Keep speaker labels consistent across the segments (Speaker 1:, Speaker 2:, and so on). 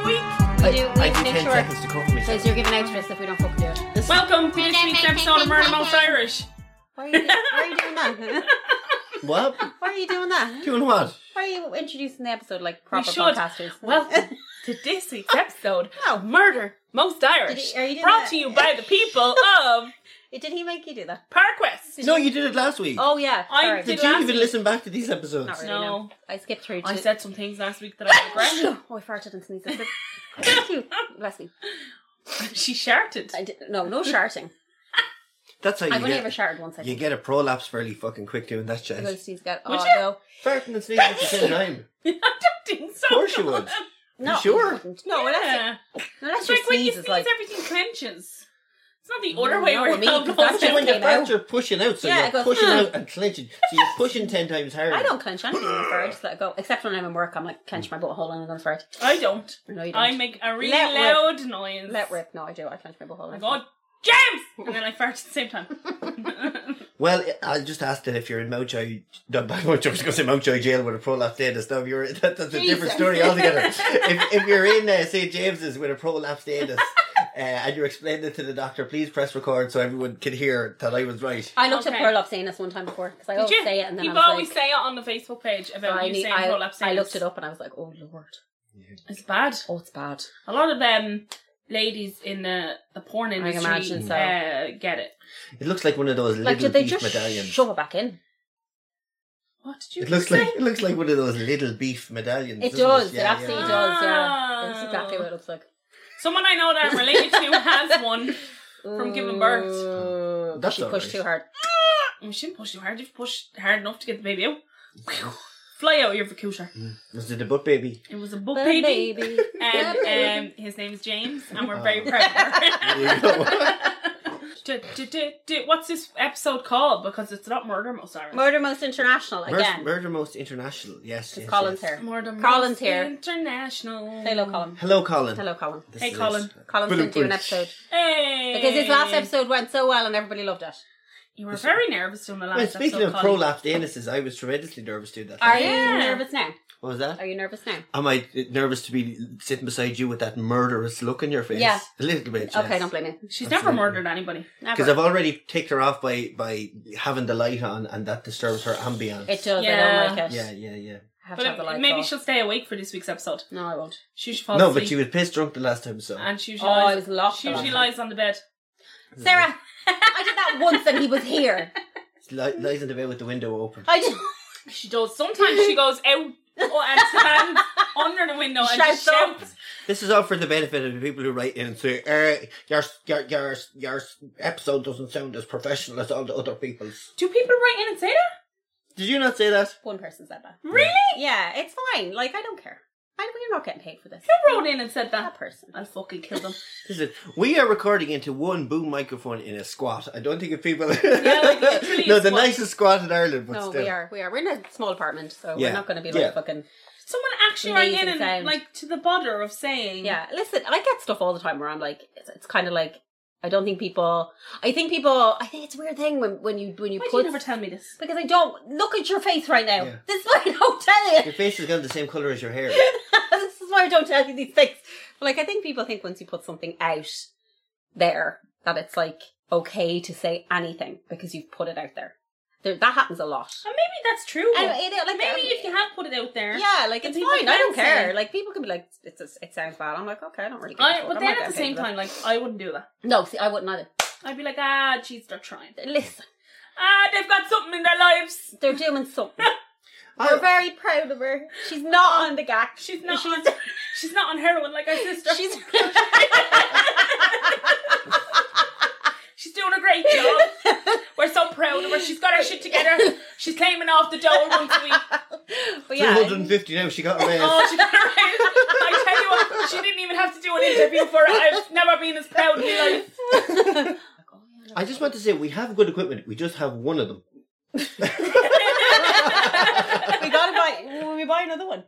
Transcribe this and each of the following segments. Speaker 1: I,
Speaker 2: do- we
Speaker 1: I
Speaker 2: have
Speaker 1: do
Speaker 2: to make
Speaker 1: 10
Speaker 2: sure-
Speaker 1: seconds to cook for myself.
Speaker 2: Because you're giving extra stuff we don't fucking do. it. This-
Speaker 3: Welcome to this week's episode of Murder Most Irish.
Speaker 2: Why are you, why are you doing that?
Speaker 1: What?
Speaker 2: Why are you doing that?
Speaker 1: Doing what?
Speaker 2: Why are you introducing the episode like proper
Speaker 3: should.
Speaker 2: podcasters?
Speaker 3: Welcome to this week's episode
Speaker 2: No.
Speaker 3: of Murder Most Irish.
Speaker 2: Did he- are you doing
Speaker 3: brought
Speaker 2: that?
Speaker 3: to you by the people of
Speaker 2: did he make you do that?
Speaker 3: Parkwest.
Speaker 1: No, you did it last week.
Speaker 2: Oh yeah,
Speaker 3: I
Speaker 2: sorry.
Speaker 3: did last
Speaker 1: did you even
Speaker 3: week.
Speaker 1: listen back to these episodes?
Speaker 2: Not really,
Speaker 3: No.
Speaker 2: no. I skipped through.
Speaker 3: I
Speaker 2: to-
Speaker 3: said some things last week that I regret.
Speaker 2: Oh, I farted and sneezed. Thank you. Bless me.
Speaker 3: she sharted.
Speaker 2: I did, no, no sharting.
Speaker 1: That's how you
Speaker 2: I've only
Speaker 1: get.
Speaker 2: ever sharted once. I
Speaker 1: you
Speaker 2: think.
Speaker 1: get a prolapse fairly fucking quick doing that
Speaker 2: I'm gonna
Speaker 1: shit.
Speaker 2: sneeze again.
Speaker 3: Would
Speaker 2: Oh,
Speaker 3: you?
Speaker 2: no.
Speaker 1: Farting and sneezing at the same time.
Speaker 3: I don't think so.
Speaker 1: Of course you would.
Speaker 2: No,
Speaker 1: sure?
Speaker 2: wouldn't. No, unless,
Speaker 3: Yeah.
Speaker 2: unless
Speaker 3: It's
Speaker 2: your
Speaker 3: like when you sneeze,
Speaker 2: sneeze is like.
Speaker 3: everything clenches. It's not the other way
Speaker 2: no,
Speaker 3: around.
Speaker 2: me, 'cause that's
Speaker 1: So when you
Speaker 2: Came out.
Speaker 1: fart, you're pushing out, so
Speaker 2: Yeah,
Speaker 1: you're
Speaker 2: it goes,
Speaker 1: pushing
Speaker 2: "Hmm."
Speaker 1: out and clenching. So you're pushing ten times harder.
Speaker 2: I don't clench anything when I fart. I just let it go. Except when I'm in work, I'm like clench my butthole and I'm gonna fart.
Speaker 3: I don't.
Speaker 2: No, you don't.
Speaker 3: I make a really
Speaker 2: Let rip.
Speaker 3: loud noise.
Speaker 2: Let rip. No, I do. I clench my butthole.
Speaker 3: I
Speaker 2: and-
Speaker 3: go, James! And then I fart at the same time.
Speaker 1: Well, I just asked that if you're in Mountjoy, no, not Mountjoy, I was going to say Mountjoy Jail with a prolapse dentist. No, if you're, that, that's a different
Speaker 2: Jesus.
Speaker 1: story altogether. if, if you're in uh, St. James's with a prolapse dentist uh, and you're explaining it to the doctor, please press record so everyone can hear that I was right.
Speaker 2: I looked
Speaker 3: Okay.
Speaker 2: up prolapse anus one time before because I
Speaker 3: Did
Speaker 2: always
Speaker 3: you?
Speaker 2: say it and then
Speaker 3: You've
Speaker 2: I was
Speaker 3: always
Speaker 2: like,
Speaker 3: say it on the Facebook page about
Speaker 2: I,
Speaker 3: you
Speaker 2: need-
Speaker 3: saying
Speaker 2: I-
Speaker 3: prolapse.
Speaker 2: I
Speaker 3: anus.
Speaker 2: looked it up and I was like, oh lord,
Speaker 3: It's bad.
Speaker 2: oh it's bad.
Speaker 3: A lot of um, ladies in the, the porn
Speaker 2: can
Speaker 3: industry
Speaker 2: imagine so.
Speaker 3: uh, get it.
Speaker 1: It looks like one of those
Speaker 2: Like,
Speaker 1: little
Speaker 2: did they
Speaker 1: beef
Speaker 2: just
Speaker 1: medallions.
Speaker 2: shove it back in?
Speaker 3: What did you
Speaker 1: It looks
Speaker 3: say?
Speaker 1: like it looks like one of those little beef medallions.
Speaker 2: It
Speaker 1: doesn't
Speaker 2: does.
Speaker 1: Yeah,
Speaker 2: it
Speaker 1: yeah.
Speaker 2: absolutely does. Yeah,
Speaker 3: Ah.
Speaker 2: that's exactly what it looks like.
Speaker 3: Someone I know that I'm related to has one. From giving birth.
Speaker 2: Ooh,
Speaker 1: Oh, That's
Speaker 2: she
Speaker 1: all
Speaker 2: pushed
Speaker 1: right.
Speaker 2: too hard.
Speaker 3: Oh, You shouldn't push too hard. You've pushed hard enough to get the baby out. Fly out your vacuoter.
Speaker 1: Was it a butt baby?
Speaker 3: It was a butt
Speaker 2: The
Speaker 3: Oh, baby.
Speaker 2: baby.
Speaker 3: And um, his name's James, and we're very proud of her.
Speaker 1: Oh. There you go.
Speaker 3: Du- du- du- du- What's this episode called? Because it's not Murder Most Irish.
Speaker 2: Murder Most International
Speaker 1: Murder,
Speaker 2: again.
Speaker 1: Murder Most International. Yes.
Speaker 2: Because
Speaker 1: yes,
Speaker 2: Colin's
Speaker 1: yes.
Speaker 2: here.
Speaker 3: Murder
Speaker 2: Colin's
Speaker 3: Most
Speaker 2: here.
Speaker 3: International.
Speaker 2: Say hello, Colin.
Speaker 1: Hello, Colin.
Speaker 2: Hello, Colin.
Speaker 1: This
Speaker 3: Hey,
Speaker 1: is-
Speaker 3: Colin.
Speaker 2: Colin's going to do an episode
Speaker 3: Hey.
Speaker 2: because his last episode went so well and everybody loved it.
Speaker 3: You were very nervous doing the last
Speaker 1: Well, speaking
Speaker 3: episode.
Speaker 1: of
Speaker 3: Colin.
Speaker 1: prolapsed anuses, I was tremendously nervous doing that.
Speaker 2: Are
Speaker 1: last-
Speaker 2: you
Speaker 3: Yeah.
Speaker 2: nervous now?
Speaker 1: What was that?
Speaker 2: Are you nervous now?
Speaker 1: Am I nervous to be sitting beside you with that murderous look in your face?
Speaker 2: Yeah.
Speaker 1: A little bit.
Speaker 2: Okay, don't blame me.
Speaker 3: She's
Speaker 1: Absolutely.
Speaker 3: never murdered anybody.
Speaker 1: Because
Speaker 2: Never.
Speaker 1: I've already ticked her off by, by having the light on, and that disturbs her ambience.
Speaker 2: It does. I
Speaker 3: Yeah.
Speaker 2: don't like it.
Speaker 1: Yeah, yeah, yeah.
Speaker 2: I have
Speaker 3: But
Speaker 2: to have the
Speaker 3: it-
Speaker 2: lights
Speaker 3: maybe
Speaker 2: off.
Speaker 3: she'll stay awake for this week's episode.
Speaker 2: No, I won't.
Speaker 3: She should fall
Speaker 1: no,
Speaker 3: asleep.
Speaker 1: but she was pissed drunk the last time, so.
Speaker 3: And she usually
Speaker 2: Oh, I
Speaker 3: lies,
Speaker 2: was locked.
Speaker 3: she
Speaker 2: the last
Speaker 3: usually
Speaker 2: time.
Speaker 3: lies on the bed.
Speaker 2: Sarah, I did that once and he was here.
Speaker 1: Li- lies in the bed with the window open.
Speaker 2: I did.
Speaker 3: She does. Sometimes she goes out or- and stands under the window and
Speaker 2: Shouts
Speaker 3: just
Speaker 2: up.
Speaker 3: shouts.
Speaker 1: This is all for the benefit of the people who write in and say, er, your, your, your, your episode doesn't sound as professional as all the other people's.
Speaker 3: Do people write in and say that?
Speaker 1: Did you not say that?
Speaker 2: One person said that.
Speaker 3: Really?
Speaker 2: Yeah, it's fine. Like I don't care. I, we're not getting paid for this.
Speaker 3: Who wrote in and said that?
Speaker 2: That person.
Speaker 3: I'll fucking kill them.
Speaker 1: This is we are recording into one boom microphone in a squat. I don't think if people.
Speaker 3: like, literally
Speaker 1: no,
Speaker 3: a
Speaker 1: the
Speaker 3: squat.
Speaker 1: nicest squat in Ireland, but
Speaker 2: No,
Speaker 1: still.
Speaker 2: we are. We are. We're in a small apartment, so
Speaker 1: Yeah.
Speaker 2: we're not going to be like
Speaker 1: Yeah.
Speaker 2: fucking.
Speaker 3: Someone actually rang in
Speaker 2: Amazing
Speaker 3: and
Speaker 2: sound.
Speaker 3: like to the bother of saying,
Speaker 2: Yeah. Listen, I get stuff all the time where I'm like, it's, it's kind of like. I don't think people. I think people. I think it's a weird thing when when you when you
Speaker 3: Why do
Speaker 2: put
Speaker 3: you never tell me this?
Speaker 2: because I don't look at your face right now.
Speaker 1: Yeah.
Speaker 2: This is why I don't tell you.
Speaker 1: Your face is gone the same color as your hair.
Speaker 2: this is why I don't tell you these things. But like, I think people think once you put something out there that it's like okay to say anything because you've put it out there. there that happens a lot.
Speaker 3: And maybe that's true.
Speaker 2: And it- it- like,
Speaker 3: maybe
Speaker 2: um,
Speaker 3: if you have put it out there.
Speaker 2: yeah, like it's
Speaker 3: And people
Speaker 2: fine. I don't
Speaker 3: can
Speaker 2: care.
Speaker 3: say.
Speaker 2: Like people can be like, it's just, it sounds bad. I'm like, okay, I don't really. Give a
Speaker 3: I,
Speaker 2: fuck.
Speaker 3: but
Speaker 2: I'm
Speaker 3: then
Speaker 2: not
Speaker 3: at the same
Speaker 2: getting paid for
Speaker 3: time, like I wouldn't do that.
Speaker 2: that. no, see, I wouldn't either.
Speaker 3: I'd be like, ah, jeez, they're trying.
Speaker 2: Listen,
Speaker 3: Ah, they've got something in their lives.
Speaker 2: they're doing something. We're
Speaker 1: I,
Speaker 2: very proud of her. She's not on the gag.
Speaker 3: She's not on. She's not on heroin like her sister.
Speaker 2: She's.
Speaker 3: She's doing a great job. We're so proud of her. She's got her shit together. She's claiming off the dole once a week.
Speaker 2: but yeah,
Speaker 1: 250 now, she got a raise.
Speaker 3: Oh, she got her raise. I tell you what, she didn't even have to do an interview for it. I've never been as proud in my life.
Speaker 2: oh,
Speaker 1: I just want to say we have good equipment, we just have one of them.
Speaker 2: we gotta buy. We buy another one.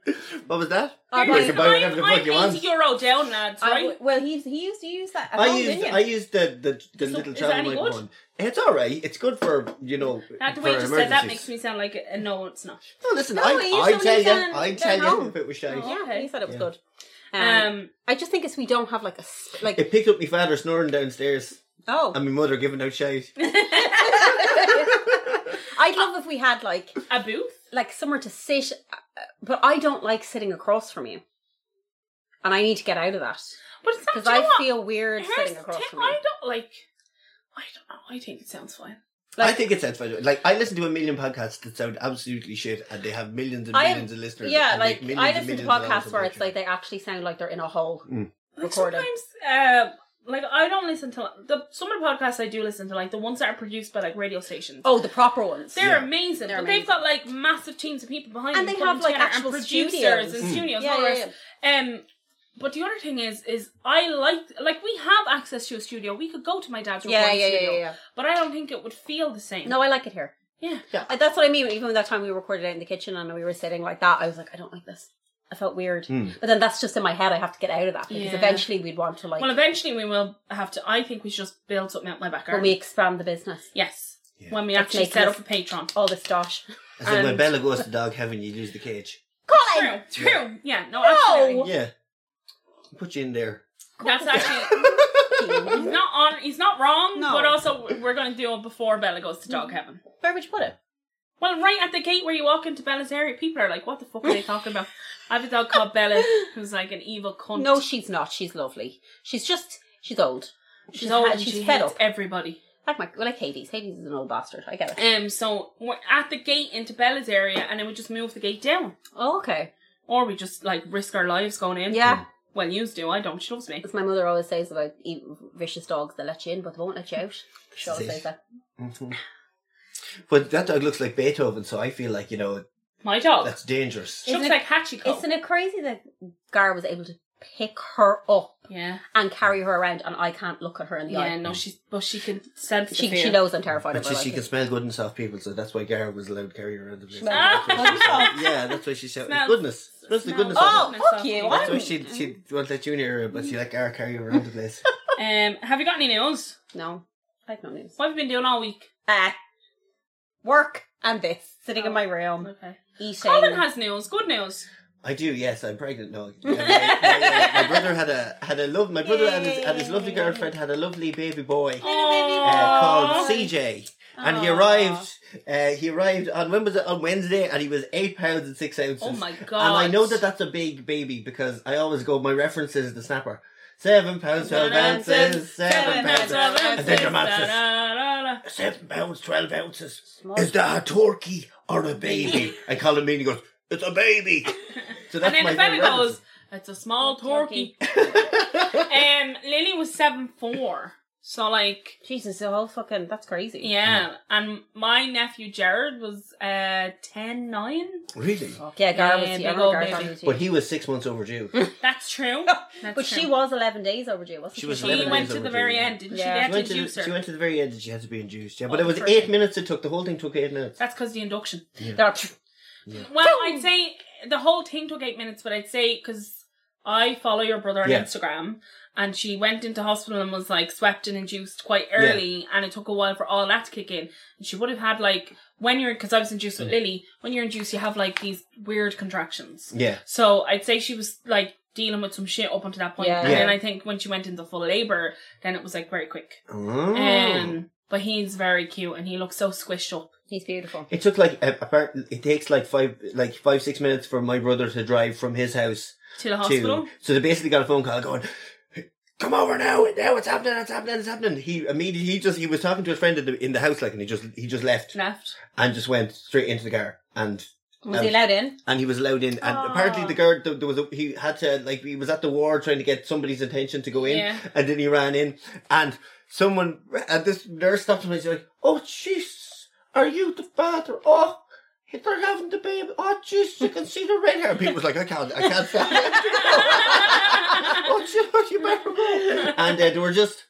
Speaker 1: What was that?
Speaker 2: I'll
Speaker 1: You
Speaker 2: buy-
Speaker 1: can buy whatever the
Speaker 3: I'm,
Speaker 1: fuck you
Speaker 3: I'm 80
Speaker 1: want.
Speaker 3: euro down, lads,
Speaker 2: I
Speaker 3: right?
Speaker 2: w- well, he's, he used to use that. At
Speaker 1: I
Speaker 2: home,
Speaker 1: used
Speaker 2: didn't
Speaker 1: I
Speaker 2: you?
Speaker 1: used the the, the
Speaker 3: So,
Speaker 1: little
Speaker 3: is that
Speaker 1: travel
Speaker 3: any good?
Speaker 1: microphone. It's all right. It's good for you know.
Speaker 3: That the
Speaker 1: for
Speaker 3: way you just said that
Speaker 1: emergencies.
Speaker 3: makes me sound like a, a no, it's not.
Speaker 1: No, listen.
Speaker 2: No,
Speaker 1: I
Speaker 2: you
Speaker 1: I
Speaker 2: usually
Speaker 1: tell
Speaker 2: can-
Speaker 1: you, I
Speaker 2: they're
Speaker 1: tell you
Speaker 2: home.
Speaker 1: if it was shite.
Speaker 3: No.
Speaker 2: yeah,
Speaker 3: Okay.
Speaker 2: he said it was
Speaker 1: Yeah.
Speaker 2: good. Um,
Speaker 3: Um,
Speaker 2: I just think it's we don't have like a s- like
Speaker 1: It picked up my father snoring downstairs
Speaker 2: oh.
Speaker 1: and my mother giving out shite.
Speaker 2: I'd love if we had like
Speaker 3: a booth.
Speaker 2: like somewhere to sit, uh, but I don't like sitting across from you, and I need to get out of that
Speaker 3: But it's not
Speaker 2: because
Speaker 3: do you know
Speaker 2: I
Speaker 3: what?
Speaker 2: feel weird
Speaker 3: Here's
Speaker 2: sitting
Speaker 3: the
Speaker 2: across
Speaker 3: thing,
Speaker 2: from you.
Speaker 3: I don't like. I don't know. I think it sounds fine.
Speaker 1: I
Speaker 2: Like-
Speaker 1: think it sounds fine. Like I listen to a million podcasts that sound absolutely shit, and they have millions and
Speaker 2: I-
Speaker 1: millions of listeners.
Speaker 2: Yeah,
Speaker 1: and make
Speaker 2: like
Speaker 1: millions
Speaker 2: I
Speaker 1: and
Speaker 2: listen to
Speaker 1: millions of Mm. dollars
Speaker 2: podcasts where
Speaker 1: of
Speaker 2: it's like
Speaker 1: revenue.
Speaker 2: they actually sound like they're in a hole.
Speaker 3: Like
Speaker 2: Recorded.
Speaker 3: sometimes, um, like I don't listen to like, the some of the podcasts I do listen to, like the ones that are produced by like radio stations.
Speaker 2: Oh, the proper ones.
Speaker 3: They're
Speaker 1: Yeah.
Speaker 3: amazing,
Speaker 2: They're
Speaker 3: but
Speaker 2: amazing.
Speaker 3: they've got like massive teams of people behind
Speaker 2: And
Speaker 3: them
Speaker 2: they
Speaker 3: putting
Speaker 2: have, like,
Speaker 3: together and
Speaker 2: actual
Speaker 3: producers
Speaker 2: studios.
Speaker 3: and
Speaker 1: Mm.
Speaker 3: studios.
Speaker 2: yeah,
Speaker 3: and all
Speaker 2: yeah,
Speaker 3: the
Speaker 2: yeah.
Speaker 3: rest. Um, but the other thing is, is I like like we have access to a studio. We could go to my dad's
Speaker 2: Yeah,
Speaker 3: recording
Speaker 2: yeah, yeah,
Speaker 3: studio,
Speaker 2: yeah, yeah.
Speaker 3: but I don't think it would feel the same.
Speaker 2: No, I like it here.
Speaker 3: yeah,
Speaker 2: Uh, That's what I mean. Even that time we recorded out in the kitchen and we were sitting like that, I was like, I don't like this. I felt weird.
Speaker 1: Hmm.
Speaker 2: But then that's just in my head. I have to get out of that because
Speaker 3: Yeah.
Speaker 2: eventually we'd want to like
Speaker 3: well, eventually we will have to. I think we should just build something out my back
Speaker 2: when
Speaker 3: garden.
Speaker 2: we expand the business,
Speaker 3: yes,
Speaker 1: Yeah.
Speaker 3: when we
Speaker 2: Let's
Speaker 3: actually
Speaker 2: make
Speaker 3: set
Speaker 2: this-
Speaker 3: up a Patreon.
Speaker 2: all this dosh.
Speaker 1: It's like when
Speaker 3: and-
Speaker 1: Bella goes to dog heaven, you lose the cage.
Speaker 2: Colin,
Speaker 3: True, true. Yeah, no,
Speaker 2: No!
Speaker 3: absolutely.
Speaker 1: Yeah, put you in there.
Speaker 3: That's actually he's not on. He's not wrong,
Speaker 2: No. Mm.
Speaker 3: but also we're going to do it before Bella goes to dog heaven.
Speaker 2: where would you put it?
Speaker 3: Well, right at the gate where you walk into Bella's area, people are like, "What the fuck are they talking about?" I have a dog called Bella, who's like an evil cunt.
Speaker 2: No, she's not. She's lovely. She's just she's old.
Speaker 3: she's old.
Speaker 2: had-
Speaker 3: and
Speaker 2: she's
Speaker 3: she
Speaker 2: fed
Speaker 3: hates
Speaker 2: up.
Speaker 3: everybody.
Speaker 2: Like my well, like Hades. Hades is an old bastard. I get it.
Speaker 3: Um, so we're at the gate into Bella's area, and then we just move the gate down,
Speaker 2: Oh, okay.
Speaker 3: or we just like risk our lives going in.
Speaker 2: Yeah,
Speaker 3: Well, yous do. I don't. She loves me.
Speaker 2: as my mother always says about e- vicious dogs, they let you in but they won't let you out. She always says
Speaker 1: This is
Speaker 2: that.
Speaker 1: Mhm. But that dog looks like Beethoven, so I feel like you know
Speaker 3: My dog.
Speaker 1: that's dangerous.
Speaker 3: she
Speaker 2: Isn't
Speaker 3: looks
Speaker 2: it-
Speaker 3: like Hachiko.
Speaker 2: Isn't it crazy that Gar was able to pick her up
Speaker 3: yeah.
Speaker 2: and carry her around, and I can't look at her in the
Speaker 3: Yeah.
Speaker 2: eye?
Speaker 3: No, she's but she can sense the
Speaker 2: She,
Speaker 3: fear.
Speaker 2: she knows I'm terrified
Speaker 1: But
Speaker 2: of her.
Speaker 1: she, she
Speaker 2: like,
Speaker 1: can smell good and soft people, so that's why Gara was allowed to carry her around the place.
Speaker 2: Smell
Speaker 1: That's
Speaker 3: good
Speaker 1: why she
Speaker 2: and
Speaker 1: said-
Speaker 2: soft.
Speaker 1: yeah, that's why she said
Speaker 3: Smell-
Speaker 1: goodness. That's the
Speaker 3: smell
Speaker 1: goodness.
Speaker 3: good.
Speaker 1: of it.
Speaker 2: oh, fuck you!
Speaker 3: That's
Speaker 2: I'm-
Speaker 1: That's why she she won't let you near her, but she let Gara carry her around the place.
Speaker 3: Um, have you got any news?
Speaker 2: no, I've no news.
Speaker 3: What have you been doing all week?
Speaker 2: Uh, work and this sitting in my room
Speaker 3: Okay.
Speaker 2: Oh. eating.
Speaker 3: Colin has news. Good news.
Speaker 1: I do, yes. I'm pregnant. No, my, my, uh, my brother had a had a love. My brother and his, and his lovely girlfriend had a lovely baby boy uh,
Speaker 3: Aww.
Speaker 1: called CJ, and he arrived. Uh, he arrived on when was it on Wednesday, and he was eight pounds and six ounces.
Speaker 3: Oh my god!
Speaker 1: And I know that that's a big baby because I always go my references is the snapper. Seven pounds twelve ounces. Seven pounds.
Speaker 2: twelve ounces.
Speaker 1: And then your mouth says,
Speaker 3: mouth
Speaker 1: Seven pounds twelve ounces. Is that a turkey or a baby? and Colin Meaney goes, It's a baby. So
Speaker 3: And then the
Speaker 1: my
Speaker 3: fella goes, "It's a small turkey." um, Lily was seven four, so like,
Speaker 2: Jesus, the whole fucking that's crazy.
Speaker 3: yeah. And my nephew Jared was uh ten nine.
Speaker 1: Really?
Speaker 3: "Oh,
Speaker 2: Fuck yeah, Gar was
Speaker 3: Yeah,
Speaker 2: too.
Speaker 3: big
Speaker 2: I
Speaker 3: old
Speaker 2: remember Gar
Speaker 3: baby.
Speaker 2: was too.
Speaker 1: But he was six months overdue. She
Speaker 3: That's true. That's
Speaker 2: But she
Speaker 3: true.
Speaker 2: was eleven days overdue, wasn't she?
Speaker 1: She was
Speaker 3: She
Speaker 1: 11
Speaker 3: went to
Speaker 1: days
Speaker 3: the
Speaker 1: overdue,
Speaker 3: very
Speaker 1: yeah.
Speaker 3: end, didn't
Speaker 2: Yeah.
Speaker 3: she? They had
Speaker 1: went,
Speaker 3: to
Speaker 1: to
Speaker 3: induce
Speaker 1: the, she
Speaker 3: her.
Speaker 1: went to the very end and she had to be induced. Yeah, but
Speaker 3: Oh,
Speaker 1: it was
Speaker 3: perfect.
Speaker 1: eight minutes it took. The whole thing took eight minutes.
Speaker 3: That's because the induction.
Speaker 2: That's
Speaker 3: Well, I'd say the whole thing took eight minutes, but I'd say because I follow your brother on
Speaker 1: Yeah.
Speaker 3: Instagram, and she went into hospital and was like swept and induced quite early, and it took a while for all that to kick in. And she would have had like when you're because I was induced
Speaker 1: Mm.
Speaker 3: with Lily. When you're induced, you have like these weird contractions.
Speaker 1: Yeah.
Speaker 3: So I'd say she was like dealing with some shit up until that point,
Speaker 2: Yeah.
Speaker 3: and
Speaker 1: Yeah.
Speaker 3: then I think when she went into full labor, then it was like very quick.
Speaker 1: Oh.
Speaker 3: Um, but he's very cute, and he looks so squished up.
Speaker 2: he's beautiful.
Speaker 1: It took like a, apart. It takes like five, like five, six minutes for my brother to drive from his house
Speaker 3: To the hospital,
Speaker 1: to. So they basically got a phone call going, "Come over now! Now it's happening! It's happening! It's happening!" He immediately he just he was talking to a friend in the, in the house like, and he just he just left
Speaker 3: left.
Speaker 1: and just went straight into the car and
Speaker 2: Was
Speaker 1: Um,
Speaker 2: he allowed in?
Speaker 1: and he was allowed in and
Speaker 3: Aw.
Speaker 1: apparently the guard there there was a, he had to like he was at the ward trying to get somebody's attention to go in
Speaker 3: Yeah.
Speaker 1: and then he ran in and someone and this nurse stopped him and she's like oh jeez are you the father oh they're having the baby oh jeez you can see the red hair Pete was like I can't I can't stop oh jeez you better go and uh, they were just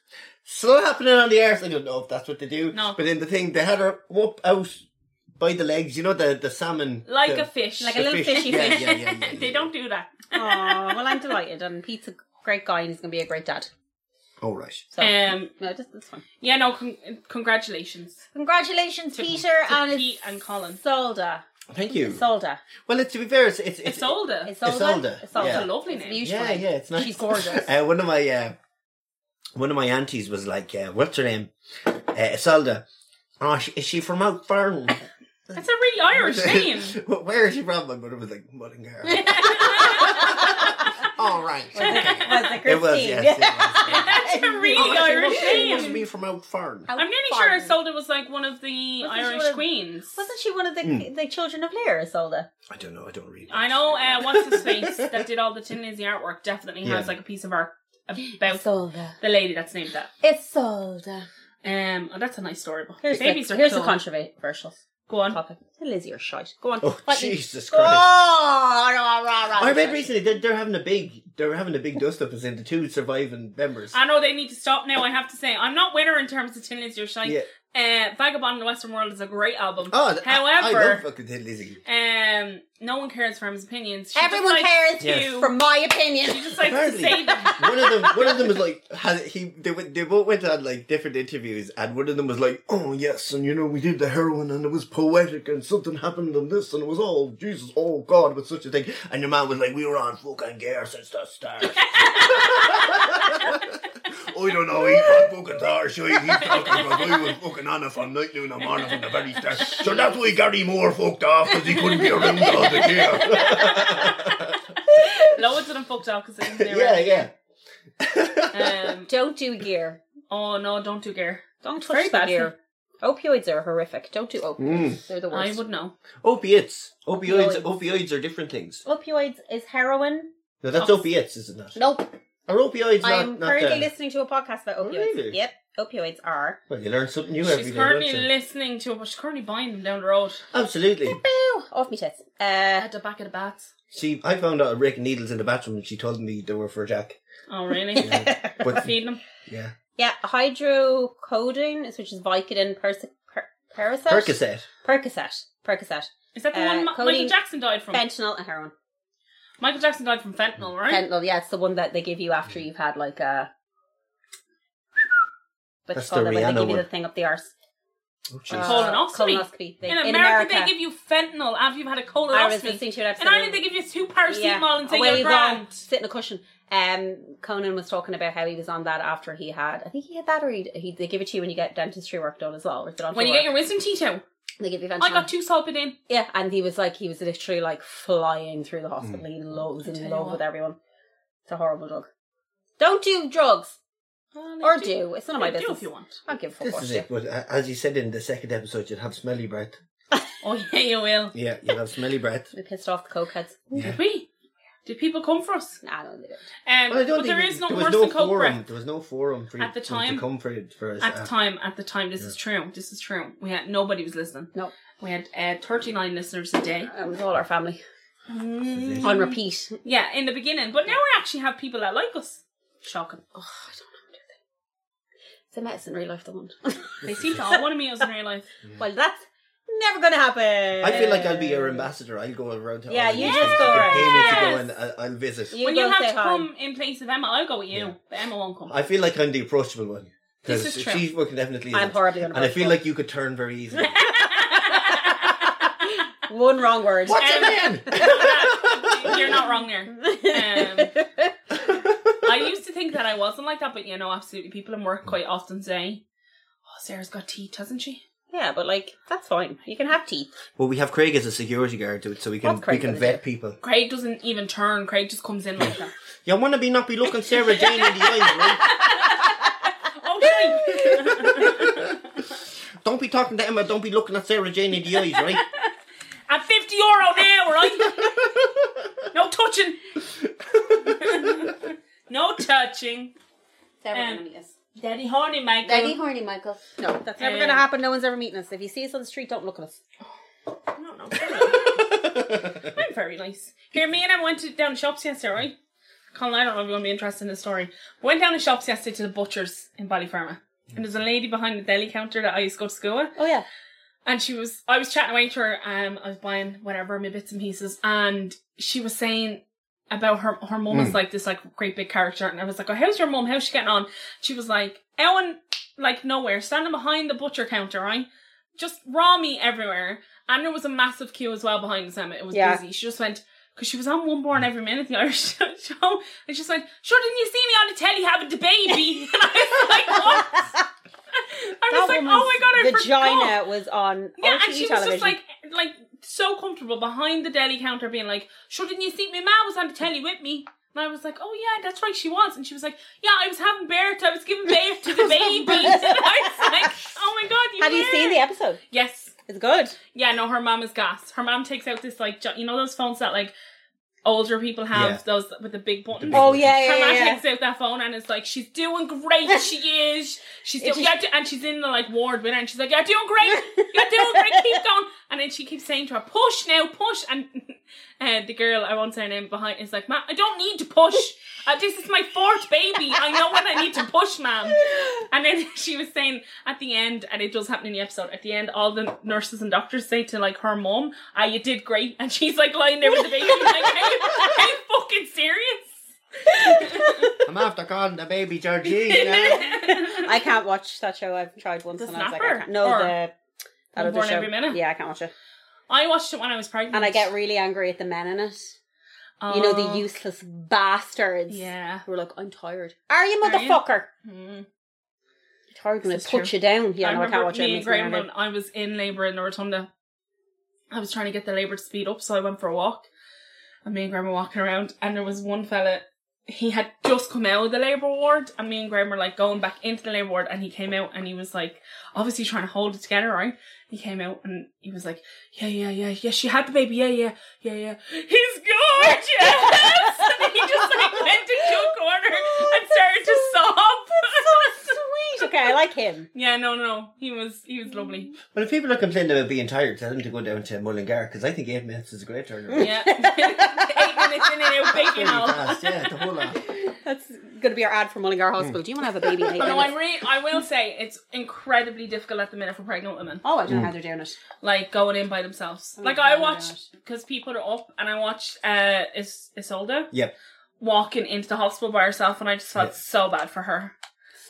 Speaker 1: slapping it on the arse I don't know if that's what they do
Speaker 3: No.
Speaker 1: but in the thing they had her up out by the legs you know the the salmon
Speaker 3: Like
Speaker 1: the-
Speaker 3: a fish,
Speaker 2: Like a little
Speaker 1: fish.
Speaker 2: fishy
Speaker 1: Yeah,
Speaker 2: fish.
Speaker 1: yeah, yeah, yeah,
Speaker 3: they
Speaker 1: yeah.
Speaker 3: don't do that.
Speaker 2: Oh well, I'm delighted, and Pete's a great guy, and he's gonna be a great dad.
Speaker 1: Oh right.
Speaker 2: So
Speaker 3: Um,
Speaker 2: no, just that's fine.
Speaker 3: yeah, no, con- congratulations.
Speaker 2: Congratulations,
Speaker 3: To-
Speaker 2: Peter
Speaker 3: to
Speaker 2: and his
Speaker 3: Pete and Colin.
Speaker 2: Solda.
Speaker 1: Thank you.
Speaker 2: Isolda.
Speaker 1: Well, it's, to be fair, it's it's
Speaker 3: It's
Speaker 1: it's,
Speaker 3: older. It's,
Speaker 2: Isolda.
Speaker 1: Isolda,
Speaker 3: a
Speaker 1: yeah.
Speaker 3: lovely name.
Speaker 2: Beautiful.
Speaker 1: yeah, yeah, it's nice.
Speaker 2: She's gorgeous.
Speaker 1: Uh, one of my uh, one of my aunties was like, uh, "What's her name? Uh, Isolda. Oh, she, is she from Out Fern?
Speaker 3: That's a really Irish name.
Speaker 1: Where is she from?" My mother was like, "Mullingar." All right.
Speaker 2: Was it, was it
Speaker 1: It was,
Speaker 2: Christine?
Speaker 1: yes, it was.
Speaker 3: That's a really
Speaker 1: Oh, actually, it
Speaker 3: Irish
Speaker 1: must- it
Speaker 3: name.
Speaker 1: must be from Out Fern.
Speaker 2: How
Speaker 3: I'm nearly sure
Speaker 2: fun.
Speaker 3: Isolde was like one of the
Speaker 2: Wasn't she
Speaker 3: Irish
Speaker 2: one of-
Speaker 3: queens.
Speaker 2: Wasn't she one of the
Speaker 1: Hmm.
Speaker 2: the children of Lear, Isolda?
Speaker 1: I don't know. I don't read.
Speaker 3: I know uh, what's his face that did all the Tin Lizzy artwork definitely has
Speaker 1: Yeah.
Speaker 3: like a piece of art about
Speaker 2: Isolda.
Speaker 3: the lady that's named that.
Speaker 2: Isolda.
Speaker 3: Um, oh, that's a nice story. But
Speaker 2: Here's,
Speaker 3: babies
Speaker 2: the,
Speaker 3: are
Speaker 2: here's the
Speaker 3: cool.
Speaker 2: controversial
Speaker 3: Go on.
Speaker 2: topic. The Lizzie are shite. Go on.
Speaker 1: Oh
Speaker 2: What you-
Speaker 1: Jesus
Speaker 2: Oh,
Speaker 1: Christ!
Speaker 2: rah, rah, rah,
Speaker 1: I read
Speaker 2: shite.
Speaker 1: recently they're, they're having a big they're having a big dust up as in the two surviving members.
Speaker 3: I know they need to stop now. I have to say, I'm not winner in terms of Tin Lizzy or Shite.
Speaker 1: Yeah.
Speaker 3: Uh, Vagabond in the Western World is a great album.
Speaker 1: Oh, th- I, I
Speaker 3: However-
Speaker 1: love fucking Tin Lizzy.
Speaker 3: Um, no one cares for his opinions. She just
Speaker 2: Everyone
Speaker 3: likes
Speaker 2: cares
Speaker 1: Yes.
Speaker 2: from my
Speaker 3: She
Speaker 2: opinion.
Speaker 3: just likes to
Speaker 1: Apparently.
Speaker 3: say that.
Speaker 1: one of them, one of them was like, had he they, went- they both went on like different interviews, and one of them was like, oh yes, and you know we did the heroin, and it was poetic, and something happened, and this, and it was all Jesus, oh God, was such a thing, and your man was like, we were on fucking gear since the start. I don't know, he's on fucking tar shite, he's talking about I was fucking on it from night, noon, and morning from the very start. So that's why Gary Moore fucked off, because he couldn't be around all the gear.
Speaker 3: Loads of them fucked off because they didn't hear
Speaker 1: yeah,
Speaker 3: it.
Speaker 1: yeah.
Speaker 3: Um,
Speaker 2: Don't do gear.
Speaker 3: oh no, don't do gear.
Speaker 2: Don't
Speaker 3: very
Speaker 2: touch the
Speaker 3: bad
Speaker 2: gear. Opioids are horrific. Don't do opioids.
Speaker 1: Mm.
Speaker 2: They're the
Speaker 3: I
Speaker 2: worst.
Speaker 3: would know.
Speaker 1: Opiates. Opioids.
Speaker 2: Opioids.
Speaker 1: Opioids are different things.
Speaker 2: Opioids is heroin.
Speaker 1: No, that's
Speaker 3: Oh.
Speaker 1: opiates, isn't it?
Speaker 2: Nope.
Speaker 1: Are opioids not?
Speaker 2: I'm
Speaker 1: not uh,
Speaker 2: currently
Speaker 1: the-
Speaker 2: listening to a podcast about
Speaker 1: Oh,
Speaker 2: opioids.
Speaker 1: really?
Speaker 2: Yep. Opioids are.
Speaker 1: Well, you learn something new every
Speaker 3: She's
Speaker 1: day. Don't
Speaker 3: currently
Speaker 1: you?
Speaker 3: listening to it, but she's currently buying them down the road
Speaker 1: Absolutely.
Speaker 2: Boo! Off me tits. Uh,
Speaker 3: at the back of the bats.
Speaker 1: She, I found out raking needles in the bathroom, and she told me they were for Jack.
Speaker 3: Oh really?
Speaker 1: Yeah.
Speaker 3: We're
Speaker 1: But
Speaker 3: feeding them.
Speaker 1: yeah,
Speaker 2: yeah, hydrocodone, is- which is Vicodin, Persi- per- Percocet,
Speaker 1: Percocet.
Speaker 2: Percocet, Percocet,
Speaker 3: Is that the
Speaker 2: Uh,
Speaker 3: one Ma-
Speaker 2: Cody-
Speaker 3: Michael Jackson died from?
Speaker 2: fentanyl, and heroin.
Speaker 3: Michael Jackson died from fentanyl, right?
Speaker 2: Fentanyl, yeah, it's the one that they give you after you've had like uh, a. What you
Speaker 1: That's
Speaker 2: call
Speaker 1: the
Speaker 2: that when they
Speaker 1: Rihanna
Speaker 2: give you the
Speaker 1: one.
Speaker 2: thing up the arse?
Speaker 1: Oh,
Speaker 3: Uh,
Speaker 1: Jesus.
Speaker 3: Colonoscopy.
Speaker 2: Colonoscopy. They-
Speaker 3: in, America, they give you fentanyl after you've had a colonoscopy.
Speaker 2: I was listening to Oh, an episode.
Speaker 3: In Ireland, they give you two paracetamol and say
Speaker 2: Away
Speaker 3: you're
Speaker 2: you go,
Speaker 3: grand.
Speaker 2: Sit in a cushion. Um, Conan was talking about how he was on that after he had. I think he had that, or he, he they give it to you when you get dentistry work done as well. Or done
Speaker 3: When you get your wisdom teeth out,
Speaker 2: they give you fentanyl.
Speaker 3: I got two salted in.
Speaker 2: Yeah, and he was like, he was literally like flying through the hospital.
Speaker 1: Mm.
Speaker 2: He loves
Speaker 3: I tell
Speaker 2: in
Speaker 3: you
Speaker 2: love
Speaker 3: what.
Speaker 2: with everyone. It's a horrible drug. Don't do drugs or do. It's none of my
Speaker 3: do
Speaker 2: business.
Speaker 3: if you want.
Speaker 2: I don't give a fuck.
Speaker 1: This
Speaker 2: what
Speaker 1: is
Speaker 2: you
Speaker 1: it. But uh, as you said in the second episode, you'd have smelly breath.
Speaker 3: Oh yeah, you will.
Speaker 1: Yeah, you'd have smelly breath.
Speaker 2: do. We pissed off the cokeheads.
Speaker 1: Yeah.
Speaker 3: Did we? Did people come for us?
Speaker 2: Nah, no, they didn't.
Speaker 3: Um,
Speaker 1: Well, I don't
Speaker 3: but there
Speaker 1: think
Speaker 3: is no
Speaker 1: there
Speaker 3: worse
Speaker 1: was no
Speaker 3: than coke
Speaker 1: forum.
Speaker 3: breath.
Speaker 1: There was no forum for you
Speaker 3: At the
Speaker 1: to-
Speaker 3: time-
Speaker 1: to come for it for us.
Speaker 3: At the
Speaker 1: uh,
Speaker 3: time, at the time, this is true. This is true. We had nobody was listening.
Speaker 2: No.
Speaker 3: we had uh, thirty nine listeners a day.
Speaker 2: Um, it was all our family
Speaker 1: Mm.
Speaker 2: on repeat.
Speaker 3: Yeah, in the beginning, but now we actually have people that like us. Shocking.
Speaker 2: Oh, I don't know. Do they? It's a medicine real life, the one.
Speaker 3: They seem to all want to meet us in real life.
Speaker 2: well, that's never gonna happen.
Speaker 1: I feel like I'll be your ambassador. I'll go around. To
Speaker 2: Yeah,
Speaker 1: all
Speaker 2: you
Speaker 1: these
Speaker 2: just
Speaker 1: things.
Speaker 2: go
Speaker 1: You can Pay me to
Speaker 3: around.
Speaker 1: go and uh, I'll, I'll visit.
Speaker 2: You
Speaker 3: when
Speaker 2: go
Speaker 3: you have
Speaker 2: say
Speaker 3: to
Speaker 2: hi.
Speaker 3: come in place of Emma, I'll go with you,
Speaker 1: Yeah.
Speaker 3: but Emma won't come.
Speaker 1: I feel like I'm the approachable one.
Speaker 3: This
Speaker 1: Because
Speaker 3: is true.
Speaker 1: she's fucking definitely
Speaker 2: I'm
Speaker 1: isn't.
Speaker 2: horribly
Speaker 1: And I feel
Speaker 2: unapproachable.
Speaker 1: like you could turn very easily.
Speaker 2: one wrong word.
Speaker 1: What's
Speaker 3: Um,
Speaker 1: a man?
Speaker 3: You're not wrong there. Um, I used to think that I wasn't like that, but you know, absolutely, people in work quite often say, "Oh, Sarah's got teeth, hasn't she?"
Speaker 2: yeah, but like that's fine. You can have teeth.
Speaker 1: well, we have Craig as a security guard, to it, so we can
Speaker 2: What's
Speaker 1: we
Speaker 2: Craig
Speaker 1: can
Speaker 2: gonna
Speaker 1: vet people.
Speaker 3: Craig doesn't even turn. Craig just comes in like that.
Speaker 1: You wanna be not be looking Sarah Jane in the eyes, right?
Speaker 3: Okay.
Speaker 1: Don't be talking to Emma. Don't be looking at Sarah Jane in the eyes, right?
Speaker 3: At fifty euro now, right? No touching. no touching.
Speaker 2: Never
Speaker 3: Um,
Speaker 2: gonna meet us.
Speaker 3: Daddy horny, Michael.
Speaker 2: horny, Michael. No, that's never
Speaker 3: Um,
Speaker 2: gonna happen. No one's ever meeting us. If you see us on the street, don't look at us.
Speaker 3: No, no. I'm very nice. Here, me and I went to, down to shops yesterday, right? Colin, I don't know if you're going to be interested in this story. Went down to shops yesterday to the butchers in Ballyferma. And there's a lady behind the deli counter that I used to go to school with.
Speaker 2: Oh yeah.
Speaker 3: And she was, I was chatting away to her, um, I was buying whatever, my bits and pieces. And she was saying about her, her mum is like this, like, great big character. And I was like, oh, how's your mum? How's she getting on? She was like, Ellen, like, nowhere, standing behind the butcher counter, right? Just raw meat everywhere. And there was a massive queue as well behind us, Emma. It was
Speaker 2: Yeah.
Speaker 3: busy. She just went, because she was on One Born Every Minute, the Irish show, and she just went, sure, didn't you see me on the telly having the baby? and I was like, what? I was like, oh my god, I forgot.
Speaker 2: vagina was on
Speaker 3: Yeah,
Speaker 2: RTE
Speaker 3: and she was
Speaker 2: television.
Speaker 3: just like, like so comfortable behind the deli counter, being like, "Sure, didn't you see my ma was on the telly with me?" And I was like, "Oh yeah, that's right, she was." And she was like, "Yeah, I was having birth. I was giving birth to the baby." and I was like, "Oh my god, you
Speaker 2: Have you
Speaker 3: were."
Speaker 2: seen the episode?
Speaker 3: Yes.
Speaker 2: It's good.
Speaker 3: Yeah. No, her mom is gas. Her mom takes out this like, jo- you know, those phones that like older people have
Speaker 1: Yeah.
Speaker 3: those with the big buttons.
Speaker 1: big
Speaker 2: Oh yeah, yeah,
Speaker 3: Her mom
Speaker 2: yeah.
Speaker 3: takes out that phone and it's like, she's doing great. She is. She's doing,
Speaker 2: It's
Speaker 3: yeah, do-" and she's in the like ward with her, and she's like, you're doing great. You're doing great. Keep going. And then she keeps saying to her, push now, push. And uh, the girl, I won't say her name behind, is like, ma, I don't need to push. Uh, this is my fourth baby. I know when I need to push, ma'am. And then she was saying at the end, and it does happen in the episode, at the end, all the nurses and doctors say to like her mom, ah, you did great. And she's like lying there with the baby, like, are you, are you fucking serious?
Speaker 1: I'm after calling the baby Georgine. now.
Speaker 2: I can't watch that show. I've tried once
Speaker 3: The
Speaker 2: and I was like, I
Speaker 3: Snapper?
Speaker 2: can't. no,
Speaker 3: Or
Speaker 2: the that other
Speaker 3: Born
Speaker 2: show.
Speaker 3: Every Minute?
Speaker 2: Yeah, I can't watch it,
Speaker 3: I watched it when I was pregnant.
Speaker 2: and I get really angry at the men in it. You know the
Speaker 3: Oh,
Speaker 2: useless bastards.
Speaker 3: Yeah.
Speaker 2: who are like, I'm tired. Are you
Speaker 3: Are you?
Speaker 2: motherfucker?
Speaker 3: Mm.
Speaker 2: Tired when I
Speaker 3: This is
Speaker 2: put
Speaker 3: true.
Speaker 2: you down. Yeah,
Speaker 3: I
Speaker 2: no, I can't
Speaker 3: remember
Speaker 2: watch it.
Speaker 3: me
Speaker 2: it.
Speaker 3: and
Speaker 2: makes me
Speaker 3: Graham
Speaker 2: angry.
Speaker 3: when I was in labour in the rotunda. I was trying to get the labour to speed up, so I went for a walk. And me and Graham were walking around, and there was one fella. He had just come out of the labour ward, and me and Graham were like going back into the labour ward, and he came out, and he was like obviously trying to hold it together, right? He came out and he was like, "Yeah, yeah, yeah, yeah, she had the baby, yeah, yeah, yeah, yeah." He's gorgeous, and he just like went into a corner and started to sob.
Speaker 2: It's okay, I like Mm. him.
Speaker 3: Yeah, no, no, he was he was lovely.
Speaker 1: Well, if people are complaining about being tired, tell them to go down to Mullingar because I think eight minutes is a great turnaround.
Speaker 3: Yeah, eight minutes in and out, baking
Speaker 1: Pretty
Speaker 3: all.
Speaker 1: fast, yeah, the whole lot.
Speaker 2: That's gonna be our ad for Mullingar Hospital. Do you want to have a baby? in eight
Speaker 3: No, I
Speaker 2: minutes?
Speaker 3: re- I will say it's incredibly difficult at the minute for pregnant women,
Speaker 2: Oh, I don't know how they're doing it.
Speaker 3: like going in by themselves.
Speaker 2: Oh,
Speaker 3: Like
Speaker 2: yeah,
Speaker 3: I
Speaker 2: yeah.
Speaker 3: watched because people are up, and I watched uh Is- Isolde
Speaker 1: Yep.
Speaker 3: walking into the hospital by herself, and I just felt
Speaker 1: Yeah.
Speaker 3: so bad for her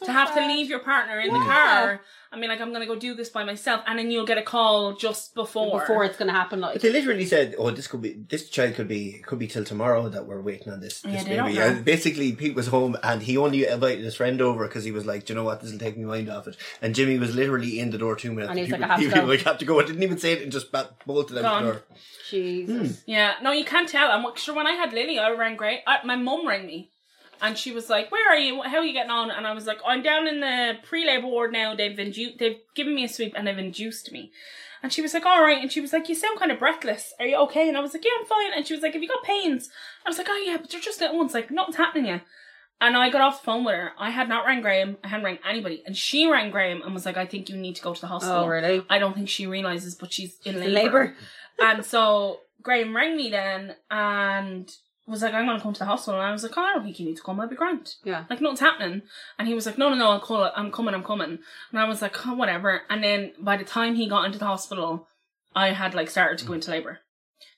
Speaker 3: to have to leave your partner in the
Speaker 1: Yeah.
Speaker 3: car. I mean, like I'm gonna go do this by myself, and then you'll get a call just before.
Speaker 2: before it's gonna happen. Like
Speaker 1: But they literally said, "Oh, this could be this child could be could be till tomorrow that we're waiting on this,
Speaker 3: Yeah,
Speaker 1: this
Speaker 3: they don't
Speaker 1: baby."
Speaker 3: know.
Speaker 1: And basically, Pete was home and he only invited his friend over because he was like, "Do you know what? This will take me mind off it." And Jimmy was literally in the door two minutes.
Speaker 2: And he was like,
Speaker 1: was-
Speaker 2: "I have to
Speaker 1: was
Speaker 2: go."
Speaker 1: like, "I have to go." I didn't even say it and just bat, bolted out
Speaker 3: Gone.
Speaker 1: the door.
Speaker 2: Jesus.
Speaker 3: Yeah, no, you can't tell. I'm sure when I had Lily, I rang great. I, my mum rang me, and she was like, "Where are you? How are you getting on?" And I was like, "I'm down in the pre-labor ward now. They've indu- they've given me a sweep and they've induced me." And she was like, "All right." And she was like, "You sound kind of breathless. Are you okay?" And I was like, "Yeah, I'm fine." And she was like, "Have you got pains?" I was like, "Oh yeah, but they're just little ones. Like nothing's happening yet." And I got off the phone with her. I had not rang Graham. I hadn't rang anybody. And she rang Graham and was like, "I think you need to go to the hospital."
Speaker 2: Oh, really?
Speaker 3: I don't think she realizes, but she's in
Speaker 2: Oh.
Speaker 3: labor.
Speaker 2: Labor.
Speaker 3: And so Graham rang me then and was like, I'm going to come to the hospital. And I was like, oh, I don't think you need to come. I'll be grand.
Speaker 2: Yeah.
Speaker 3: Like, nothing's happening. And he was like, no, no, no, I'll call it. I'm coming, I'm coming. And I was like, oh, whatever. And then by the time he got into the hospital, I had like started to go into labor.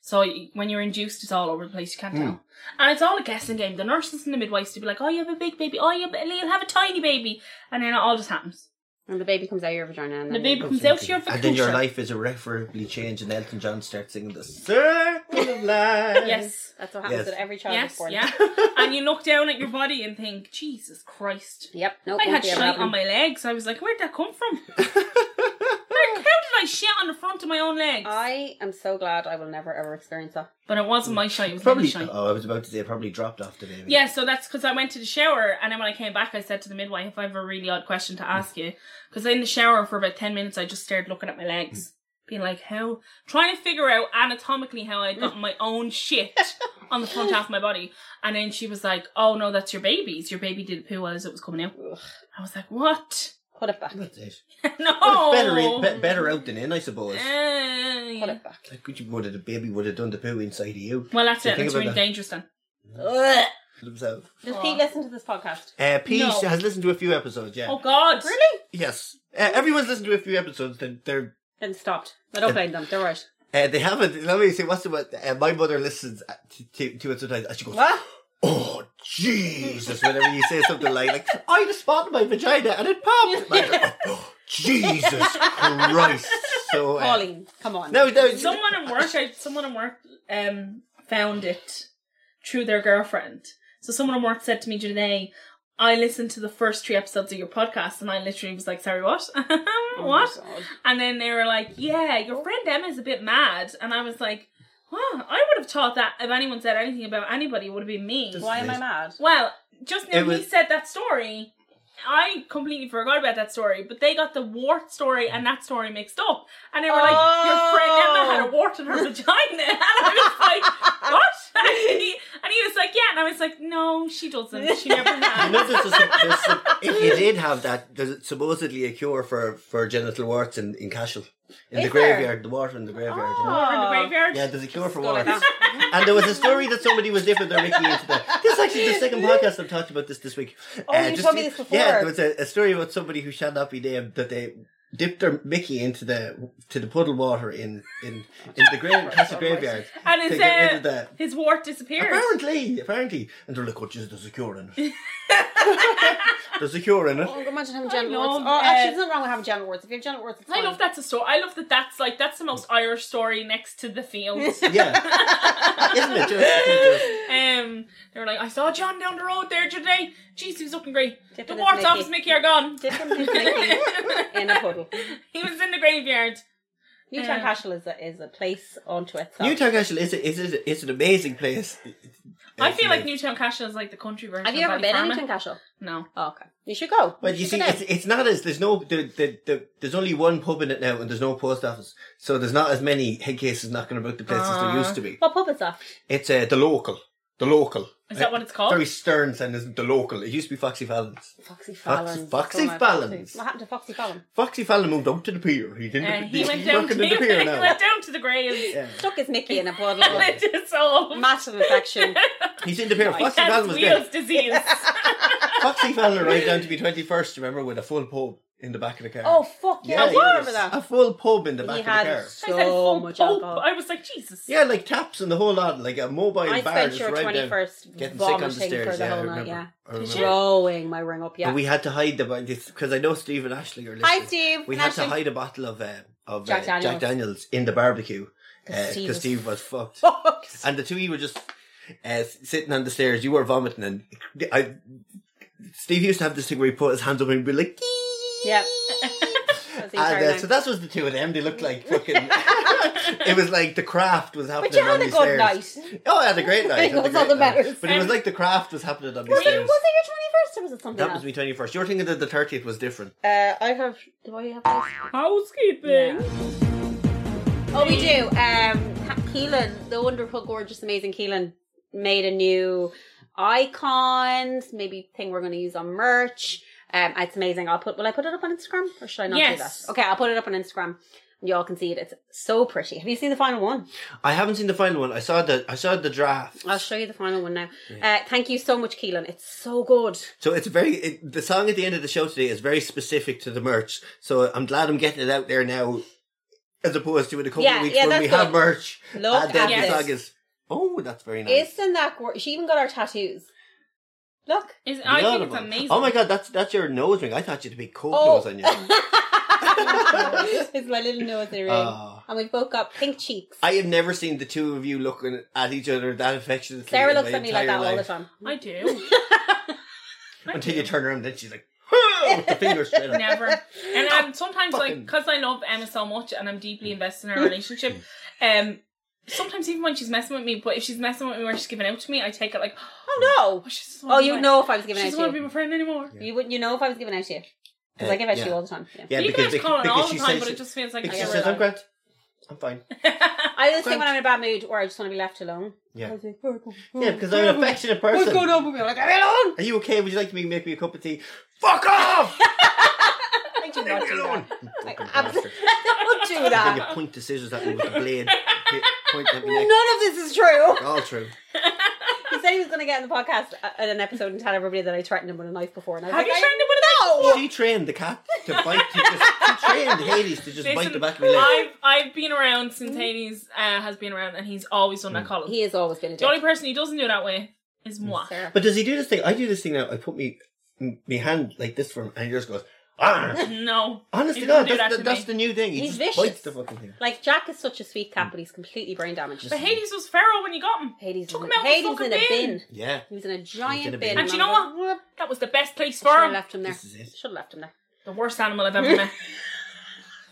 Speaker 3: So y- when you're induced, it's all over the place. You can't tell. And it's all a guessing game. The nurses and the midwives to be like, oh, you have a big baby. Oh, you you'll have a tiny baby. And then it all just happens.
Speaker 2: And the baby comes out of your vagina. And
Speaker 3: The
Speaker 2: then
Speaker 3: baby comes out to your
Speaker 1: and then your
Speaker 3: vagina.
Speaker 1: life is irreparably changed, and Elton John starts singing the circle of life.
Speaker 3: Yes.
Speaker 2: That's what happens
Speaker 1: Yes.
Speaker 2: to every child
Speaker 3: Yes,
Speaker 2: that's born.
Speaker 3: yeah. and you look down at your body and think, Jesus Christ.
Speaker 2: Yep. No.
Speaker 3: I had shite on my legs. I was like, where'd that come from? Where, how did I shit on the front of my own legs?
Speaker 2: I am so glad I will never ever experience that.
Speaker 3: but it wasn't my shite, it was Probably
Speaker 1: Probably.
Speaker 3: shite.
Speaker 1: Oh, I was about to say it probably dropped off the baby.
Speaker 3: Yeah, so that's because I went to the shower and then when I came back, I said to the midwife, I have a really odd question to ask you. Because in the shower for about 10 minutes, I just stared looking at my legs, being like, how? Trying to figure out anatomically how I'd got my own shit on the front half of my body. And then she was like, oh no, that's your baby's. Your baby did poo as it was coming out.
Speaker 2: Ugh.
Speaker 3: I was like, what?
Speaker 2: Put it back.
Speaker 1: That's it.
Speaker 3: no.
Speaker 1: Well, it's better, in, be- better out than in, I suppose.
Speaker 3: Eh,
Speaker 2: Put it back.
Speaker 1: Like, would you would have, the baby would have done the poo inside of you
Speaker 3: well, that's
Speaker 1: You
Speaker 3: it.
Speaker 1: think
Speaker 3: It's
Speaker 1: about
Speaker 3: really
Speaker 1: that.
Speaker 3: dangerous then.
Speaker 2: Ugh.
Speaker 1: himself.
Speaker 2: Does
Speaker 3: Aw.
Speaker 2: Pete listen to this podcast?
Speaker 1: Uh, Pete
Speaker 3: No.
Speaker 1: has listened to a few episodes, yeah.
Speaker 3: Oh, God.
Speaker 2: Really?
Speaker 1: Yes. Uh, everyone's listened to a few episodes. They're, they're
Speaker 2: Then stopped. I don't blame them. They're right.
Speaker 1: uh, they haven't. Let me say, what's the word? Uh, my mother listens uh, to, to, to it sometimes, and she goes,
Speaker 2: What?
Speaker 1: "Oh Jesus!" Whenever you say something like, "Like I had a spot in my vagina and it popped," My daughter, oh, Jesus Christ. So, uh,
Speaker 2: Pauline, come on.
Speaker 1: no, no,
Speaker 3: Someone at work, I, someone at work, um, found it through their girlfriend. So someone at work said to me today, "I listened to the first three episodes of your podcast, and I literally was like, sorry, what?
Speaker 2: Oh,
Speaker 3: what?" And then they were like, "Yeah, your friend Emma's a bit mad," and I was like, "Huh? I would have thought that if anyone said anything about anybody, it would have been me."
Speaker 1: Just-
Speaker 2: Why am I mad?
Speaker 3: Well, just now
Speaker 1: It was-
Speaker 3: he said that story. I completely forgot about that story, but they got the wart story and that story mixed up. And they were like, Your friend Emma had a wart in her
Speaker 1: Oh.
Speaker 3: vagina. And I was like, What? And he, and he was like, Yeah. And I was like, No, she doesn't. She never
Speaker 1: You
Speaker 3: had.
Speaker 1: know, there's a, there's a, if you did have that, there's supposedly a cure for, for genital warts in, in Cashel. In
Speaker 2: Is
Speaker 1: the
Speaker 2: there? Oh,
Speaker 1: graveyard, the water in the graveyard. you know?
Speaker 3: Or in the graveyard.
Speaker 1: Yeah, there's a cure for
Speaker 2: Go like
Speaker 1: warts. And there was a story that somebody was dipping their Mickey into that. This is actually the second podcast I've talked about this this week. Uh,
Speaker 2: Oh, you told me this before.
Speaker 1: Yeah, there was a, a story about somebody who shall not be named that they dipped their Mickey into the to the puddle water in in in the grave, castle graveyard
Speaker 3: And
Speaker 1: to
Speaker 3: his,
Speaker 1: get rid of
Speaker 3: uh,
Speaker 1: the.
Speaker 3: his wart disappeared.
Speaker 1: Apparently, apparently, and they're like, "Oh, Jesus, there's a cure in it. there's a cure in it."
Speaker 2: Oh, imagine having genital
Speaker 3: I
Speaker 2: warts.
Speaker 3: know,
Speaker 2: Oh,
Speaker 3: uh,
Speaker 2: actually, there's nothing wrong with having genital warts. If you have genital warts, it's
Speaker 3: I
Speaker 2: fine.
Speaker 3: love that's a story. I love that that's like, that's the most Irish story next to the field.
Speaker 1: Yeah, isn't it? Just, just-
Speaker 3: Um, they were like, I saw John down the road there today. Jeez, he was looking great.
Speaker 2: Dip
Speaker 3: the
Speaker 2: in his
Speaker 3: warts off
Speaker 2: Mickey.
Speaker 3: his Mickey are gone.
Speaker 2: Different Mickey in a puddle.
Speaker 3: He was in the graveyard.
Speaker 2: Newtown
Speaker 3: Yeah.
Speaker 2: Cashel is a, is a place unto itself.
Speaker 1: Newtown Castle is a, is a, is an amazing place.
Speaker 3: I feel like Newtown Castle is like the country version.
Speaker 2: Have you ever
Speaker 3: of
Speaker 2: been to
Speaker 3: Ballyfermot.
Speaker 2: Newtown Cashel?
Speaker 3: No.
Speaker 2: Oh, okay. You should go.
Speaker 1: But you see, it's, it's not as there's no the, the, the there's only one pub in it now, and there's no post office, so there's not as many head cases knocking about the place as there
Speaker 3: Ah.
Speaker 1: used to be.
Speaker 2: What pub is that?
Speaker 1: It's uh, the local, the local.
Speaker 3: Is that what it's called?
Speaker 1: Very stern and isn't the local. It used to be Foxy Fallon's.
Speaker 2: Foxy
Speaker 1: Foxy-
Speaker 2: Fallon.
Speaker 1: Foxy
Speaker 2: Oh my God.
Speaker 1: Fallon's.
Speaker 2: What happened to Foxy Fallon?
Speaker 1: Foxy Fallon moved out to the pier. He didn't.
Speaker 3: Uh, he
Speaker 1: he's
Speaker 3: went down to
Speaker 1: working
Speaker 3: the,
Speaker 1: in the pier
Speaker 3: he
Speaker 1: now.
Speaker 3: went down to the graves.
Speaker 1: Yeah.
Speaker 2: Stuck his Mickey in a puddle.
Speaker 3: And it just all
Speaker 2: Massive infection.
Speaker 1: He's in the pier. Foxy
Speaker 3: that's
Speaker 1: Fallon was there.
Speaker 3: Wheels disease.
Speaker 1: Foxy Fallon arrived down to be twenty first. Remember, with a full pub in the back of the car.
Speaker 2: Oh fuck yeah!
Speaker 1: yeah,
Speaker 2: I
Speaker 1: he
Speaker 2: do
Speaker 1: was.
Speaker 2: remember that.
Speaker 1: A full pub in the back
Speaker 2: He
Speaker 1: of the
Speaker 2: had
Speaker 1: car.
Speaker 3: I said,
Speaker 2: so
Speaker 3: "Full
Speaker 2: much
Speaker 3: pulp."
Speaker 2: alcohol.
Speaker 3: I was like, Jesus.
Speaker 1: Yeah, like taps and the whole lot, like a mobile
Speaker 2: I
Speaker 1: bar
Speaker 2: spent
Speaker 1: just
Speaker 2: your
Speaker 1: right down,
Speaker 2: twenty first
Speaker 1: getting sick on the
Speaker 2: vomiting
Speaker 1: stairs.
Speaker 2: for the
Speaker 1: yeah, I
Speaker 2: whole night.
Speaker 1: remember.
Speaker 2: Yeah,
Speaker 1: I remember.
Speaker 2: throwing my ring up. Yeah.
Speaker 1: And we had to hide the because I know Steve and Ashley are listening.
Speaker 2: Hi Steve.
Speaker 1: We
Speaker 2: Hi,
Speaker 1: had to
Speaker 2: Steve.
Speaker 1: hide a bottle of uh, of
Speaker 2: Jack
Speaker 1: uh,
Speaker 2: Daniels.
Speaker 1: Jack Daniels in the barbecue
Speaker 2: 'Cause Steve
Speaker 1: because Steve,
Speaker 2: was
Speaker 1: was fucked,
Speaker 2: Fucked.
Speaker 1: and the two of you were just uh, s- sitting on the stairs. You were vomiting, and I. Steve used to have this thing where he put his hands up and he'd be like,
Speaker 2: Yeah.
Speaker 1: Ah,
Speaker 2: That was the entire
Speaker 1: and, uh,
Speaker 2: night.
Speaker 1: so that was the two of them. They looked like fucking. it was like the craft was happening
Speaker 2: But you
Speaker 1: on
Speaker 2: had a
Speaker 1: these
Speaker 2: good
Speaker 1: stairs.
Speaker 2: night.
Speaker 1: Oh, I had a great night. I had a
Speaker 2: That's all that
Speaker 1: great night.
Speaker 2: matters.
Speaker 1: But it was
Speaker 3: Um,
Speaker 1: like the craft was happening on these
Speaker 2: Was it, was it your
Speaker 1: stairs.
Speaker 2: twenty first or was it something
Speaker 1: That was
Speaker 2: else?
Speaker 1: my 21st. You're thinking that the 30th was different.
Speaker 2: Uh, I have. Do I have this?
Speaker 3: Housekeeping.
Speaker 2: Oh, we do. Um, Ha- Keelan, the wonderful, gorgeous, amazing Keelan, made a new icons, maybe thing we're going to use on merch. Um, it's amazing. I'll put. Will I put it up on Instagram or should I not
Speaker 3: Yes.
Speaker 2: do that? Okay, I'll put it up on Instagram. and Y'all can see it. It's so pretty. Have you seen the final one?
Speaker 1: I haven't seen the final one. I saw the I saw the draft.
Speaker 2: I'll show you the final one now. Uh, thank you so much, Keelan. It's so good.
Speaker 1: So it's very it, the song at the end of the show today is very specific to the merch. So I'm glad I'm getting it out there now, as opposed to in a couple
Speaker 2: Yeah,
Speaker 1: of weeks
Speaker 2: yeah,
Speaker 1: when we
Speaker 2: that's
Speaker 1: have
Speaker 2: good.
Speaker 1: merch.
Speaker 2: Look
Speaker 1: and then
Speaker 2: at
Speaker 1: the
Speaker 2: this.
Speaker 1: song is oh, that's very nice.
Speaker 2: Isn't that gorgeous? She even got her tattoos. Look.
Speaker 3: Is, I think it's
Speaker 1: Beautiful.
Speaker 3: amazing.
Speaker 1: Oh my god, that's that's your nose ring. I thought you'd be cold
Speaker 2: Oh.
Speaker 1: nose on you.
Speaker 2: it's my little nose ring.
Speaker 1: Ah.
Speaker 2: and we've both got pink cheeks.
Speaker 1: I have never seen the two of you looking at each other that affectionately.
Speaker 2: Sarah
Speaker 1: in
Speaker 2: looks
Speaker 1: my
Speaker 2: at me like that
Speaker 1: entire
Speaker 2: all the
Speaker 1: life.
Speaker 2: time.
Speaker 3: I do. I
Speaker 1: Until you
Speaker 3: do.
Speaker 1: turn around, and then she's like, "Huh," with the finger straight up.
Speaker 3: Never. And um, sometimes, like,
Speaker 1: Fucking-
Speaker 3: because I love Emma so much and I'm deeply invested in our relationship, um, sometimes even when she's messing with me, but if she's messing with me where she's giving out to me, I take it like,
Speaker 2: Oh
Speaker 3: oh, she's just
Speaker 2: no! Oh, you know if I was giving
Speaker 3: She
Speaker 2: out
Speaker 3: doesn't want to
Speaker 2: to
Speaker 3: be
Speaker 2: you.
Speaker 3: my friend anymore.
Speaker 2: You wouldn't. You know if I was giving out to you because I give out
Speaker 1: yeah.
Speaker 2: to you all the time. Yeah.
Speaker 1: Yeah,
Speaker 3: you
Speaker 1: because
Speaker 3: guys call it all the
Speaker 1: she
Speaker 3: time,
Speaker 1: says
Speaker 3: but it
Speaker 1: she-
Speaker 3: just feels like
Speaker 1: because
Speaker 2: I
Speaker 1: she
Speaker 2: never
Speaker 1: says, "I'm
Speaker 2: got
Speaker 1: great. I'm fine."
Speaker 2: I always think when
Speaker 1: Grand.
Speaker 2: I'm in a bad mood or I just want to be left alone.
Speaker 1: Yeah.
Speaker 2: I was like, "Oh, oh, oh,
Speaker 1: Yeah, because I'm an affectionate person.
Speaker 2: What's going on with me? I'm like, I'm alone.
Speaker 1: Are you okay? Would you like me to make me a cup of tea? Fuck off!
Speaker 2: I do
Speaker 1: Leave
Speaker 2: not
Speaker 1: me
Speaker 2: do
Speaker 1: alone!
Speaker 2: that.
Speaker 1: Fucking
Speaker 2: Like,
Speaker 1: bastard.
Speaker 2: absolutely, don't do
Speaker 1: Then you
Speaker 2: that.
Speaker 1: point the scissors at me with the blade. You Point at me
Speaker 2: None
Speaker 1: next.
Speaker 2: of this is true.
Speaker 1: All true.
Speaker 2: He said he was going to get in the podcast uh, in an episode and tell everybody that I threatened him with a knife before, and I was
Speaker 3: Have you
Speaker 2: like,
Speaker 3: tried to put it out?
Speaker 1: She trained the cat to bite. To just, she trained Hades to just bite the back of my leg.
Speaker 3: I've, I've been around since Hades uh, has been around and he's always
Speaker 1: Mm.
Speaker 3: done that column.
Speaker 2: Mm-hmm. "He Mm, has always been a
Speaker 3: the only
Speaker 2: dick."
Speaker 3: person he doesn't do that with is moi.
Speaker 2: Sarah.
Speaker 1: But does he do this thing? I do this thing now. I put me, m- me hand like this from, and he just goes. Arr!
Speaker 3: no.
Speaker 1: Honestly,
Speaker 3: You
Speaker 1: God,
Speaker 3: don't do that
Speaker 1: that's, the,
Speaker 3: to
Speaker 1: that's
Speaker 3: me.
Speaker 1: the new thing. He
Speaker 2: He's
Speaker 1: just
Speaker 2: vicious.
Speaker 1: bites the fucking thing.
Speaker 2: Like Jack is such a sweet cat, but he's completely brain damaged.
Speaker 3: Hmm. But Hades was feral when you got him.
Speaker 2: Hades
Speaker 3: Took
Speaker 2: was
Speaker 3: him
Speaker 2: in,
Speaker 3: out
Speaker 2: a-
Speaker 3: the
Speaker 2: Hades was in
Speaker 3: fucking
Speaker 2: a
Speaker 3: bin.
Speaker 2: bin.
Speaker 1: Yeah.
Speaker 2: He was in a giant
Speaker 1: in a
Speaker 2: bin.
Speaker 1: bin.
Speaker 3: And do you know what? That was the best place
Speaker 2: Should
Speaker 3: for
Speaker 2: have
Speaker 3: him.
Speaker 2: left him there.
Speaker 1: This is it.
Speaker 2: Should have left him there.
Speaker 3: The worst animal I've ever met.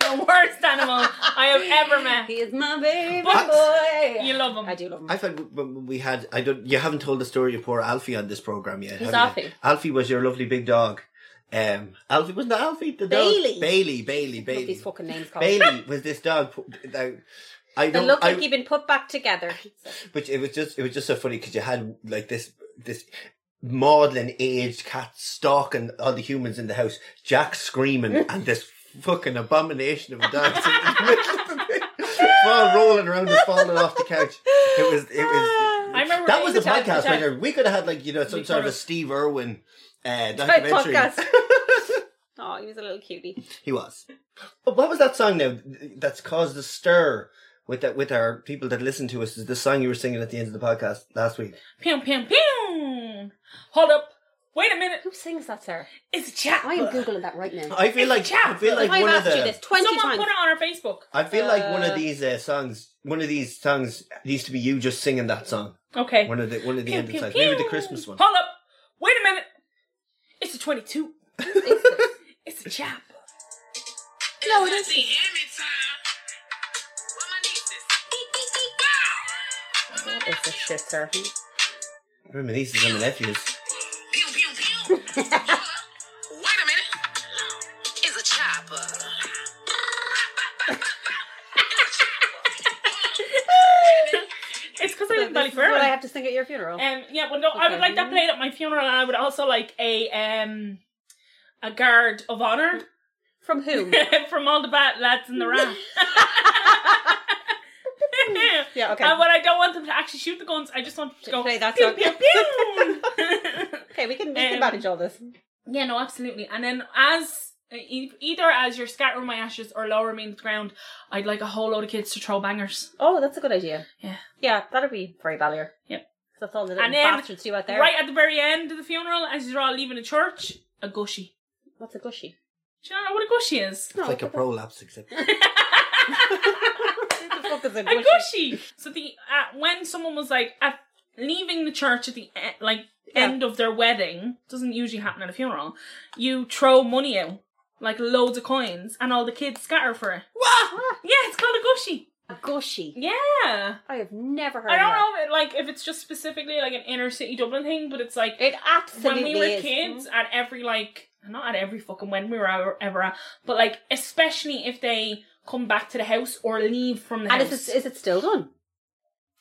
Speaker 3: the worst animal I have ever met.
Speaker 2: He is my baby
Speaker 3: But-
Speaker 2: boy.
Speaker 3: You love him.
Speaker 2: I do love him.
Speaker 1: I felt w- when we had I don't you haven't told the story of poor Alfie on this program yet.
Speaker 2: Who's
Speaker 1: have you?
Speaker 2: Alfie?
Speaker 1: Alfie was your lovely big dog. Um, Alfie wasn't it Alfie the
Speaker 2: Bailey.
Speaker 1: dog. Bailey, Bailey,
Speaker 2: What these
Speaker 1: Bailey.
Speaker 2: fucking names called.
Speaker 1: Bailey was this dog. p- that- I
Speaker 2: They
Speaker 1: don't.
Speaker 2: look
Speaker 1: I,
Speaker 2: like you've been put back together.
Speaker 1: But it was just it was just so funny because you had like this this maudlin aged cat stalking all the humans in the house. Jack screaming and this fucking abomination of a dog sitting in the middle of the thing, fall rolling around and falling off the couch. It was it was.
Speaker 3: I remember
Speaker 1: That was the
Speaker 3: reading the
Speaker 1: podcast.
Speaker 3: Jack-
Speaker 1: Right there. We could have had like you know some
Speaker 3: We
Speaker 1: sort of a
Speaker 3: could've.
Speaker 1: Steve Irwin uh,
Speaker 2: Right,
Speaker 1: documentary.
Speaker 2: podcast. Oh, he was a little cutie.
Speaker 1: He was. But what was that song now that's caused a stir with that with our people that listen to us? Is the song you were singing at the end of the podcast last week?
Speaker 3: Pew, pew, pew. Hold up. Wait a minute.
Speaker 2: Who sings that, Sarah?
Speaker 3: It's a chat.
Speaker 2: I am googling that right now.
Speaker 1: I feel like
Speaker 3: It's a chat.
Speaker 1: I feel like
Speaker 2: I've
Speaker 1: one of
Speaker 2: asked you
Speaker 1: the
Speaker 2: this twenty
Speaker 3: Someone
Speaker 2: times.
Speaker 3: put it on our Facebook.
Speaker 1: I feel like one
Speaker 2: Uh,
Speaker 1: of these uh, songs, one of these songs needs to be you just singing that song.
Speaker 3: Okay.
Speaker 1: One of the one of the
Speaker 3: Pew,
Speaker 1: end of
Speaker 3: pew,
Speaker 1: songs, maybe the
Speaker 3: pew.
Speaker 1: Christmas one.
Speaker 3: Hold up. Wait a minute. It's a 22. It's a chap.
Speaker 2: no, it is. What is this shit, sir?
Speaker 1: Remember these is my nephews.
Speaker 4: Pew, pew, pew. Wait a minute. It's a chopper.
Speaker 3: It's because I
Speaker 2: This
Speaker 3: didn't Valley
Speaker 2: is what I
Speaker 3: Fair.
Speaker 2: have to sing at your funeral.
Speaker 3: Um, yeah, well, no, I would
Speaker 2: Okay.
Speaker 3: like that played at my funeral, and I would also like a um a guard of honor
Speaker 2: From whom?
Speaker 3: from all the bad lads in the round.
Speaker 2: Yeah, okay.
Speaker 3: And when I don't want them to actually shoot the guns, I just want them to go
Speaker 2: Play that
Speaker 3: pew,
Speaker 2: song.
Speaker 3: pew, pew.
Speaker 2: Okay, we can, we can
Speaker 3: Um,
Speaker 2: manage all this.
Speaker 3: Yeah, no, absolutely. And then as e- either as you're scattering my ashes or lowering me in the ground, I'd like a whole load of kids to throw bangers.
Speaker 2: Oh, that's a good idea.
Speaker 3: Yeah.
Speaker 2: Yeah, that'd be very Ballier.
Speaker 3: Yep.
Speaker 2: That's all the little
Speaker 3: And then,
Speaker 2: bastards do out there.
Speaker 3: Right at the very end of the funeral, as you're all leaving the church, a gushy.
Speaker 2: What's a gushy?
Speaker 3: Do you know what a gushy is?
Speaker 1: It's like a prolapse, except
Speaker 2: What the fuck is a
Speaker 3: A
Speaker 2: gushy?
Speaker 3: gushy. So the uh, when someone was like at, leaving the church at the e- like
Speaker 2: Yeah.
Speaker 3: end of their wedding, doesn't usually happen at a funeral. You throw money out, like loads of coins, and all the kids scatter for it. Ah,
Speaker 2: What?
Speaker 3: Yeah, it's called a gushy.
Speaker 2: A gushy.
Speaker 3: Yeah.
Speaker 2: I have never heard
Speaker 3: I don't
Speaker 2: of
Speaker 3: know, if it, like if it's just specifically like an inner city Dublin thing, but it's like
Speaker 2: that. It absolutely
Speaker 3: when we were
Speaker 2: is.
Speaker 3: kids at every like not at every fucking when we were ever, ever at, but like especially if they come back to the house or leave from the
Speaker 2: And
Speaker 3: house.
Speaker 2: is it, is it still done?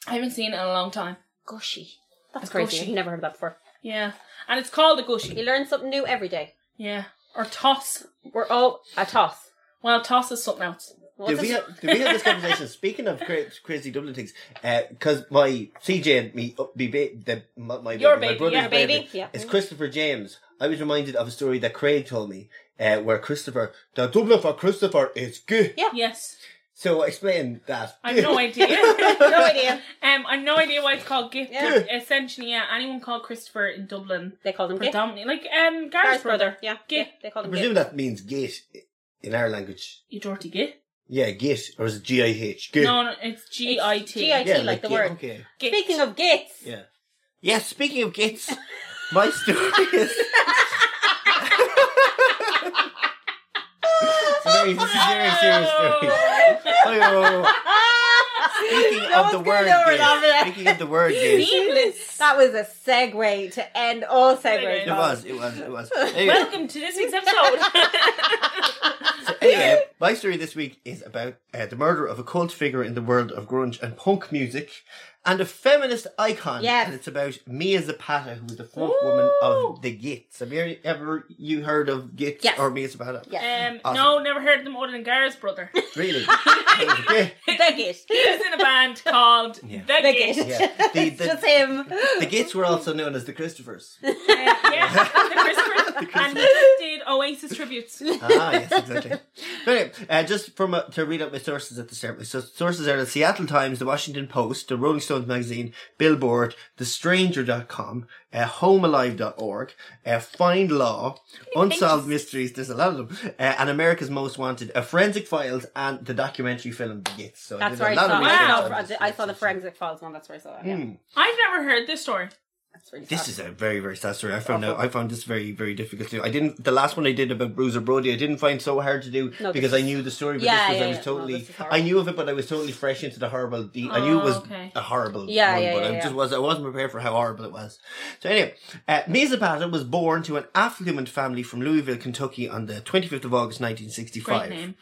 Speaker 3: I haven't seen it in a long time.
Speaker 2: Gushy. That's
Speaker 3: A
Speaker 2: crazy.
Speaker 3: gushy.
Speaker 2: I've never heard of that before.
Speaker 3: Yeah, and it's called a
Speaker 2: You
Speaker 3: gushy.
Speaker 2: learn something new every day.
Speaker 3: Yeah, or toss.
Speaker 2: We're all a toss.
Speaker 3: Well, toss is something else.
Speaker 2: What's
Speaker 1: did we
Speaker 2: it?
Speaker 1: have, did we have this conversation? Speaking of cra- crazy Dublin things, because my CJ and me, uh, be ba- the, my, my
Speaker 3: Your
Speaker 1: baby,
Speaker 3: baby,
Speaker 1: my brother's
Speaker 3: yeah,
Speaker 2: baby, yeah.
Speaker 1: It's Christopher James. I was reminded of a story that Craig told me, uh, where Christopher, the Dublin for Christopher is good.
Speaker 2: Yeah.
Speaker 3: Yes,
Speaker 1: So explain that.
Speaker 3: I have no idea.
Speaker 2: no idea.
Speaker 3: um, I have no idea why it's called gift.
Speaker 2: Yeah.
Speaker 3: Essentially, yeah, anyone called Christopher in Dublin
Speaker 2: They called him Git.
Speaker 3: predominantly, like um, Gareth's
Speaker 2: Gareth's
Speaker 3: brother.
Speaker 2: Yeah.
Speaker 3: Git.
Speaker 2: yeah, They called
Speaker 1: I
Speaker 2: him
Speaker 1: presume
Speaker 2: Git.
Speaker 1: that means gate in our language.
Speaker 3: You dirty git.
Speaker 1: Yeah, gate or is it G I H? Gate.
Speaker 3: No, no, it's G I T.
Speaker 2: G I T.
Speaker 1: yeah,
Speaker 2: like the
Speaker 1: yeah,
Speaker 2: word.
Speaker 1: Okay.
Speaker 3: Git.
Speaker 2: Speaking of gits,
Speaker 1: Yeah. Yeah. Speaking of gates, my story is. It's a very, this is a very serious story. Oh, Wait, wait, wait, wait. Speaking
Speaker 2: No
Speaker 1: of the
Speaker 2: one's gonna know
Speaker 1: word
Speaker 2: we're laughing
Speaker 1: gate.
Speaker 2: at.
Speaker 1: Speaking of the word gate.
Speaker 3: Seamless.
Speaker 2: that was a segue to end all segues.
Speaker 3: It
Speaker 1: It was, it was, it was. Anyway,
Speaker 3: Welcome to this week's episode.
Speaker 1: so anyway, my story this week is about uh, the murder of a cult figure in the world of grunge and punk music and a feminist icon.
Speaker 2: Yes.
Speaker 1: And it's about Mia Zapata, who was the fourth woman of the Gates. Have you ever you heard of Gates
Speaker 2: Yes.
Speaker 1: or Mia Zapata?
Speaker 2: Yeah.
Speaker 3: um,
Speaker 1: Awesome.
Speaker 3: No, never heard of them other than Gareth's brother. He
Speaker 1: Really? Okay.
Speaker 3: Um,
Speaker 2: The git.
Speaker 3: was in a band called
Speaker 1: Yeah.
Speaker 3: The
Speaker 2: The
Speaker 3: Git.
Speaker 2: git.
Speaker 1: Yeah. The-
Speaker 2: It's
Speaker 1: the-
Speaker 2: just him.
Speaker 1: The Gates were also known as the Christophers.
Speaker 3: Uh, yeah, the Christopher. and he did Oasis tributes.
Speaker 1: ah, yes, exactly. But anyway, uh, just from uh, to read out my sources at the start. My so- sources are the Seattle Times, the Washington Post, the Rolling Stone Films Magazine, Billboard, TheStranger.com, uh, HomeAlive.org, uh, Find Law, Unsolved Mysteries, there's a lot of them, uh, and America's Most Wanted, uh, Forensic Files, and the documentary film The Gits. So
Speaker 2: That's where
Speaker 1: there's
Speaker 2: I
Speaker 1: a lot
Speaker 2: saw.
Speaker 1: of
Speaker 3: it.
Speaker 1: research
Speaker 3: Wow.
Speaker 1: on
Speaker 2: I
Speaker 1: this.
Speaker 2: saw, I saw the forensic files one. That's where I saw that. Yeah,
Speaker 1: Hmm.
Speaker 3: I've never heard this story.
Speaker 2: that's really
Speaker 1: This
Speaker 2: sad.
Speaker 1: is a very very sad story. I found out, I found this very very difficult to. do. I didn't the last one I did about Bruiser Brody. I didn't find so hard to do
Speaker 2: No,
Speaker 1: because
Speaker 2: this
Speaker 1: I knew the story. But
Speaker 2: Yeah,
Speaker 1: this was
Speaker 2: yeah,
Speaker 1: I was
Speaker 2: yeah. No,
Speaker 1: totally
Speaker 2: this is horrible.
Speaker 1: I knew of it, but I was totally fresh into the horrible. The, I knew it
Speaker 3: Oh,
Speaker 1: was
Speaker 3: okay.
Speaker 1: a horrible.
Speaker 2: Yeah,
Speaker 1: one,
Speaker 2: yeah,
Speaker 1: but
Speaker 2: yeah,
Speaker 1: I
Speaker 2: yeah.
Speaker 1: just was I wasn't prepared for how horrible it was. So anyway, uh, Mesa Patton was born to an affluent family from Louisville, Kentucky, on the twenty fifth of August, nineteen sixty
Speaker 3: Great
Speaker 1: five.
Speaker 3: name.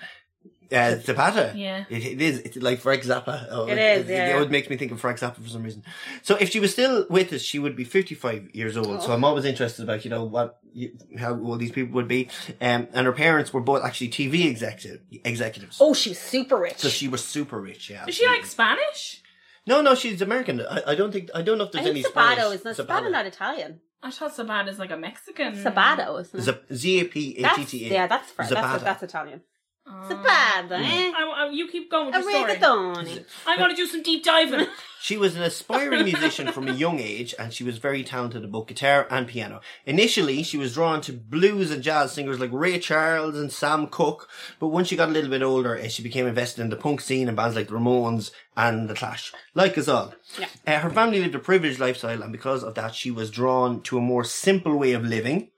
Speaker 1: Uh, Zapata.
Speaker 3: Yeah.
Speaker 1: It, it is. It's like Frank Zappa. Oh,
Speaker 2: It is, yeah.
Speaker 1: It always makes me think of Frank Zappa for some reason. So if she was still with us, she would be 55 years old.
Speaker 2: Oh.
Speaker 1: So I'm always interested about, you know, what, you, how old these people would be. Um, and her parents were both actually TV executive, executives.
Speaker 2: Oh, she was super rich.
Speaker 1: So she was super rich, yeah.
Speaker 3: Is she like
Speaker 1: absolutely.
Speaker 3: Spanish?
Speaker 1: No, no, she's American. I, I don't think, I don't know if
Speaker 2: I
Speaker 1: there's
Speaker 2: think
Speaker 1: any
Speaker 2: Sabato
Speaker 1: Spanish.
Speaker 2: is not Sabato, not Italian.
Speaker 3: I thought Sabat is like a Mexican.
Speaker 2: Sabato, isn't it?
Speaker 1: Zap-
Speaker 2: that's,
Speaker 1: Z-A-P-A-T-T-A.
Speaker 2: yeah, that's French. That's,
Speaker 1: E. Zapata. Mm.
Speaker 2: that's Italian.
Speaker 3: Oh.
Speaker 2: Sabato, eh?
Speaker 3: I, I, you keep going with the story.
Speaker 2: Arrigatoni.
Speaker 3: I'm gonna do some deep diving.
Speaker 1: She was an aspiring musician from a young age and she was very talented at both guitar and piano. Initially, she was drawn to blues and jazz singers like Ray Charles and Sam Cooke, but once she got a little bit older, eh, she became invested in the punk scene and bands like the Ramones and the Clash, like us all.
Speaker 2: Yeah.
Speaker 1: Eh, her family lived a privileged lifestyle and because of that, she was drawn to a more simple way of living.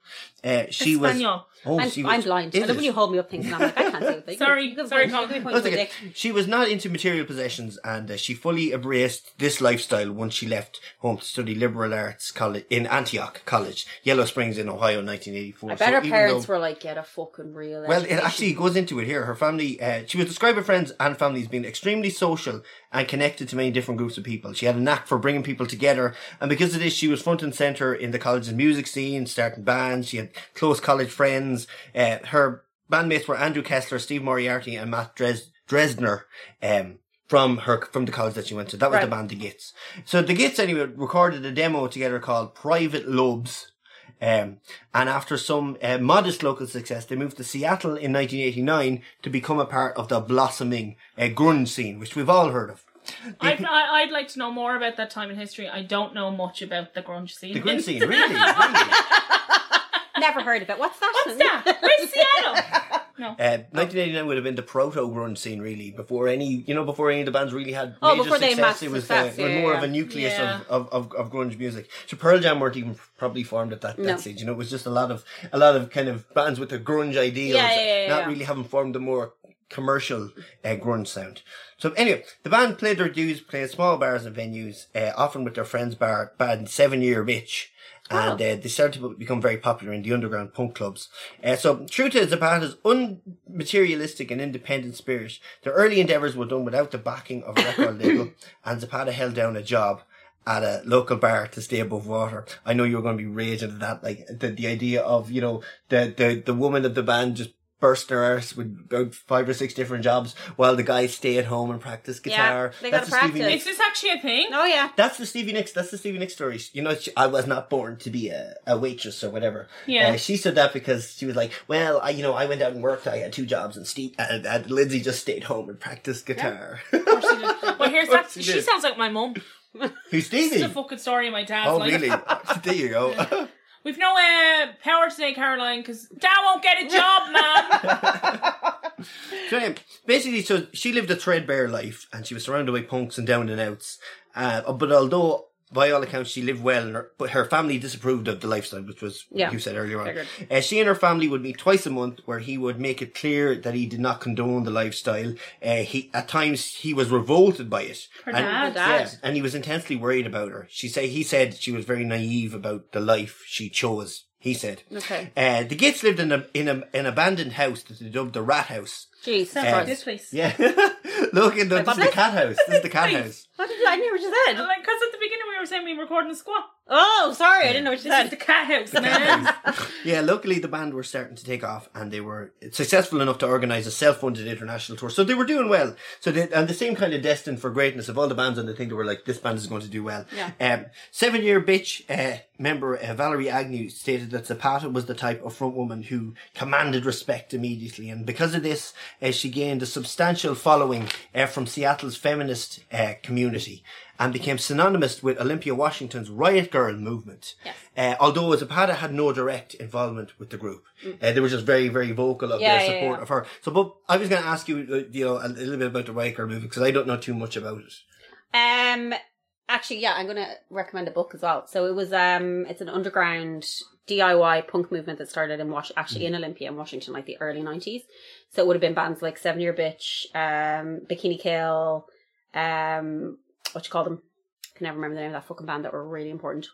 Speaker 1: Eh, she was.
Speaker 3: Espanol.
Speaker 1: Oh,
Speaker 2: I'm,
Speaker 1: she was-
Speaker 2: I'm blind.
Speaker 1: Is
Speaker 2: I love when
Speaker 1: it?
Speaker 2: you hold me up things and I'm like, I can't do it. You can-
Speaker 3: Sorry,
Speaker 2: you can
Speaker 3: sorry,
Speaker 2: point-
Speaker 3: Colin.
Speaker 2: you can point
Speaker 1: That's
Speaker 2: to my
Speaker 1: okay.
Speaker 2: dick.
Speaker 1: She was not into material possessions, and uh, she fully embraced this lifestyle once she left home to study liberal arts college in Antioch College, Yellow Springs in Ohio, 1984.
Speaker 2: I bet her
Speaker 1: Oh, even
Speaker 2: parents
Speaker 1: though-
Speaker 2: were like, get a fucking real.
Speaker 1: Well, it
Speaker 2: education.
Speaker 1: actually goes into it here. Her family, uh, she was described by friends and family as being extremely social and connected to many different groups of people. She had a knack for bringing people together, and because of this, she was front and center in the college's music scene, starting bands. She had close college friends. Uh, her bandmates were Andrew Kessler, Steve Moriarty, and Matt Dres- Dresner. Um, from her from the college that she went to. That was the
Speaker 2: Right.
Speaker 1: band The Gits. So The Gits anyway recorded a demo together called Private Lobes. Um, and after some uh, modest local success, they moved to Seattle in 1989 to become a part of the blossoming uh, grunge scene, which we've all heard of.
Speaker 3: I'd, I- I'd like to know more about that time in history. I don't know much about the grunge scene.
Speaker 1: The grunge scene, really? really.
Speaker 2: Never heard of it. What's that?
Speaker 3: What's that? Where's Seattle? No.
Speaker 1: Uh, 1989 would have been the proto grunge scene, really, before any, you know, before any of the bands really had
Speaker 2: Oh,
Speaker 1: major
Speaker 2: before they had
Speaker 1: success.
Speaker 2: mass
Speaker 1: It was,
Speaker 2: success,
Speaker 1: uh, it was
Speaker 2: yeah,
Speaker 1: more
Speaker 2: yeah.
Speaker 1: of a nucleus
Speaker 3: Yeah.
Speaker 1: of, of, of, of grunge music. So Pearl Jam weren't even probably formed at that, that
Speaker 2: No.
Speaker 1: stage. You know, it was just a lot of a lot of kind of bands with their grunge ideals,
Speaker 2: Yeah, yeah, yeah,
Speaker 1: not
Speaker 2: yeah.
Speaker 1: really having formed the more commercial uh, grunge sound. So anyway, the band played their dues, played small bars and venues, uh, often with their friends' bar band Seven Year Itch. And uh, they started to become very popular in the underground punk clubs. Uh, so, true to Zapata's unmaterialistic and independent spirit, their early endeavors were done without the backing of a record label, and Zapata held down a job at a local bar to stay above water. I know you're going to be raging at that, like the, the idea of you know the the the woman of the band just bursting her arse with about five or six different jobs while the guys stay at home and practice
Speaker 2: Yeah,
Speaker 1: guitar.
Speaker 2: they
Speaker 1: That's
Speaker 2: gotta
Speaker 1: the Stevie
Speaker 2: practice.
Speaker 1: Nicks-
Speaker 3: Is this actually a thing?
Speaker 2: Oh, yeah.
Speaker 1: that's the Stevie Nicks. That's the Stevie Nicks story. You know, she, I was not born to be a, a waitress or whatever.
Speaker 3: Yeah.
Speaker 1: Uh, she said that because she was like, well, I, you know, I went out and worked. I had two jobs, and Steve and, and Lindsay just stayed home and practiced guitar.
Speaker 3: Of course she did. Well, here's
Speaker 1: Of course
Speaker 3: that.
Speaker 1: she
Speaker 3: She,
Speaker 1: did.
Speaker 3: sounds like my mum.
Speaker 1: Who's
Speaker 3: It's a
Speaker 1: Stevie?
Speaker 3: fucking story of my dad's
Speaker 1: Oh,
Speaker 3: life.
Speaker 1: really? there you go.
Speaker 3: We've no uh, power today, Caroline, because Dad won't get a job, man.
Speaker 1: So anyway, basically, so she lived a threadbare life, and she was surrounded by punks and down and outs. Uh, but although, by all accounts, she lived well, and her, but her family disapproved of the lifestyle, which was what
Speaker 2: Yeah.
Speaker 1: you said earlier on.
Speaker 2: Figured.
Speaker 1: Uh, she and her family would meet twice a month, where he would make it clear that he did not condone the lifestyle. Uh, he at times he was revolted by it.
Speaker 3: Her
Speaker 1: And-
Speaker 3: dad.
Speaker 2: Dad.
Speaker 1: yeah, and he was intensely worried about her. She say he said she was very naive about the life she chose. He said.
Speaker 2: Okay.
Speaker 1: Uh, the Gates lived in a in a, an abandoned house that they dubbed the Rat House.
Speaker 2: Jeez.
Speaker 3: Sounds
Speaker 1: Uh,
Speaker 3: like this place.
Speaker 1: Yeah. Look, in the, this is the cat house. This is the cat house.
Speaker 2: What did you, I never just said.
Speaker 3: Oh. Like, because at the beginning we were saying we were recording a squat.
Speaker 2: Oh, sorry, I didn't know what you
Speaker 3: This is
Speaker 2: said.
Speaker 3: the cat house, man.
Speaker 1: Yeah, luckily the band were starting to take off, and they were successful enough to organize a self-funded international tour. So they were doing well. So they, and the same kind of destined for greatness of all the bands on the thing that were like, this band is going to do well.
Speaker 2: Yeah.
Speaker 1: Um, seven-year bitch uh, member uh, Valerie Agnew stated that Zapata was the type of front woman who commanded respect immediately, and because of this, uh, she gained a substantial following uh, from Seattle's feminist uh, community and became synonymous with Olympia Washington's Riot Girl movement. Uh, although Zapata had no direct involvement with the group, uh, they were just very, very vocal of
Speaker 2: Mm. Yeah,
Speaker 1: their
Speaker 2: yeah,
Speaker 1: support
Speaker 2: yeah.
Speaker 1: of her. So, but I was going to ask you, uh, you know, a little bit about the Riot Girl movement because I don't know too much about it.
Speaker 2: Um, actually, yeah, I'm gonna recommend a book as well. So it was um, it's an underground DIY punk movement that started in Wash, actually
Speaker 3: Mm-hmm.
Speaker 2: in Olympia in Washington, like the early '90s. So it would have been bands like Seven Year Bitch, um, Bikini Kill, um, what you call them? I can never remember the name of that fucking band that were really important.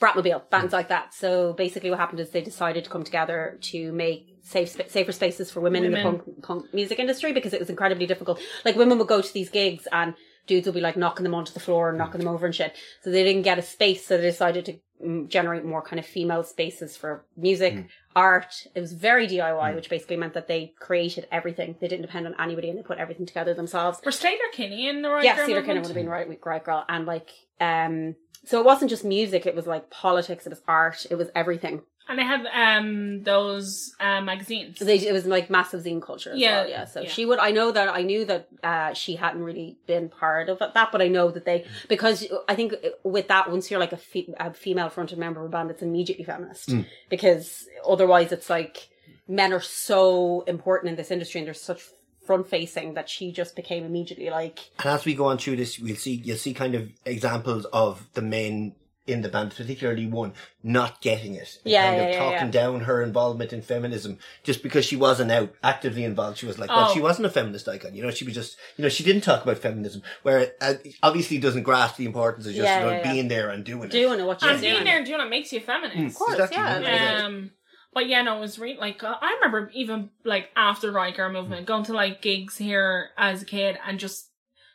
Speaker 2: Bratmobile, bands like that. So basically, what happened is they decided to come together to make safe, sp- safer spaces for women, in the
Speaker 3: Women.
Speaker 2: punk, punk music industry because it was incredibly difficult. Like women would go to these gigs and dudes would be like knocking them onto the floor and knocking them over and shit. So they didn't get a space, so they decided to mm, generate more kind of female spaces for music, art. It was very DIY, which basically meant that they created everything. They didn't depend on anybody and they put everything together themselves
Speaker 3: Were Slater Kinney in the right
Speaker 2: yeah,
Speaker 3: Girl
Speaker 2: Cedar Kinner would have
Speaker 3: movement?
Speaker 2: been right with Great Girl, and like, um, so it wasn't just music; it was like politics, it was art, it was everything.
Speaker 3: And they have um those uh, magazines.
Speaker 2: They, it was like massive zine culture. As
Speaker 3: Yeah,
Speaker 2: well, yeah. So
Speaker 3: yeah.
Speaker 2: she would. I know that I knew that uh, she hadn't really been part of it- that, but I know that they because I think with that once you're like a, fe- a female fronted member of a band, it's immediately feminist because otherwise it's like men are so important in this industry and they're such front facing that she just became immediately like
Speaker 1: And as we go on through this, we'll see you'll see kind of examples of the men in the band, particularly one not getting it, and
Speaker 2: Yeah,
Speaker 1: kind of
Speaker 2: yeah, yeah,
Speaker 1: talking
Speaker 2: yeah.
Speaker 1: down her involvement in feminism just because she wasn't out actively involved. She was like, well,
Speaker 3: Oh.
Speaker 1: she wasn't a feminist icon, you know. She was just, you know, she didn't talk about feminism, where uh, obviously doesn't grasp the importance of just
Speaker 2: Yeah,
Speaker 1: you know,
Speaker 2: yeah, yeah.
Speaker 1: being there and doing it.
Speaker 2: doing what she's
Speaker 3: and
Speaker 2: doing.
Speaker 3: being there and doing it makes you a feminist.
Speaker 2: course,
Speaker 1: Exactly,
Speaker 2: yeah,
Speaker 1: you know,
Speaker 2: like-
Speaker 1: yeah.
Speaker 3: Um, but yeah, no, it was really like uh, I remember even like after Riker movement, going to like gigs here as a kid, and just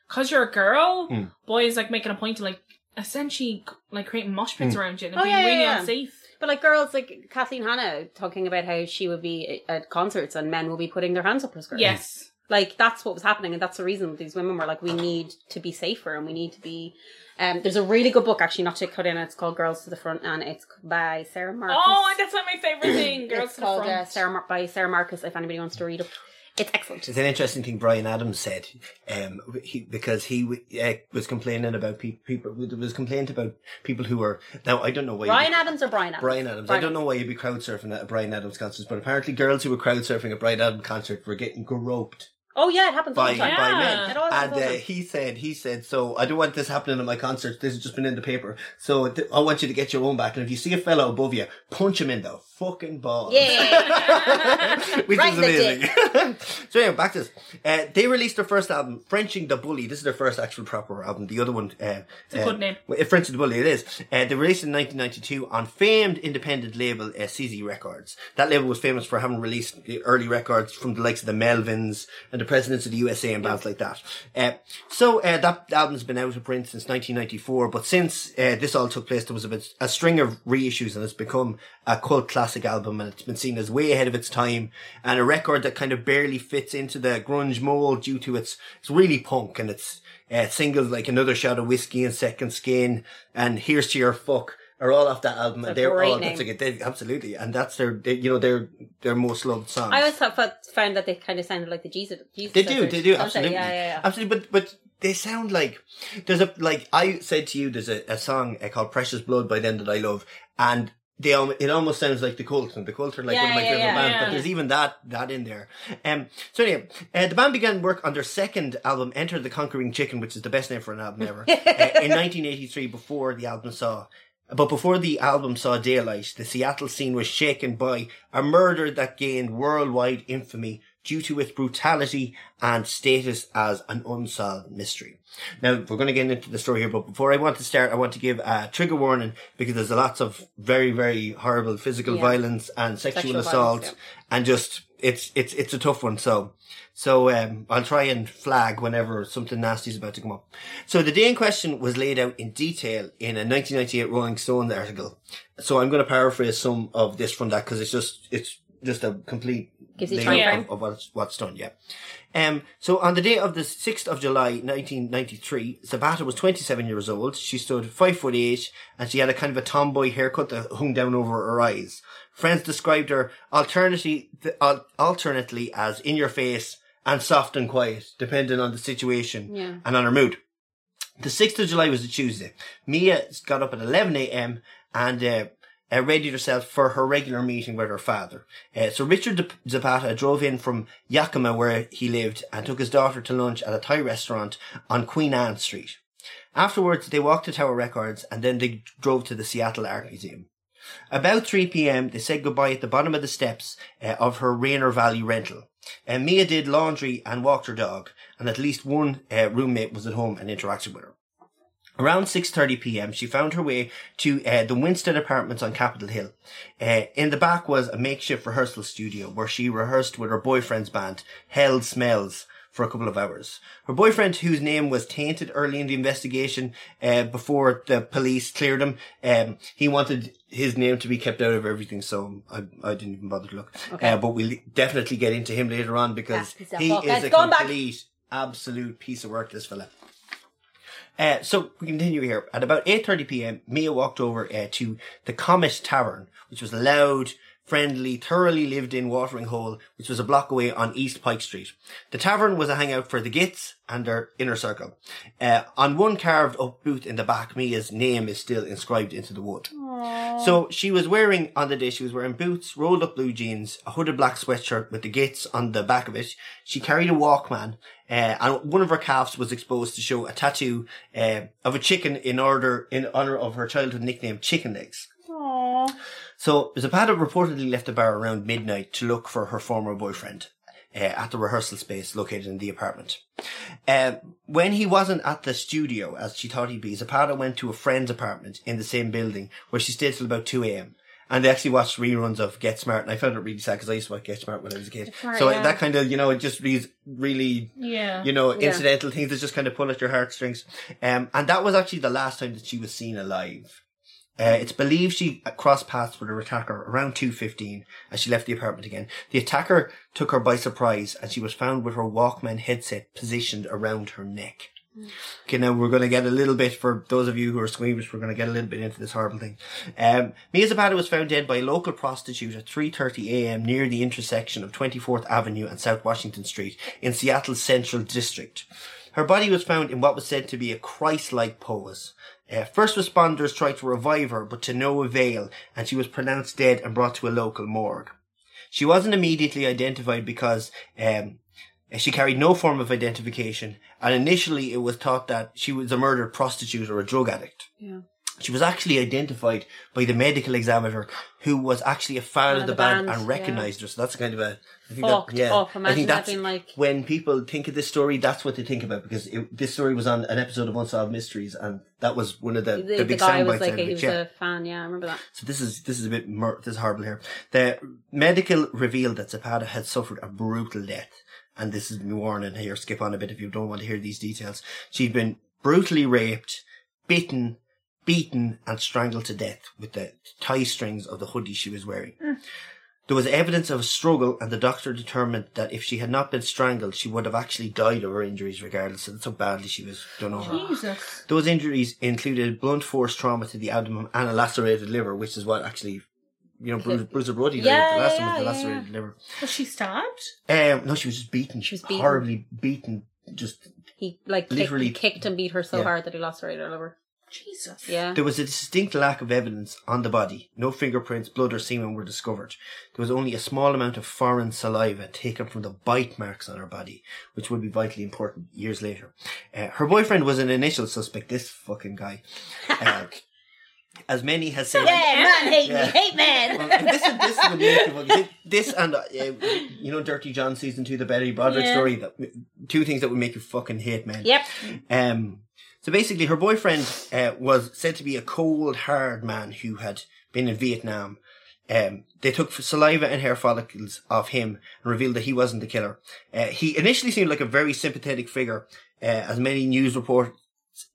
Speaker 3: because you're a girl,
Speaker 1: Mm.
Speaker 3: boys like making a point to like essentially like creating mosh pits around you and
Speaker 2: Oh,
Speaker 3: being
Speaker 2: yeah, yeah,
Speaker 3: really
Speaker 2: yeah.
Speaker 3: unsafe.
Speaker 2: But like girls, like Kathleen Hanna talking about how she would be at concerts and men will be putting their hands up her skirt.
Speaker 3: Yes,
Speaker 2: Like that's what was happening, and that's the reason these women were like, we need to be safer and we need to be. Um, there's a really good book actually, not to cut in. It's called Girls to the Front, and it's by Sarah Marcus.
Speaker 3: oh, that's not my favorite thing. Girls
Speaker 2: it's
Speaker 3: to the
Speaker 2: called
Speaker 3: front.
Speaker 2: Uh, Sarah Mar- by Sarah Marcus. If anybody wants to read it, it's excellent.
Speaker 1: It's an interesting thing Brian Adams said, um, he, because he w- uh, was complaining about pe- people, was complained about people who were, now I don't know why.
Speaker 2: Brian Adams or Brian Adams?
Speaker 1: Brian Adams. I don't know why you'd be crowd surfing at a Brian Adams concert, but apparently girls who were crowd surfing at Brian Adams concert were getting groped
Speaker 2: Oh yeah, it happens all
Speaker 1: by,
Speaker 2: the time.
Speaker 1: by
Speaker 3: Yeah.
Speaker 1: men.
Speaker 2: It always
Speaker 1: And
Speaker 2: happens all
Speaker 1: uh,
Speaker 2: the time.
Speaker 1: he said, he said, so I don't want this happening at my concert. This has just been in the paper. So th- I want you to get your own back. And if you see a fellow above you, punch him in the fucking balls.
Speaker 2: Yeah.
Speaker 1: Which
Speaker 2: Right
Speaker 1: is
Speaker 2: in the
Speaker 1: amazing. so anyway, back to this. Uh, they released their first album, Frenching the Bully. This is their first actual proper album. The other one, uh,
Speaker 3: a
Speaker 1: uh,
Speaker 3: good name.
Speaker 1: well, uh, Frenching the Bully, it is. Uh, they released in 1992 on famed independent label uh, CZ Records. That label was famous for having released the early records from the likes of the Melvins and the Presidents of the USA and bands like that. Uh, so uh, that album's been out of print since 1994, but since uh, this all took place, there was a, bit, a string of reissues and it's become a cult classic album and it's been seen as way ahead of its time and a record that kind of barely fits into the grunge mold due to its, it's really punk and it's, uh, singles like Another Shot of Whiskey and Second Skin and Here's to Your Fuck are all off that album, and
Speaker 2: a
Speaker 1: they're
Speaker 2: great
Speaker 1: all
Speaker 2: name.
Speaker 1: that's a good, they, absolutely, and that's their, they, you know, their their most loved song.
Speaker 2: I always thought, thought- found that they kind of sounded like the Jesus. Jesus
Speaker 1: They do,
Speaker 2: Sisters,
Speaker 1: they do,
Speaker 2: don't
Speaker 1: absolutely,
Speaker 2: Yeah, yeah, yeah.
Speaker 1: absolutely. But but they sound like there's a like I said to you, there's a, a song uh, called "Precious Blood" by them that I love, and they al- it almost sounds like the Colts, and the Colts are like
Speaker 2: Yeah,
Speaker 1: one of my
Speaker 2: yeah,
Speaker 1: favorite
Speaker 2: yeah,
Speaker 1: bands. But
Speaker 3: yeah.
Speaker 1: there's even that that in there. Um. So anyway, uh, the band began work on their second album, "Enter the Conquering Chicken," which is the best name for an album ever, uh, in 1983. Before the album saw but before the album saw daylight, the Seattle scene was shaken by a murder that gained worldwide infamy due to its brutality and status as an unsolved mystery. Now, we're going to get into the story here, but before I want to start, I want to give a trigger warning because there's lots of very, very horrible physical
Speaker 2: Yeah.
Speaker 1: violence and sexual,
Speaker 2: Sexual
Speaker 1: assault
Speaker 2: violence,
Speaker 1: and just, it's, it's, it's a tough one. So, so, um, I'll try and flag whenever something nasty is about to come up. So the day in question was laid out in detail in a 1998 Rolling Stone article. So I'm going to paraphrase some of this from that because it's just, it's just a complete
Speaker 2: Gives you
Speaker 1: layout
Speaker 2: time
Speaker 3: frame.
Speaker 1: of- of, what's, what's done. Yeah. Um, so on the day of the 6th of July, 1993, Zabata was 27 years old. She stood 5 foot 8 and she had a kind of a tomboy haircut that hung down over her eyes. Friends described her alternately, th- al- alternately as in your face and soft and quiet, depending on the situation
Speaker 2: Yeah.
Speaker 1: and on her mood. The 6th of July was a Tuesday. Mia got up at 11am and uh, uh, readied herself for her regular meeting with her father. Uh, so Richard Zap- Zapata drove in from Yakima where he lived and took his daughter to lunch at a Thai restaurant on Queen Anne Street. Afterwards, they walked to Tower Records and then they drove to the Seattle Art Museum. About 3 p.m., they said goodbye at the bottom of the steps uh, of her Rainer Valley rental. Uh, Mia did laundry and walked her dog, and at least one uh, roommate was at home and interacted with her. Around 6:30 p.m., she found her way to uh, the Winstead Apartments on Capitol Hill. Uh, in the back was a makeshift rehearsal studio where she rehearsed with her boyfriend's band, Hell Smells, for a couple of hours. Her boyfriend, whose name was tainted early in the investigation, uh, before the police cleared him, um, he wanted his name to be kept out of everything, so I, I didn't even bother to look. Uh, but we'll definitely get into him later on because
Speaker 2: Yeah, he's a
Speaker 1: he
Speaker 2: fuck.
Speaker 1: is a
Speaker 2: Let's go on back.
Speaker 1: complete, absolute piece of work, this fella. Uh, so we continue here. At about 8.30 p.m., Mia walked over uh, to the Comet Tavern, which was a loud, friendly, thoroughly lived-in watering hole, which was a block away on East Pike Street. The tavern was a hangout for the Gits and their inner circle. Uh, on one carved-up booth in the back, Mia's name is still inscribed into the wood. So she was wearing on the day she was wearing boots, rolled up blue jeans, a hooded black sweatshirt with the gates on the back of it. She carried a Walkman, uh, and one of her calves was exposed to show a tattoo uh, of a chicken in order in honor of her childhood nickname Chicken Legs. So Zapata reportedly left the bar around midnight to look for her former boyfriend uh, at the rehearsal space located in the apartment. Um, when he wasn't at the studio, as she thought he'd be, Zapata went to a friend's apartment in the same building where she stayed till about 2 a.m. And they actually watched reruns of Get Smart, and I found it really sad because I used to watch Get Smart when I was a kid.
Speaker 2: Smart,
Speaker 1: so
Speaker 2: yeah.
Speaker 1: that kind of, you know, it just these really
Speaker 3: Yeah.
Speaker 1: you know,
Speaker 2: Yeah.
Speaker 1: incidental things that just kind of pull at your heartstrings. Um, and that was actually the last time that she was seen alive. Uh, it's believed she crossed paths with her attacker around 2.15 as she left the apartment again. The attacker took her by surprise and she was found with her Walkman headset positioned around her neck. Okay, now we're going to get a little bit, for those of you who are squeamish, we're going to get a little bit into this horrible thing. Um, Mia Zapata was found dead by a local prostitute at 3.30am near the intersection of 24th Avenue and South Washington Street in Seattle's Central District. Her body was found in what was said to be a Christ-like pose. Uh, first responders tried to revive her, but to no avail, and she was pronounced dead and brought to a local morgue. She wasn't immediately identified because um, she carried no form of identification, and initially it was thought that she was a murdered prostitute or a drug addict.
Speaker 2: Yeah.
Speaker 1: She was actually identified by the medical examiner, who was actually a fan of the, band, and recognized her. So that's kind of a I think
Speaker 2: Fucked up. Imagine that being like-
Speaker 1: when people think of this story, that's what they think about because it, this story was on an episode of Unsolved Mysteries, and that was one of the,
Speaker 2: The,
Speaker 1: the,
Speaker 2: the,
Speaker 1: big
Speaker 2: guy
Speaker 1: sound
Speaker 2: was
Speaker 1: bites out
Speaker 2: like,
Speaker 1: of
Speaker 2: a, he
Speaker 1: it.
Speaker 2: was
Speaker 1: Yeah.
Speaker 2: a fan. Yeah, I remember that.
Speaker 1: So this is this is a bit mur- this is horrible here. The medical revealed that Zapata had suffered a brutal death, and this is me warning here. Skip on a bit if you don't want to hear these details. She'd been brutally raped, bitten, beaten, and strangled to death with the tie strings of the hoodie she was wearing. There was evidence of a struggle, and the doctor determined that if she had not been strangled, she would have actually died of her injuries, regardless. of that's how badly she was done over.
Speaker 3: Jesus.
Speaker 1: Those injuries included blunt force trauma to the abdomen and a lacerated liver, which is what actually, you know, Bruce, Bruce Brody did.
Speaker 2: Yeah,
Speaker 1: the last
Speaker 2: yeah,
Speaker 1: one was the
Speaker 2: yeah,
Speaker 1: lacerated liver.
Speaker 3: Was she stabbed?
Speaker 1: Um, no, she was just beaten.
Speaker 2: She was beaten.
Speaker 1: horribly beaten. Just
Speaker 2: He like
Speaker 1: Literally-
Speaker 2: literally kicked and beat her so
Speaker 1: Yeah.
Speaker 2: hard that he lost her right liver.
Speaker 3: Jesus.
Speaker 2: Yeah.
Speaker 1: there was a distinct lack of evidence on the body. No fingerprints, blood, or semen were discovered. There was only a small amount of foreign saliva taken from the bite marks on her body, which would be vitally important years later. Uh, her boyfriend was an initial suspect. This fucking guy. Uh, as many has said.
Speaker 2: Yeah, man, hate
Speaker 1: Yeah.
Speaker 2: me, hate
Speaker 1: Well,
Speaker 2: man.
Speaker 1: this is this is the beautiful. thi- This and uh, eh, you know, Dirty John season two, the Betty Broderick
Speaker 3: Yeah.
Speaker 1: story. That two things that would make you fucking hate men.
Speaker 2: Yep.
Speaker 1: Um. So basically, her boyfriend uh, was said to be a cold, hard man who had been in Vietnam. Um, they took saliva and hair follicles off him and revealed that he wasn't the killer. Uh, he initially seemed like a very sympathetic figure, uh, as many news report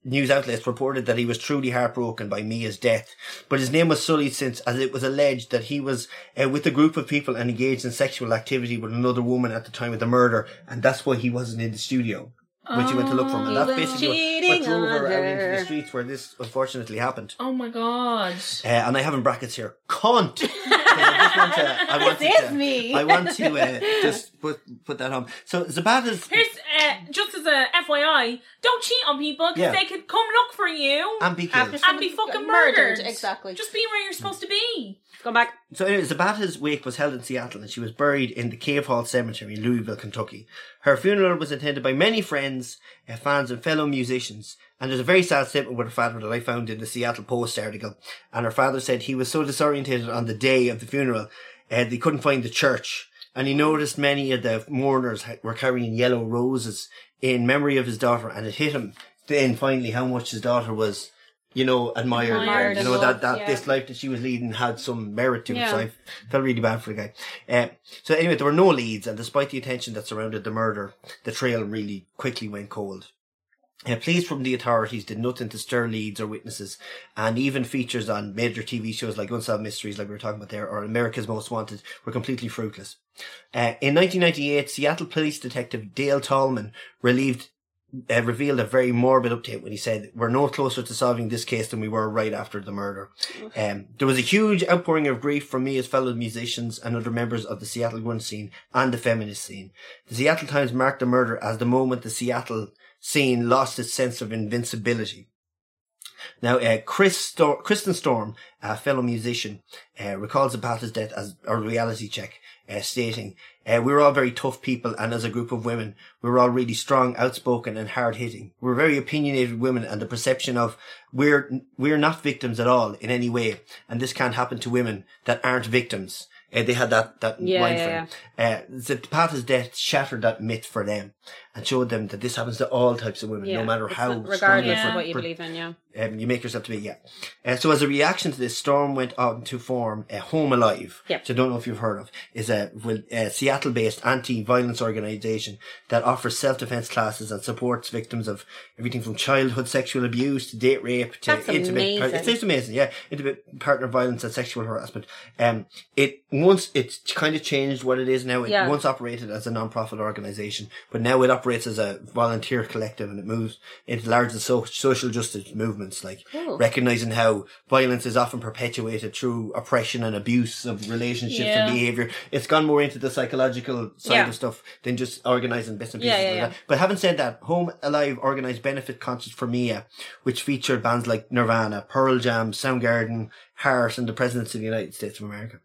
Speaker 1: news outlets reported that he was truly heartbroken by Mia's death. But his name was sullied since, as it was alleged that he was uh, with a group of people and engaged in sexual activity with another woman at the time of the murder, and that's why he wasn't in the studio. Which he went to look for him, and
Speaker 3: Oh.
Speaker 1: that's basically what, what
Speaker 2: Cheating
Speaker 1: drove her
Speaker 2: on
Speaker 1: out into the
Speaker 2: her.
Speaker 1: streets where this unfortunately happened.
Speaker 3: Oh my god.
Speaker 1: Uh, and I have in brackets here, cunt. 'Cause I just want to, I want
Speaker 2: This
Speaker 1: to,
Speaker 2: is me.
Speaker 1: I want to uh, just put put that on. So Zabata's
Speaker 3: Here's uh, just as a FYI, don't cheat on people because
Speaker 1: Yeah.
Speaker 3: they could come look for you.
Speaker 1: and be killed.
Speaker 3: And be
Speaker 2: someone
Speaker 3: fucking
Speaker 2: got
Speaker 3: murdered.
Speaker 2: Exactly.
Speaker 3: just be where you're supposed to be.
Speaker 2: Come back.
Speaker 1: So anyway, Zabata's wake was held in Seattle and she was buried in the Cave Hall Cemetery in Louisville, Kentucky. Her funeral was attended by many friends, uh, fans and fellow musicians. And there's a very sad statement with her father that I found in the Seattle Post article. And her father said he was so disorientated on the day of the funeral uh, they couldn't find the church. And he noticed many of the mourners ha- were carrying yellow roses in memory of his daughter and it hit him then finally how much his daughter was you know, admired,
Speaker 3: Admired
Speaker 1: you
Speaker 3: and
Speaker 1: know that
Speaker 2: loved,
Speaker 1: that
Speaker 2: yeah.
Speaker 1: this life that she was leading had some merit to it.
Speaker 3: Yeah.
Speaker 1: So I felt really bad for the guy. Uh, so anyway, there were no leads, and despite the attention that surrounded the murder, the trail really quickly went cold. Uh, pleas from the authorities did nothing to stir leads or witnesses, and even features on major TV shows like Unsolved Mysteries, like we were talking about there, or America's Most Wanted, were completely fruitless. Uh, in 1998, Seattle Police Detective Dale Tallman relieved uh, revealed a very morbid update when he said, "We're no closer to solving this case than we were right after the murder." Um, there was a huge outpouring of grief from me as fellow musicians and other members of the Seattle grunge scene and the feminist scene. The Seattle Times marked the murder as the moment the Seattle scene lost its sense of invincibility. Now, uh, Chris Stor- Kristen Storm, a fellow musician, uh, recalls Zapata's death as a reality check, uh, stating, uh, "We were all very tough people, and as a group of women, we were all really strong, outspoken, and hard hitting. We were very opinionated women, and the perception of we're we're not victims at all in any way, and this can't happen to women that aren't victims." Uh, they had that that
Speaker 2: Yeah,
Speaker 1: mind
Speaker 2: yeah,
Speaker 1: frame. Uh, Zapata's death shattered that myth for them, and showed them that this happens to all types of women, no matter
Speaker 2: It's
Speaker 1: how
Speaker 2: not-
Speaker 1: strong
Speaker 2: regardless
Speaker 1: their
Speaker 2: of what you
Speaker 1: per-
Speaker 2: believe in, yeah.
Speaker 1: um, you make yourself to be, yeah. Uh, so as a reaction to this, Storm went on to form uh, Home Alive,
Speaker 2: Yep.
Speaker 1: which I don't know if you've heard of, is a, well, a Seattle-based anti-violence organization that offers self-defense classes and supports victims of everything from childhood sexual abuse to date rape to
Speaker 2: That's
Speaker 1: intimate.
Speaker 2: amazing.
Speaker 1: It seems amazing, yeah. Intimate partner violence and sexual harassment. Um, it once it's kind of changed what it is now. It
Speaker 2: Yeah.
Speaker 1: once operated as a non-profit organization, but now it operates as a volunteer collective, and it moves into larger so- social justice movements, like
Speaker 2: Cool.
Speaker 1: recognizing how violence is often perpetuated through oppression and abuse of relationships and
Speaker 3: Yeah.
Speaker 1: behavior. It's gone more into the psychological side
Speaker 2: Yeah.
Speaker 1: of stuff than just organizing bits and pieces.
Speaker 2: Yeah, yeah,
Speaker 1: like
Speaker 2: yeah.
Speaker 1: That. But having said that, Home Alive organized benefit concerts for Mia, which featured bands like Nirvana, Pearl Jam, Soundgarden, Harris, and the Presidents of the United States of America.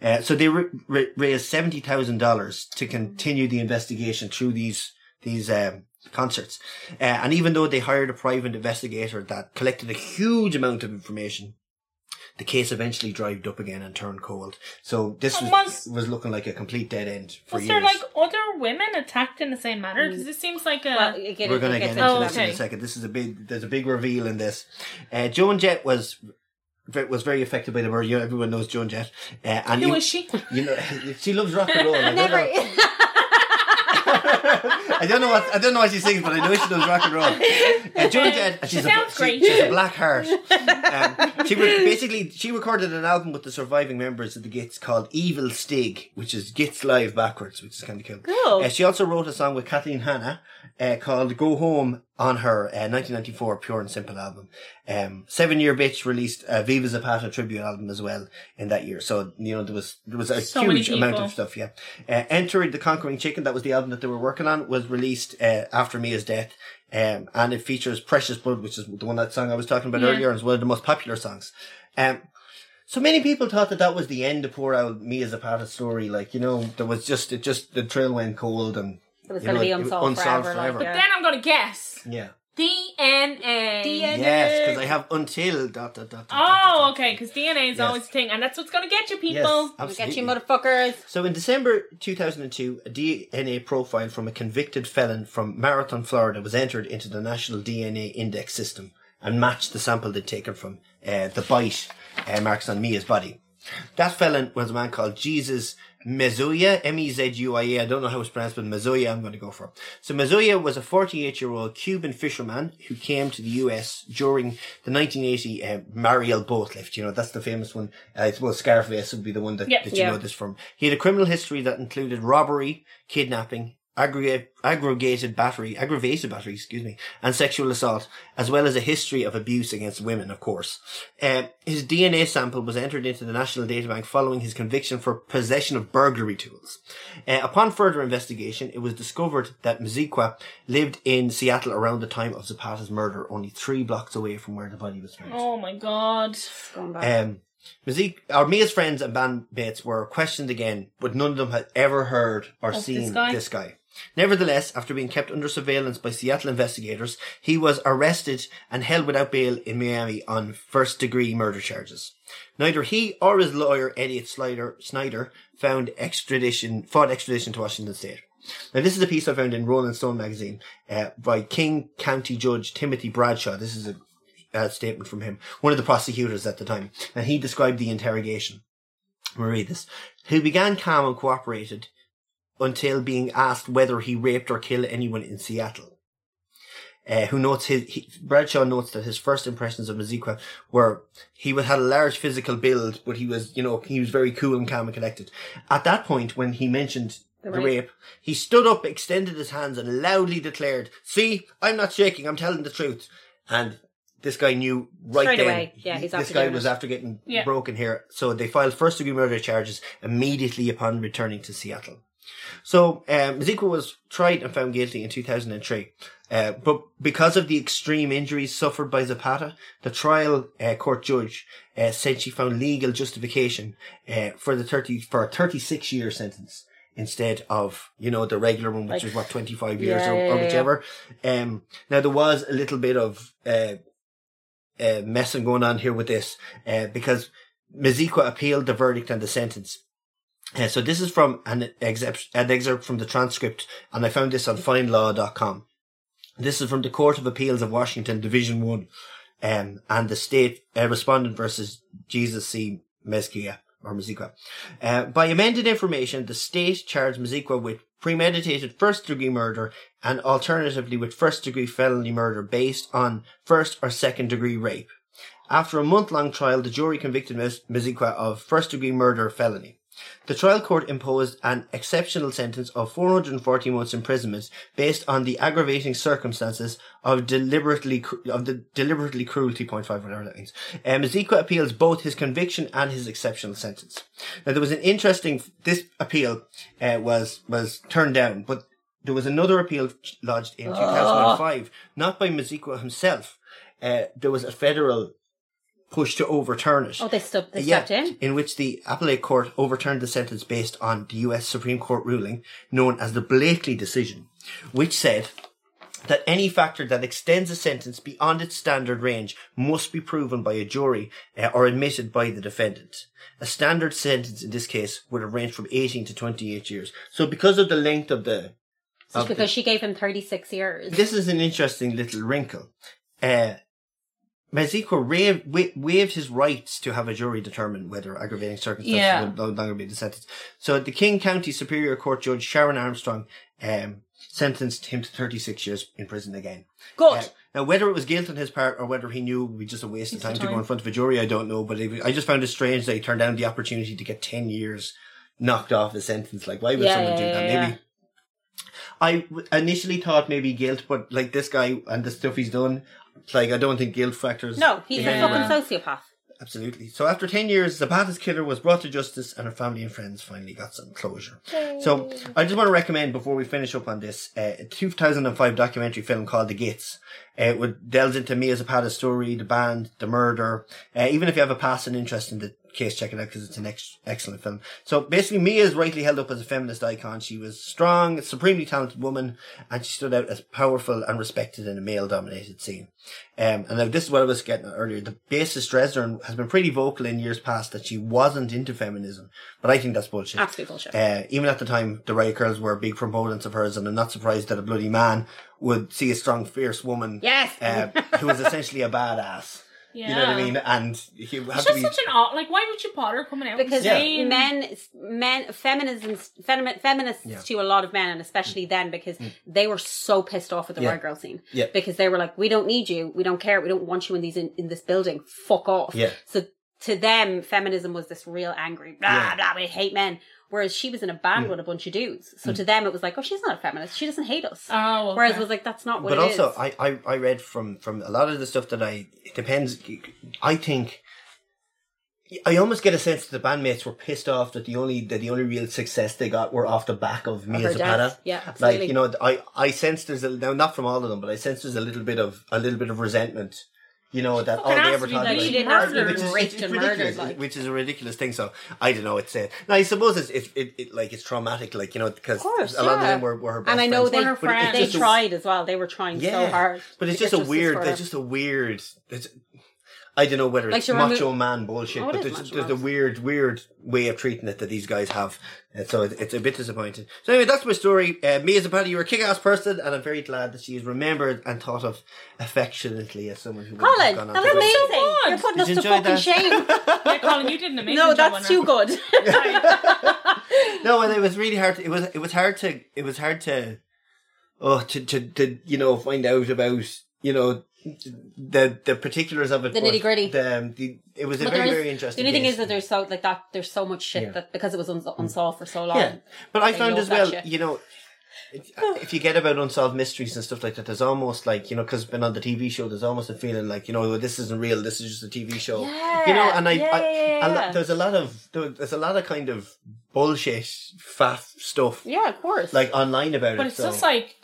Speaker 1: Uh, so they ra- ra- raised seventy thousand dollars to continue the investigation through these these um, concerts. Uh, and even though they hired a private investigator that collected a huge amount of information, the case eventually dried up again and turned cold. So this was, was,
Speaker 3: Was-
Speaker 1: looking like a complete dead end for
Speaker 3: Was
Speaker 1: years.
Speaker 3: there like other women attacked in the same manner? Because this seems like uh, a
Speaker 2: Well, again,
Speaker 1: We're
Speaker 2: it
Speaker 1: going to
Speaker 2: gets
Speaker 1: get into
Speaker 2: into
Speaker 3: Oh,
Speaker 1: this
Speaker 2: that.
Speaker 1: in a
Speaker 3: okay.
Speaker 1: second. This is a big. There's a big reveal in this. Uh, Joan Jett was ve- was very affected by the murder. You know, everyone knows Joan Jett, uh, and
Speaker 3: who
Speaker 1: you,
Speaker 3: is she?
Speaker 1: you know she loves rock and roll. I don't
Speaker 2: Never.
Speaker 1: know- I don't know what I don't know what she sings, but I know she does rock and roll. Uh, Joan Jett, she's a,
Speaker 3: sounds
Speaker 1: she-
Speaker 3: great.
Speaker 1: she's a black heart. Um, she re- basically she recorded an album with the surviving members of the Gits called Evil Stig, which is Gits live backwards, which is kind of cool.
Speaker 2: Cool.
Speaker 1: Uh, she also wrote a song with Kathleen Hanna uh, called "Go Home" on her uh, 1994 Pure and Simple album. Um, Seven Year Bitch released a Viva Zapata tribute album as well in that year. So you know there was there was a
Speaker 3: So many
Speaker 1: huge amount
Speaker 3: people.
Speaker 1: of stuff. Yeah, uh, "Entering the Conquering Chicken" that was the album that they were working on was released uh, after Mia's death. Um, and it features Precious Blood, which is the one that song I was talking about
Speaker 3: Yeah.
Speaker 1: earlier, and is one of the most popular songs. Um, so many people thought that that was the end of poor old Mia Zapata's story. Like, you know, there was just, it just, the trail went cold and.
Speaker 2: It was
Speaker 1: you
Speaker 2: going
Speaker 1: know,
Speaker 2: to be
Speaker 1: it was
Speaker 2: unsolved,
Speaker 1: unsolved
Speaker 2: forever. like,
Speaker 1: forever.
Speaker 2: yeah.
Speaker 3: Then I'm gonna guess
Speaker 1: Yeah.
Speaker 3: DNA.
Speaker 2: DNA.
Speaker 1: Yes, because I have until dot dot dot. dot,
Speaker 3: Oh,
Speaker 1: dot, dot, dot.
Speaker 3: okay, because DNA is
Speaker 1: Yes.
Speaker 3: always a thing, and that's what's going to get you, people.
Speaker 1: Yes, Uh,
Speaker 2: I'll get
Speaker 1: absolutely.
Speaker 2: you motherfuckers.
Speaker 1: So in December 2002, a DNA profile from a convicted felon from Marathon, Florida was entered into the National DNA Index System and matched the sample they'd taken from uh, the bite uh, marks on Mia's body. That felon was a man called Jesus Mezuya, M-E-Z-U-I-A. I don't know how it's pronounced, but Mezuya I'm going to go for. So Mezuya was a 48-year-old Cuban fisherman who came to the U.S. during the 1980 uh, Mariel boat lift. You know, that's the famous one. I suppose Scarface would be the one that,
Speaker 3: Yeah.
Speaker 1: that you
Speaker 2: Yeah.
Speaker 1: know this from. He had a criminal history that included robbery, kidnapping, aggregate, aggregated battery, aggravated battery, excuse me, and sexual assault, as well as a history of abuse against women, of course. Uh, his DNA sample was entered into the National Databank following his conviction for possession of burglary tools. Uh, upon further investigation, it was discovered that Mzikwa lived in Seattle around the time of Zapata's murder, only three blocks away from where the body was found.
Speaker 3: Oh my god.
Speaker 2: Going back.
Speaker 1: Um, Mazik, or Mia's friends and bandmates were questioned again, but none of them had ever heard or
Speaker 3: this
Speaker 1: seen
Speaker 3: guy?
Speaker 1: this guy. Nevertheless, after being kept under surveillance by Seattle investigators, he was arrested and held without bail in Miami on first degree murder charges. Neither he or his lawyer, Elliot Slider, Snyder, found extradition, fought extradition to Washington state. Now, this is a piece I found in Rolling Stone magazine uh, by King County Judge Timothy Bradshaw. This is a uh, statement from him, one of the prosecutors at the time, and he described the interrogation. We'll read this. Who began calm and cooperated until being asked whether he raped or killed anyone in Seattle. Uh, who notes his, he, Bradshaw notes that his first impressions of Mazikwa were he was, had a large physical build, but he was, you know, he was very cool and calm and collected. At that point, when he mentioned
Speaker 2: The
Speaker 1: the,
Speaker 2: rape.
Speaker 1: rape. he stood up, extended his hands, and loudly declared, "See, I'm not shaking. I'm telling the truth." And this guy knew right
Speaker 2: Straight
Speaker 1: then.
Speaker 2: away. Yeah, he's
Speaker 1: this
Speaker 2: after
Speaker 1: guy
Speaker 2: doing
Speaker 1: was
Speaker 2: it.
Speaker 1: after getting
Speaker 3: Yeah.
Speaker 1: broken here, so they filed first degree murder charges immediately upon returning to Seattle. So um, Zeke was tried and found guilty in 2003, uh, but because of the extreme injuries suffered by Zapata, the trial uh, court judge uh, said she found legal justification uh, for the 30 for a 36 year sentence instead of you know the regular one, which
Speaker 3: Like-
Speaker 1: is what 25 years
Speaker 2: Yeah,
Speaker 1: or,
Speaker 2: yeah,
Speaker 1: or
Speaker 2: yeah, yeah.
Speaker 1: whichever. Um, now there was a little bit of uh, uh, messing going on here with this uh, because Mazikwa appealed the verdict and the sentence. Uh, so this is from an excerpt, an excerpt from the transcript, and I found this on
Speaker 2: Mm-hmm.
Speaker 1: findlaw.com. This is from the Court of Appeals of Washington, Division 1, um, and the state uh, respondent versus Jesus C. Mezquia, or Mazikwa. Uh, by amended information, the state charged Mazikwa with premeditated first degree murder and alternatively with first degree felony murder based on first or second degree rape. After a month long trial, the jury convicted Ms. Mizikwa of first degree murder felony. The trial court imposed an exceptional sentence of 440 months imprisonment based on the aggravating circumstances of deliberately cru- of the deliberately cruelty point five whatever that means. Um, Mizikwa appeals both his conviction and his exceptional sentence. Now there was an interesting this appeal uh, was was turned down, but there was another appeal lodged in 2005, not by Mizikwa himself. Uh, there was a federal push to overturn it.
Speaker 2: oh, they, stepped. they
Speaker 1: Uh, Yeah,
Speaker 2: stepped in.
Speaker 1: which the appellate court overturned the sentence based on the US Supreme Court ruling known as the Blakely decision, which said that any factor that extends a sentence beyond its standard range must be proven by a jury uh, or admitted by the defendant. A standard sentence in this case would have ranged from 18 to 28 years. So because of the length of the
Speaker 2: Just
Speaker 1: of the-
Speaker 2: because she gave him 36 years.
Speaker 1: this is an interesting little wrinkle. Uh, Mazikwa waived, wa- waived his rights to have a jury determine whether aggravating circumstances
Speaker 3: Yeah.
Speaker 1: would no longer be the sentence. So the King County Superior Court Judge Sharon Armstrong um, sentenced him to 36 years in prison again.
Speaker 2: Good.
Speaker 1: Uh, now, whether it was guilt on his part or whether he knew it would be just a waste
Speaker 3: Waste
Speaker 1: of
Speaker 3: of
Speaker 1: time, to go
Speaker 3: time.
Speaker 1: in front of a jury, I don't know. But it, I just found it strange that he turned down the opportunity to get 10 years knocked off his sentence. Like, why would
Speaker 2: Yeah,
Speaker 1: someone
Speaker 2: yeah,
Speaker 1: do that?
Speaker 2: yeah,
Speaker 1: Maybe I w- initially thought maybe guilt, but like this guy and the stuff he's done, like I don't think guilt factors.
Speaker 2: no, he's
Speaker 1: Yeah.
Speaker 2: a fucking sociopath.
Speaker 1: Absolutely. So after 10 years, Zapata's killer was brought to justice and her family and friends finally got some closure. So I just want to recommend before we finish up on this, uh, a 2005 documentary film called The Gates. Uh, it would- delves into Mia Zapata's story, the band, the murder. Uh, even if you have a passing interest in the case check it out because it's an ex- excellent film. So basically, Mia is rightly held up as a feminist icon. She was strong, supremely talented woman, and she stood out as powerful and respected in a male-dominated scene. Um, and now this is what I was getting at earlier. The bassist Dresden has been pretty vocal in years past that she wasn't into feminism, but I think that's bullshit.
Speaker 2: Absolute bullshit.
Speaker 1: Uh, even at the time, the Riot Girls were big proponents of hers, and I'm not surprised that a bloody man would see a strong, fierce woman
Speaker 2: yes.
Speaker 1: uh, who was essentially a badass.
Speaker 3: Yeah.
Speaker 1: You know what I mean? And he would have
Speaker 3: It's
Speaker 1: to
Speaker 3: just
Speaker 1: be.
Speaker 3: such an odd. Like, why would you bother coming out and
Speaker 2: because
Speaker 1: Yeah.
Speaker 3: saying
Speaker 2: men, men, feminism, femi- feminists
Speaker 1: Yeah. Mm.
Speaker 2: to a lot of men, and especially then, because they were so pissed off with the
Speaker 1: Yeah.
Speaker 2: Riot Girl scene.
Speaker 1: Yeah.
Speaker 2: Because they were like, "We don't need you. We don't care. We don't want you in these in, in this building. Fuck off."
Speaker 1: Yeah.
Speaker 2: So to them, feminism was this real angry blah
Speaker 1: Yeah. Mm.
Speaker 2: blah. We hate men. Whereas she was in a band with a bunch of dudes. So to them, it was like, "Oh, she's not a feminist. She doesn't hate us."
Speaker 3: Oh, okay.
Speaker 2: Whereas it was like, "That's not what
Speaker 1: but
Speaker 2: it
Speaker 1: also
Speaker 2: is."
Speaker 1: I, I i read from from a lot of the stuff that i it depends i think i almost get a sense that the bandmates were pissed off that the only that the only real success they got were off the back of
Speaker 2: Of
Speaker 1: mia
Speaker 2: her
Speaker 1: zapata
Speaker 2: death. Yeah, absolutely.
Speaker 1: like you know i i sense there's a now not from all of them but i sense there's a little bit of a little bit of resentment you know that all
Speaker 3: fucking
Speaker 1: they
Speaker 3: has
Speaker 1: ever
Speaker 3: to be
Speaker 1: thought
Speaker 3: like,
Speaker 1: about-
Speaker 3: she did
Speaker 2: not
Speaker 3: murdered,
Speaker 2: even
Speaker 1: it's-
Speaker 2: raped
Speaker 1: it's
Speaker 2: and
Speaker 1: ridiculous,
Speaker 2: murdered, like.
Speaker 1: which is a ridiculous thing. So I don't know. It's uh, now I suppose it's it, it, it like it's traumatic, like you know, because
Speaker 2: Of course,
Speaker 1: a lot of
Speaker 2: yeah.
Speaker 1: them were, were her best
Speaker 2: and I know
Speaker 1: friends.
Speaker 2: they
Speaker 3: Were her
Speaker 1: But it's
Speaker 3: friends.
Speaker 2: they
Speaker 1: just a-
Speaker 2: tried as well. They were trying so hard.
Speaker 1: but it's
Speaker 2: to
Speaker 1: just
Speaker 2: get
Speaker 1: a
Speaker 2: justice
Speaker 1: weird.
Speaker 2: for her.
Speaker 1: It's just a weird. It's, I don't know whether
Speaker 2: Like
Speaker 1: it's
Speaker 2: to remove-
Speaker 1: macho man bullshit,
Speaker 2: Oh, it
Speaker 1: but
Speaker 2: is
Speaker 1: there's
Speaker 2: macho
Speaker 1: there's a
Speaker 2: man.
Speaker 1: weird, weird way of treating it that these guys have, and so it, it's a bit disappointing. So anyway, that's my story. Uh, Mia Zapata, you're a kick-ass person, and I'm very glad that she is remembered and thought of affectionately as someone who would have
Speaker 2: Colin,
Speaker 1: gone on
Speaker 2: that was
Speaker 1: to do
Speaker 2: amazing.
Speaker 1: something.
Speaker 2: You're
Speaker 3: good.
Speaker 2: putting
Speaker 1: Did
Speaker 2: us to
Speaker 1: you enjoy
Speaker 2: fucking shame.
Speaker 3: yeah, Colin, you did an amazing
Speaker 2: no,
Speaker 3: job
Speaker 2: that's
Speaker 3: on
Speaker 2: too good.
Speaker 3: that.
Speaker 1: No, and it was really hard. To, it was it was hard to it was hard to, oh, to to, to you know find out about you know the the particulars of it.
Speaker 2: The
Speaker 1: but
Speaker 2: nitty-gritty.
Speaker 1: The, um, the it was a
Speaker 2: But there
Speaker 1: very
Speaker 2: is-
Speaker 1: very interesting.
Speaker 2: The only thing
Speaker 1: case.
Speaker 2: is that there's so like that. There's so much shit
Speaker 1: Yeah. Mm.
Speaker 2: that because it was uns- unsolved for so long.
Speaker 1: Yeah, but I
Speaker 2: They
Speaker 1: found
Speaker 2: love
Speaker 1: as
Speaker 2: that
Speaker 1: well,
Speaker 2: shit.
Speaker 1: you know, if- if you get about unsolved mysteries and stuff like that, there's almost like you know, because been on the TV show, there's almost a feeling like you know, well, this isn't real. This is just a TV show. You know,
Speaker 2: Yeah,
Speaker 1: and I,
Speaker 2: yeah,
Speaker 1: I,
Speaker 2: yeah,
Speaker 1: a lot-
Speaker 2: yeah.
Speaker 1: there's a lot of there- there's a lot of kind of bullshit, faff stuff
Speaker 2: Yeah, of course.
Speaker 1: like online about
Speaker 3: but
Speaker 1: it.
Speaker 3: it's
Speaker 1: so.
Speaker 3: just like,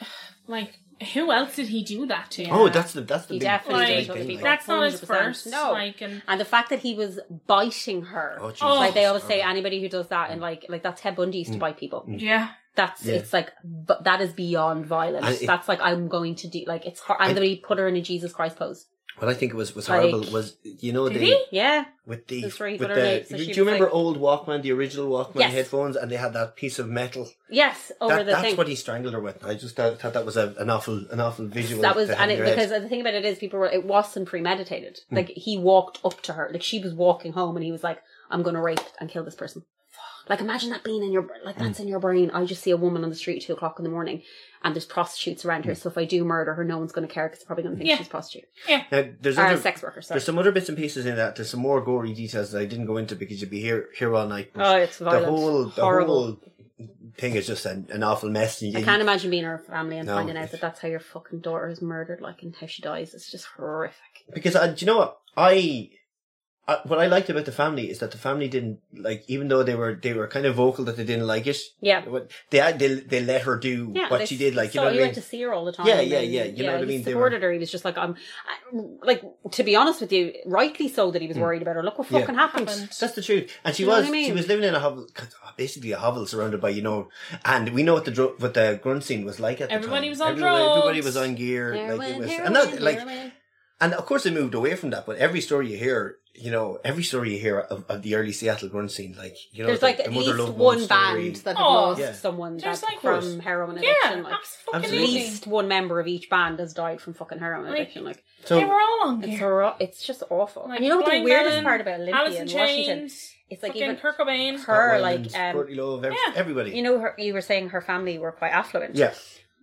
Speaker 3: like who else did he do that to?
Speaker 1: oh, that's the that's the
Speaker 2: He
Speaker 1: big,
Speaker 2: definitely
Speaker 3: did
Speaker 1: big thing,
Speaker 3: it to
Speaker 2: the
Speaker 1: like-
Speaker 2: people.
Speaker 3: that's not his
Speaker 2: 100%.
Speaker 3: first.
Speaker 2: No.
Speaker 3: like, and
Speaker 2: and the fact that he was biting her.
Speaker 1: Oh, Jesus.
Speaker 2: Like they
Speaker 1: Oh.
Speaker 2: always say, anybody who does that and like like that's Ted Bundy used to bite people.
Speaker 3: yeah,
Speaker 2: That's
Speaker 1: Mm. Yeah.
Speaker 2: it's like but that is beyond violence.
Speaker 1: And it-
Speaker 2: that's like I'm going to do like it's hard.
Speaker 1: I-
Speaker 2: I'm going to put her in a Jesus Christ pose.
Speaker 1: What I think was
Speaker 2: Like-
Speaker 1: was horrible was you know
Speaker 3: Did
Speaker 1: the
Speaker 3: he?
Speaker 2: Yeah,
Speaker 1: with the,
Speaker 2: The three
Speaker 1: with
Speaker 2: foot
Speaker 1: the
Speaker 2: ornate, so
Speaker 1: do
Speaker 2: she
Speaker 1: you
Speaker 2: was
Speaker 1: remember
Speaker 2: like-
Speaker 1: old Walkman, the original Walkman
Speaker 2: Yes.
Speaker 1: headphones, and they had that piece of metal.
Speaker 2: yes, over
Speaker 1: That,
Speaker 2: the
Speaker 1: that's
Speaker 2: thing.
Speaker 1: what he strangled her with. I just thought, thought that was a, an awful an awful visual.
Speaker 2: that was
Speaker 1: to have
Speaker 2: and
Speaker 1: in
Speaker 2: it,
Speaker 1: your head.
Speaker 2: because the thing about it is people were it wasn't premeditated
Speaker 1: Hmm.
Speaker 2: like he walked up to her like she was walking home and he was like i'm gonna rape and kill this person like imagine that being in your
Speaker 1: Hmm.
Speaker 2: like that's in your brain i just see a woman on the street at two o'clock in the morning and there's prostitutes around
Speaker 1: Hmm.
Speaker 2: her so if i do murder her no one's gonna care because they're probably gonna think
Speaker 3: Yeah.
Speaker 2: she's a prostitute
Speaker 1: Now, there's
Speaker 2: or a
Speaker 1: other,
Speaker 2: sex worker sorry
Speaker 1: there's some other bits and pieces in that. There's some more gory details that I didn't go into because you'd be here here all night. but
Speaker 2: oh it's
Speaker 1: the
Speaker 2: violent
Speaker 1: whole the
Speaker 2: horrible
Speaker 1: whole thing is just an, an awful mess. And
Speaker 2: I
Speaker 1: you-
Speaker 2: can't imagine being her family and
Speaker 1: No,
Speaker 2: finding out
Speaker 1: it's-
Speaker 2: that that's how your fucking daughter is murdered, like, and how she dies. It's just horrific.
Speaker 1: because I, do you know what I, I what I liked about the family is that the family didn't like even though they were they were kind of vocal that they didn't like it
Speaker 2: Yeah.
Speaker 1: what- they they they let her do
Speaker 2: yeah,
Speaker 1: what
Speaker 2: they
Speaker 1: she did like you
Speaker 2: saw-
Speaker 1: know what
Speaker 2: he
Speaker 1: I mean
Speaker 2: went to see her all the time.
Speaker 1: Yeah, yeah,
Speaker 2: and,
Speaker 1: yeah, you know what I
Speaker 2: he
Speaker 1: mean? They were-
Speaker 2: Supported her. He was just like, um, I, like to be honest with you, rightly so that he was worried about her. Look what
Speaker 1: Mm. Yeah.
Speaker 2: fucking happened.
Speaker 1: that's the truth, and she
Speaker 2: You know what
Speaker 1: was
Speaker 2: I mean?
Speaker 1: she was living in a hovel, basically a hovel surrounded by you know, and we know what the dro- what the grunt scene was like at
Speaker 3: Everybody
Speaker 1: the
Speaker 3: was
Speaker 1: time.
Speaker 3: on
Speaker 1: everybody, Everybody
Speaker 3: drugs.
Speaker 1: was on gear, like it
Speaker 2: Heroin,
Speaker 1: was,
Speaker 2: heroin,
Speaker 1: and that, like
Speaker 2: heroin.
Speaker 1: And of course, they moved away from that. But every story you hear, you know, every story you hear of, of the early Seattle grunge scene, like you know,
Speaker 2: there's
Speaker 1: the-
Speaker 2: like
Speaker 1: the
Speaker 2: at
Speaker 1: Mother
Speaker 2: least
Speaker 1: Love
Speaker 2: one
Speaker 1: Bone story.
Speaker 2: band that have
Speaker 3: Oh,
Speaker 2: lost
Speaker 1: yeah.
Speaker 2: someone
Speaker 3: There's
Speaker 2: that,
Speaker 3: like-
Speaker 2: from heroin
Speaker 3: yeah,
Speaker 2: addiction. like, at
Speaker 1: Absolutely.
Speaker 3: absolutely.
Speaker 2: least one member of each band has died from fucking heroin
Speaker 3: Like,
Speaker 2: addiction. Like,
Speaker 1: So
Speaker 3: they were all on
Speaker 2: it's
Speaker 3: gear.
Speaker 2: hor- it's just awful.
Speaker 3: Like
Speaker 2: and you know what the
Speaker 3: Blind
Speaker 2: weirdest
Speaker 3: Melon,
Speaker 2: part about Olympia
Speaker 3: Alice in
Speaker 2: in Washington?
Speaker 3: Chains.
Speaker 2: It's like
Speaker 3: fucking
Speaker 2: even
Speaker 3: Kurt Cobain.
Speaker 2: her,
Speaker 1: Scott
Speaker 2: like,
Speaker 1: Weiland,
Speaker 2: um,
Speaker 1: Courtney Love, ev-
Speaker 3: yeah.
Speaker 1: everybody.
Speaker 2: you know, her, you were saying her family were quite affluent.
Speaker 1: yeah,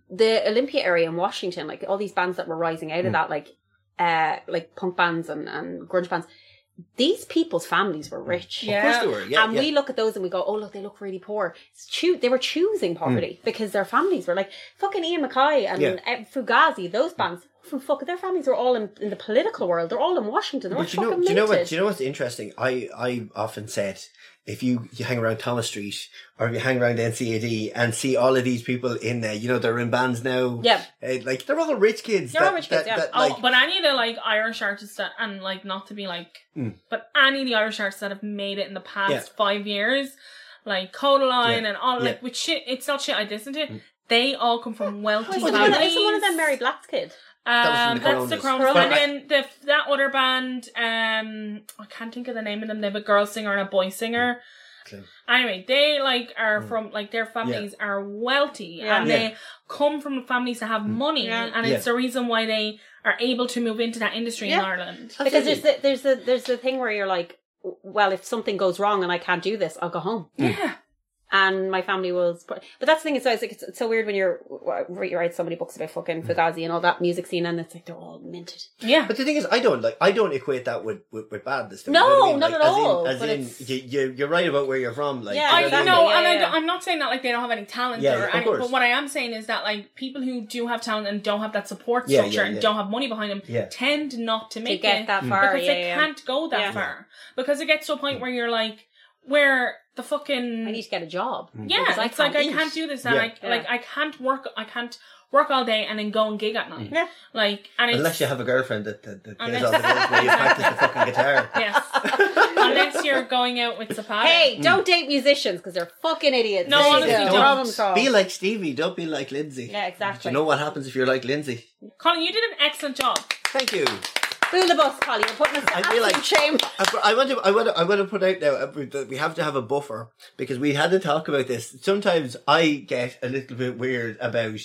Speaker 2: the Olympia area in Washington, like all these bands that were rising out of
Speaker 1: Hmm.
Speaker 2: that, like uh like punk bands and, and grunge bands, these people's families were rich.
Speaker 3: Yeah.
Speaker 1: of course they were. Yeah,
Speaker 2: and
Speaker 1: yeah.
Speaker 2: we look at those and we go, oh look, they look really poor. It's choo- they were choosing poverty because their families were like fucking Ian Mackay and
Speaker 1: Hmm. Yeah. Hmm.
Speaker 2: uh, Fugazi. Those bands from fuck. Their families are all in, in the political world. They're all in Washington. They're all
Speaker 1: But you know,
Speaker 2: fucking
Speaker 1: do you know what?
Speaker 2: minted.
Speaker 1: Do you know what's interesting? I I often said if you, you hang around Thomas Street or if you hang around NCAD and see all of these people in there, you know they're in bands now.
Speaker 2: Yeah.
Speaker 1: Eh, like they're all rich kids.
Speaker 2: They're all rich kids, yeah.
Speaker 1: That,
Speaker 3: Oh,
Speaker 1: like,
Speaker 3: but any of the like Irish artists that, and like not to be like,
Speaker 1: Mm.
Speaker 3: but any of the Irish artists that have made it in the past
Speaker 1: Yeah.
Speaker 3: five years, like Codaline
Speaker 1: Yeah.
Speaker 3: and all
Speaker 1: Yeah. Hmm.
Speaker 3: like which shit, it's not shit I listen to. They all come from wealthy
Speaker 2: Isn't
Speaker 1: Well,
Speaker 2: one,
Speaker 1: do
Speaker 2: of
Speaker 1: you
Speaker 3: families.
Speaker 2: them- isn't one of them Mary Black's kid?
Speaker 1: That
Speaker 3: Um,
Speaker 1: was from the
Speaker 3: that's the
Speaker 1: Coronas.
Speaker 3: Coronas, and
Speaker 1: But I-
Speaker 3: then the, that other band. Um, I can't think of the name of them. They have a girl singer and a boy singer.
Speaker 1: Okay.
Speaker 3: Anyway, they like are
Speaker 1: Mm.
Speaker 3: from like their families are wealthy
Speaker 2: Yeah.
Speaker 3: and
Speaker 1: Yeah. Mm.
Speaker 3: they come from families that have money,
Speaker 2: Yeah.
Speaker 3: and it's the reason why they are able to move into that industry in
Speaker 2: Yeah.
Speaker 3: Ireland.
Speaker 2: Because there's the, there's the there's the thing where you're like, w- well, if something goes wrong and I can't do this, I'll go home.
Speaker 1: Mm.
Speaker 3: Yeah,
Speaker 2: and my family will support. But that's the thing. It's always like it's, it's so weird when you're w- you write so many books about
Speaker 1: Hmm.
Speaker 2: fucking Fugazi and all that music scene, and it's like they're all minted.
Speaker 3: yeah.
Speaker 1: But the thing is, I don't like. I don't equate that with with, with badness. though, you
Speaker 2: No,
Speaker 1: know what I mean?
Speaker 2: not
Speaker 1: Like,
Speaker 2: at
Speaker 1: as in-
Speaker 2: all,
Speaker 1: As
Speaker 2: but
Speaker 1: in,
Speaker 2: it's-
Speaker 1: you, you you're right about where you're from. Like,
Speaker 2: Yeah,
Speaker 1: you
Speaker 3: I
Speaker 1: know what
Speaker 2: exactly.
Speaker 1: mean?
Speaker 3: know,
Speaker 2: Yeah,
Speaker 3: and I
Speaker 2: yeah,
Speaker 3: don't-
Speaker 2: yeah.
Speaker 3: I'm not saying that like they don't have any talent
Speaker 1: Yeah,
Speaker 3: or
Speaker 1: of
Speaker 3: any,
Speaker 1: course.
Speaker 3: but what I am saying is that like people who do have talent and don't have that support
Speaker 1: Yeah, yeah,
Speaker 3: structure and
Speaker 1: yeah.
Speaker 3: don't have money behind them
Speaker 1: Yeah.
Speaker 3: tend not to
Speaker 2: To
Speaker 3: make it
Speaker 2: get that
Speaker 1: Mm.
Speaker 2: far,
Speaker 3: because
Speaker 2: yeah,
Speaker 3: they
Speaker 2: yeah.
Speaker 3: can't go that
Speaker 2: Yeah.
Speaker 3: far because it gets to a point where you're like where the fucking
Speaker 2: I need to get a job.
Speaker 1: Hmm.
Speaker 3: yeah
Speaker 2: because I
Speaker 3: it's like
Speaker 2: can't
Speaker 3: I
Speaker 2: eat.
Speaker 3: can't do this and
Speaker 1: Mm. Yeah.
Speaker 3: like
Speaker 2: Yeah.
Speaker 3: like I can't work I can't work all day and then go and gig at night
Speaker 2: Yeah.
Speaker 3: like and it's,
Speaker 1: Unless you have a girlfriend that that, that plays
Speaker 3: Unless-
Speaker 1: all the bills while you practice the fucking guitar.
Speaker 3: yes unless you're going out with Zapata
Speaker 1: Hmm.
Speaker 2: Hey, don't date musicians because they're fucking idiots.
Speaker 3: No,
Speaker 2: There you
Speaker 3: honestly,
Speaker 2: go.
Speaker 3: don't.
Speaker 2: problem solved.
Speaker 1: Be like Stevie. Don't be like Lindsay.
Speaker 2: Oh. yeah,
Speaker 1: Do
Speaker 2: exactly.
Speaker 1: you know what happens if you're like Lindsay?
Speaker 3: Colin you did an excellent job
Speaker 1: Thank you.
Speaker 2: Fool the bus, Polly. You're putting us to
Speaker 1: I feel
Speaker 2: absolute
Speaker 1: like-
Speaker 2: shame.
Speaker 1: I put- I want to, I want to, I want to put out now uh, that we have to have a buffer because we had to talk about this. Sometimes I get a little bit weird about,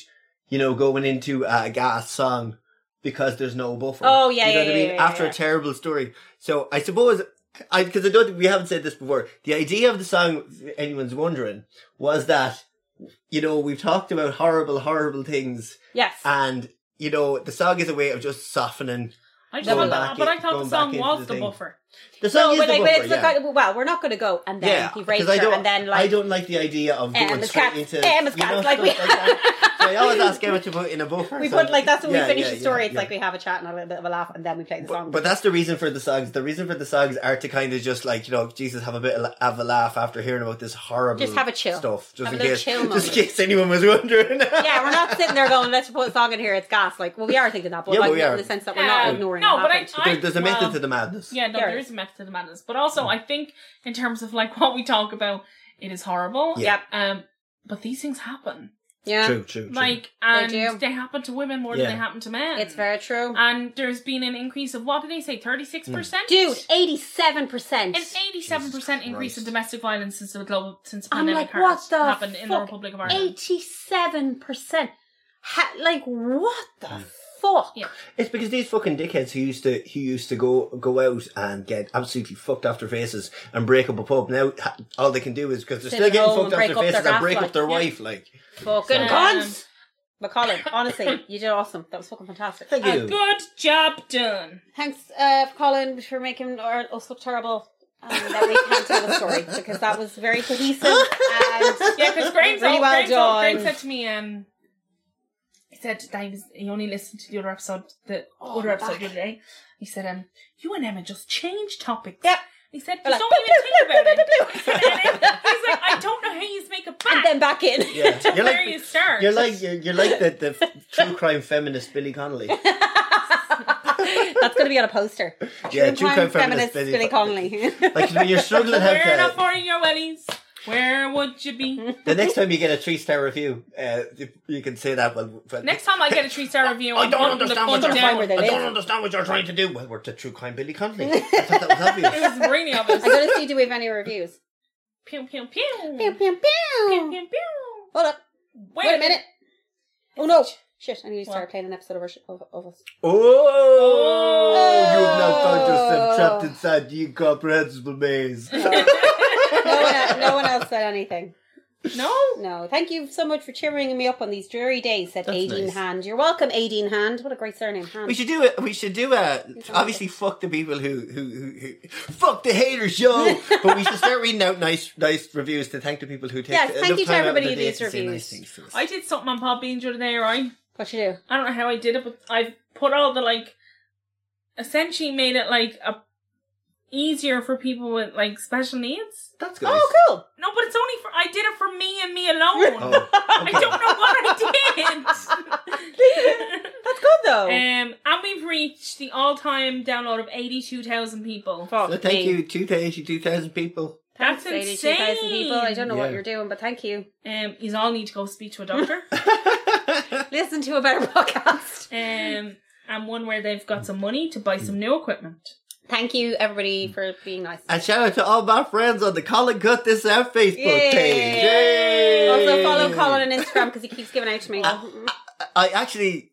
Speaker 1: you know, going into a gas song because there's no buffer.
Speaker 2: Oh, yeah,
Speaker 1: you know
Speaker 2: yeah,
Speaker 1: what
Speaker 2: yeah,
Speaker 1: I mean.
Speaker 2: yeah,
Speaker 1: After
Speaker 2: yeah.
Speaker 1: a terrible story, so I suppose. I, because I don't think we haven't said this before. The idea of the song, if anyone's wondering, was that, you know, we've talked about horrible, horrible things,
Speaker 2: Yes.
Speaker 1: and, you know, the song is a way of just softening.
Speaker 3: I just
Speaker 1: Going
Speaker 3: thought,
Speaker 1: back
Speaker 3: but I
Speaker 1: in-
Speaker 3: thought the
Speaker 1: going
Speaker 3: song
Speaker 1: back into
Speaker 3: was
Speaker 1: the
Speaker 3: the
Speaker 1: thing.
Speaker 3: buffer
Speaker 1: The song
Speaker 2: no,
Speaker 1: is
Speaker 2: but
Speaker 1: the
Speaker 2: like,
Speaker 1: buffer,
Speaker 2: but it's
Speaker 1: yeah.
Speaker 2: like, well, we're not going to go, and then he raped
Speaker 1: because I
Speaker 2: her,
Speaker 1: don't,
Speaker 2: and then
Speaker 1: I
Speaker 2: like,
Speaker 1: don't like the idea of
Speaker 2: Em
Speaker 1: going
Speaker 2: is
Speaker 1: straight
Speaker 2: cats.
Speaker 1: into
Speaker 2: Em is
Speaker 1: you know,
Speaker 2: cats, like
Speaker 1: stuff
Speaker 2: we-
Speaker 1: that. so I always ask Emma to put in a buffer.
Speaker 2: we
Speaker 1: so-
Speaker 2: put like that's when
Speaker 1: Yeah,
Speaker 2: we finish
Speaker 1: yeah,
Speaker 2: the story.
Speaker 1: yeah,
Speaker 2: it's
Speaker 1: yeah.
Speaker 2: like we have a chat and a little bit of a laugh, and then we play the song.
Speaker 1: But, but that's the reason for the songs. The reason for the songs are to kind of just like you know, Jesus, have a bit of, la- have a laugh after hearing about this horrible,
Speaker 2: Just have a chill.
Speaker 1: stuff, just
Speaker 2: Have a
Speaker 1: in
Speaker 2: little
Speaker 1: case,
Speaker 2: chill
Speaker 1: just
Speaker 2: moment.
Speaker 1: in case anyone was wondering.
Speaker 2: yeah, we're not sitting there going, let's put a song in here, it's gas. Like, well, we are thinking that, but
Speaker 1: Yeah,
Speaker 2: like,
Speaker 1: but we
Speaker 2: not
Speaker 1: are.
Speaker 2: in the sense that we're not
Speaker 3: Um,
Speaker 2: ignoring
Speaker 3: No,
Speaker 2: what
Speaker 3: but I,
Speaker 2: happened.
Speaker 1: But
Speaker 3: I
Speaker 1: there, there's a
Speaker 3: well,
Speaker 1: method to the madness.
Speaker 3: Yeah, no,
Speaker 2: There
Speaker 3: there
Speaker 2: is.
Speaker 3: is a method to the madness. But also, I think in terms of like what we talk about, it is horrible.
Speaker 1: Yeah.
Speaker 2: Yep.
Speaker 3: Um, but these things happen.
Speaker 2: Yeah,
Speaker 1: True, true, true.
Speaker 3: Like, and they,
Speaker 2: do.
Speaker 3: happen to women more
Speaker 1: Yeah.
Speaker 3: than they happen to men.
Speaker 2: it's very true.
Speaker 3: And there's been an increase of what did they say, thirty six percent?
Speaker 2: Dude, 87%.
Speaker 3: an eighty-seven percent increase
Speaker 1: Christ.
Speaker 3: in domestic violence since the global since the
Speaker 2: I'm
Speaker 3: pandemic
Speaker 2: like, what
Speaker 3: has
Speaker 2: the
Speaker 3: happened in the
Speaker 2: fuck?
Speaker 3: Republic of Ireland.
Speaker 2: 87%. Ha- like, what
Speaker 1: Hmm.
Speaker 2: the fuck?
Speaker 3: Yeah.
Speaker 1: It's because these fucking dickheads who used to who used to go go out and get absolutely fucked off their faces and break up a pub. Now ha- all they can do is because they're
Speaker 2: Sit
Speaker 1: still
Speaker 2: at
Speaker 1: getting
Speaker 2: home
Speaker 1: fucked off
Speaker 2: and break
Speaker 1: their
Speaker 2: up
Speaker 1: faces
Speaker 2: their
Speaker 1: and break
Speaker 2: ass,
Speaker 1: up their
Speaker 2: like,
Speaker 1: wife. Like
Speaker 2: Fucking
Speaker 3: Um,
Speaker 2: cons! But Colin, honestly, you did awesome. That was fucking fantastic.
Speaker 1: thank
Speaker 3: A
Speaker 1: you.
Speaker 3: good job done.
Speaker 2: Thanks, uh, for Colin, for making our, us look terrible. Um, that we can't tell the story because that was very cohesive and
Speaker 3: Yeah, because Graham's
Speaker 2: Really
Speaker 3: all,
Speaker 2: well
Speaker 3: Graham's all- Graham
Speaker 2: done.
Speaker 3: said to me, um, he said that he, was, he only listened to the other episode, the
Speaker 2: Oh,
Speaker 3: other episode
Speaker 2: back.
Speaker 3: the other day. He said, um, you and Emma just change topics.
Speaker 2: Yeah.
Speaker 3: He said,
Speaker 2: We're
Speaker 3: "Just
Speaker 2: like,
Speaker 3: don't even think about it. He said, and then he's like, I don't know how you make it back.
Speaker 2: and then back in.
Speaker 1: Yeah,
Speaker 3: to
Speaker 1: you're
Speaker 3: where
Speaker 1: like
Speaker 3: you start.
Speaker 1: you're like you're, you're like the, the true crime feminist Billy Connolly.
Speaker 2: That's going to be on a poster.
Speaker 1: Yeah,
Speaker 2: True crime feminist Billy Connolly.
Speaker 1: Like when you're struggling how
Speaker 3: We're not
Speaker 1: to,
Speaker 3: for your wellies. Where would you be?
Speaker 1: the next time you get a three star review, uh, you- you can say that. Well, but
Speaker 3: Next time I get a three star review,
Speaker 1: I
Speaker 3: I'm
Speaker 1: don't
Speaker 3: putting the
Speaker 1: understand
Speaker 3: phone
Speaker 1: what you're
Speaker 2: down where
Speaker 1: trying.
Speaker 2: they
Speaker 1: I don't
Speaker 2: live.
Speaker 1: understand what you're trying to do. Well, we're the true crime Billy Connolly. I thought that was obvious.
Speaker 3: It was really obvious.
Speaker 2: I'm going to see do we have any reviews.
Speaker 3: Pew pew pew.
Speaker 2: Pew, pew,
Speaker 3: Pew,
Speaker 2: pew.
Speaker 3: pew, pew.
Speaker 2: Hold up.
Speaker 3: Wait,
Speaker 2: Wait a minute. Oh no. Shit, I need to
Speaker 3: What?
Speaker 2: start playing an episode of, our sh- of, of us.
Speaker 1: Oh, you have now
Speaker 2: Oh.
Speaker 1: found yourself trapped inside the incomprehensible maze.
Speaker 2: No one, el- no one else said anything.
Speaker 3: No.
Speaker 2: No. Thank you so much for cheering me up on these dreary days, said
Speaker 1: That's
Speaker 2: Aideen
Speaker 1: nice.
Speaker 2: Hand. You're welcome, Aideen Hand. What a great surname, Hand.
Speaker 1: We should do it. We should do it. Obviously, fuck the people who who, who, who fuck the haters, yo. but we should start reading out nice nice reviews to thank the people who take.
Speaker 2: Yes, thank
Speaker 1: enough
Speaker 2: you to
Speaker 1: time out of
Speaker 2: everybody
Speaker 1: their
Speaker 2: who
Speaker 1: day
Speaker 2: leaves
Speaker 1: to say
Speaker 2: reviews.
Speaker 1: nice things to us.
Speaker 3: I did something on Podbean the other day, right?
Speaker 2: What you do?
Speaker 3: I don't know how I did it, but I've put all the like, essentially made it like a easier for people with like special needs.
Speaker 1: That's good.
Speaker 2: Oh, cool.
Speaker 3: No, but it's only for I did it for me and me alone.
Speaker 2: Oh.
Speaker 1: Oh,
Speaker 3: I don't know what I did.
Speaker 2: That's good though.
Speaker 3: um, and we've reached the all-time download of eighty-two thousand people.
Speaker 2: Fuck
Speaker 1: So thank
Speaker 2: me.
Speaker 1: you, 282,000 people.
Speaker 3: That's
Speaker 2: It's 82,000
Speaker 3: insane.
Speaker 2: people. I don't know what
Speaker 1: Yeah.
Speaker 2: you're doing, but thank you.
Speaker 3: Um, you all need to go speak to a doctor.
Speaker 2: Listen to a better podcast.
Speaker 3: um, and one where they've got some money to buy some new equipment.
Speaker 2: Thank you, everybody, for being nice.
Speaker 1: and shout out to all my friends on the Colin Cut This Out Facebook
Speaker 2: Yay.
Speaker 1: page. Yay.
Speaker 2: Also, follow Colin on Instagram because he keeps giving out to me.
Speaker 3: Ah.
Speaker 1: I actually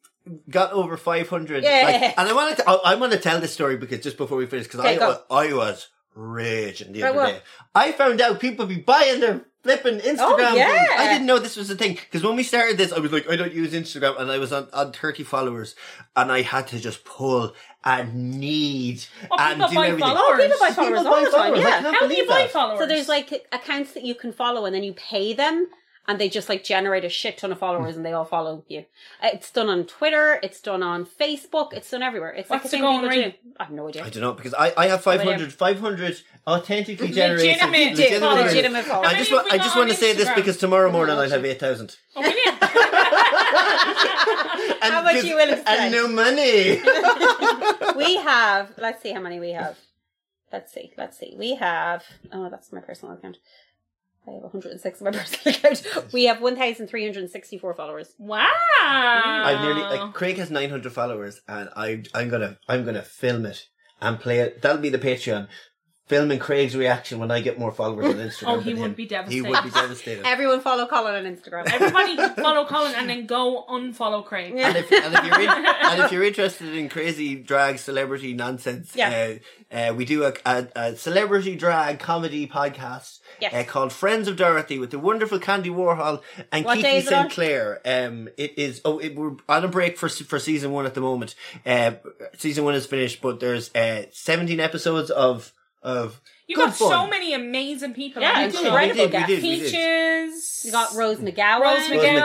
Speaker 1: got over 500.
Speaker 2: Yeah.
Speaker 1: Like, and I wanted to, I, I want to tell this story because just before we finish, because
Speaker 2: Okay,
Speaker 1: I,
Speaker 2: go.
Speaker 1: wa- I was raging the
Speaker 2: Right,
Speaker 1: other
Speaker 2: what?
Speaker 1: day. I found out people be buying their flipping Instagram. things.
Speaker 2: yeah.
Speaker 1: I didn't know this was a thing because when we started this, I was like, I don't use Instagram, and I was on, on 30 followers, and I had to just pull and need
Speaker 3: Well,
Speaker 1: and
Speaker 3: people
Speaker 1: do
Speaker 3: buy
Speaker 1: everything.
Speaker 3: followers. Oh, people buy
Speaker 2: followers all the time,
Speaker 1: I
Speaker 2: yeah.
Speaker 1: can't
Speaker 3: How do you
Speaker 1: believe
Speaker 3: buy
Speaker 1: that.
Speaker 3: followers?
Speaker 2: so there's like accounts that you can follow, and then you pay them, and they just like generate a shit ton of followers, and they all follow you. Uh, It's done on Twitter. It's done on Facebook. It's done everywhere. It's like
Speaker 3: What's
Speaker 2: the
Speaker 3: the going
Speaker 2: thing people do.
Speaker 3: rate?
Speaker 2: I have no idea.
Speaker 1: I don't know because I, I have 500,
Speaker 2: Brilliant.
Speaker 1: 500 authentically generated
Speaker 3: Legitimate.
Speaker 1: legitimate-
Speaker 2: Legitimate followers.
Speaker 1: I
Speaker 3: How
Speaker 1: just
Speaker 3: many
Speaker 1: want
Speaker 3: have we
Speaker 1: I just
Speaker 3: got
Speaker 1: want to
Speaker 3: on
Speaker 1: say this
Speaker 3: Instagram?
Speaker 1: because tomorrow
Speaker 2: Come
Speaker 1: morning
Speaker 2: on,
Speaker 1: I'll have eight thousand.
Speaker 3: Oh, brilliant.
Speaker 1: And
Speaker 2: How much
Speaker 1: just-
Speaker 2: you will
Speaker 1: And no money.
Speaker 2: we have let's see how many we have let's see let's see we have oh that's my personal account i have 106 on my personal account we have 1364 followers
Speaker 3: wow.
Speaker 1: I've nearly like Craig has nine hundred followers, and I I'm gonna I'm gonna film it and play it. That'll be the Patreon. Filming Craig's reaction when I get more followers on Instagram.
Speaker 3: Oh, he
Speaker 1: than
Speaker 3: would
Speaker 1: him.
Speaker 3: be devastated.
Speaker 1: He would be devastated.
Speaker 2: everyone follow colin on instagram
Speaker 3: Everybody follow Colin and then go unfollow Craig.
Speaker 1: and if, and, if you're in, and if you're interested in crazy drag celebrity nonsense,
Speaker 2: Yeah.
Speaker 1: uh, uh, we do a, a, a celebrity drag comedy podcast
Speaker 2: Yes.
Speaker 1: uh, called Friends of Dorothy with the wonderful Candy Warhol and
Speaker 2: What day
Speaker 1: Kiki
Speaker 2: is it on?
Speaker 1: Sinclair. Um, it is oh, it, we're on a break for se- for season one at the moment. Uh, season one is finished, but there's uh, 17 episodes of of
Speaker 3: You
Speaker 1: good
Speaker 3: got
Speaker 1: fun.
Speaker 3: so many amazing people.
Speaker 2: Yeah,
Speaker 3: on
Speaker 2: it's
Speaker 3: your
Speaker 1: We
Speaker 3: show.
Speaker 2: incredible
Speaker 1: did, we
Speaker 2: guests.
Speaker 1: did, we did.
Speaker 3: Peaches.
Speaker 2: you got rose mcgowan
Speaker 3: Rose
Speaker 1: Rose
Speaker 3: McGowan.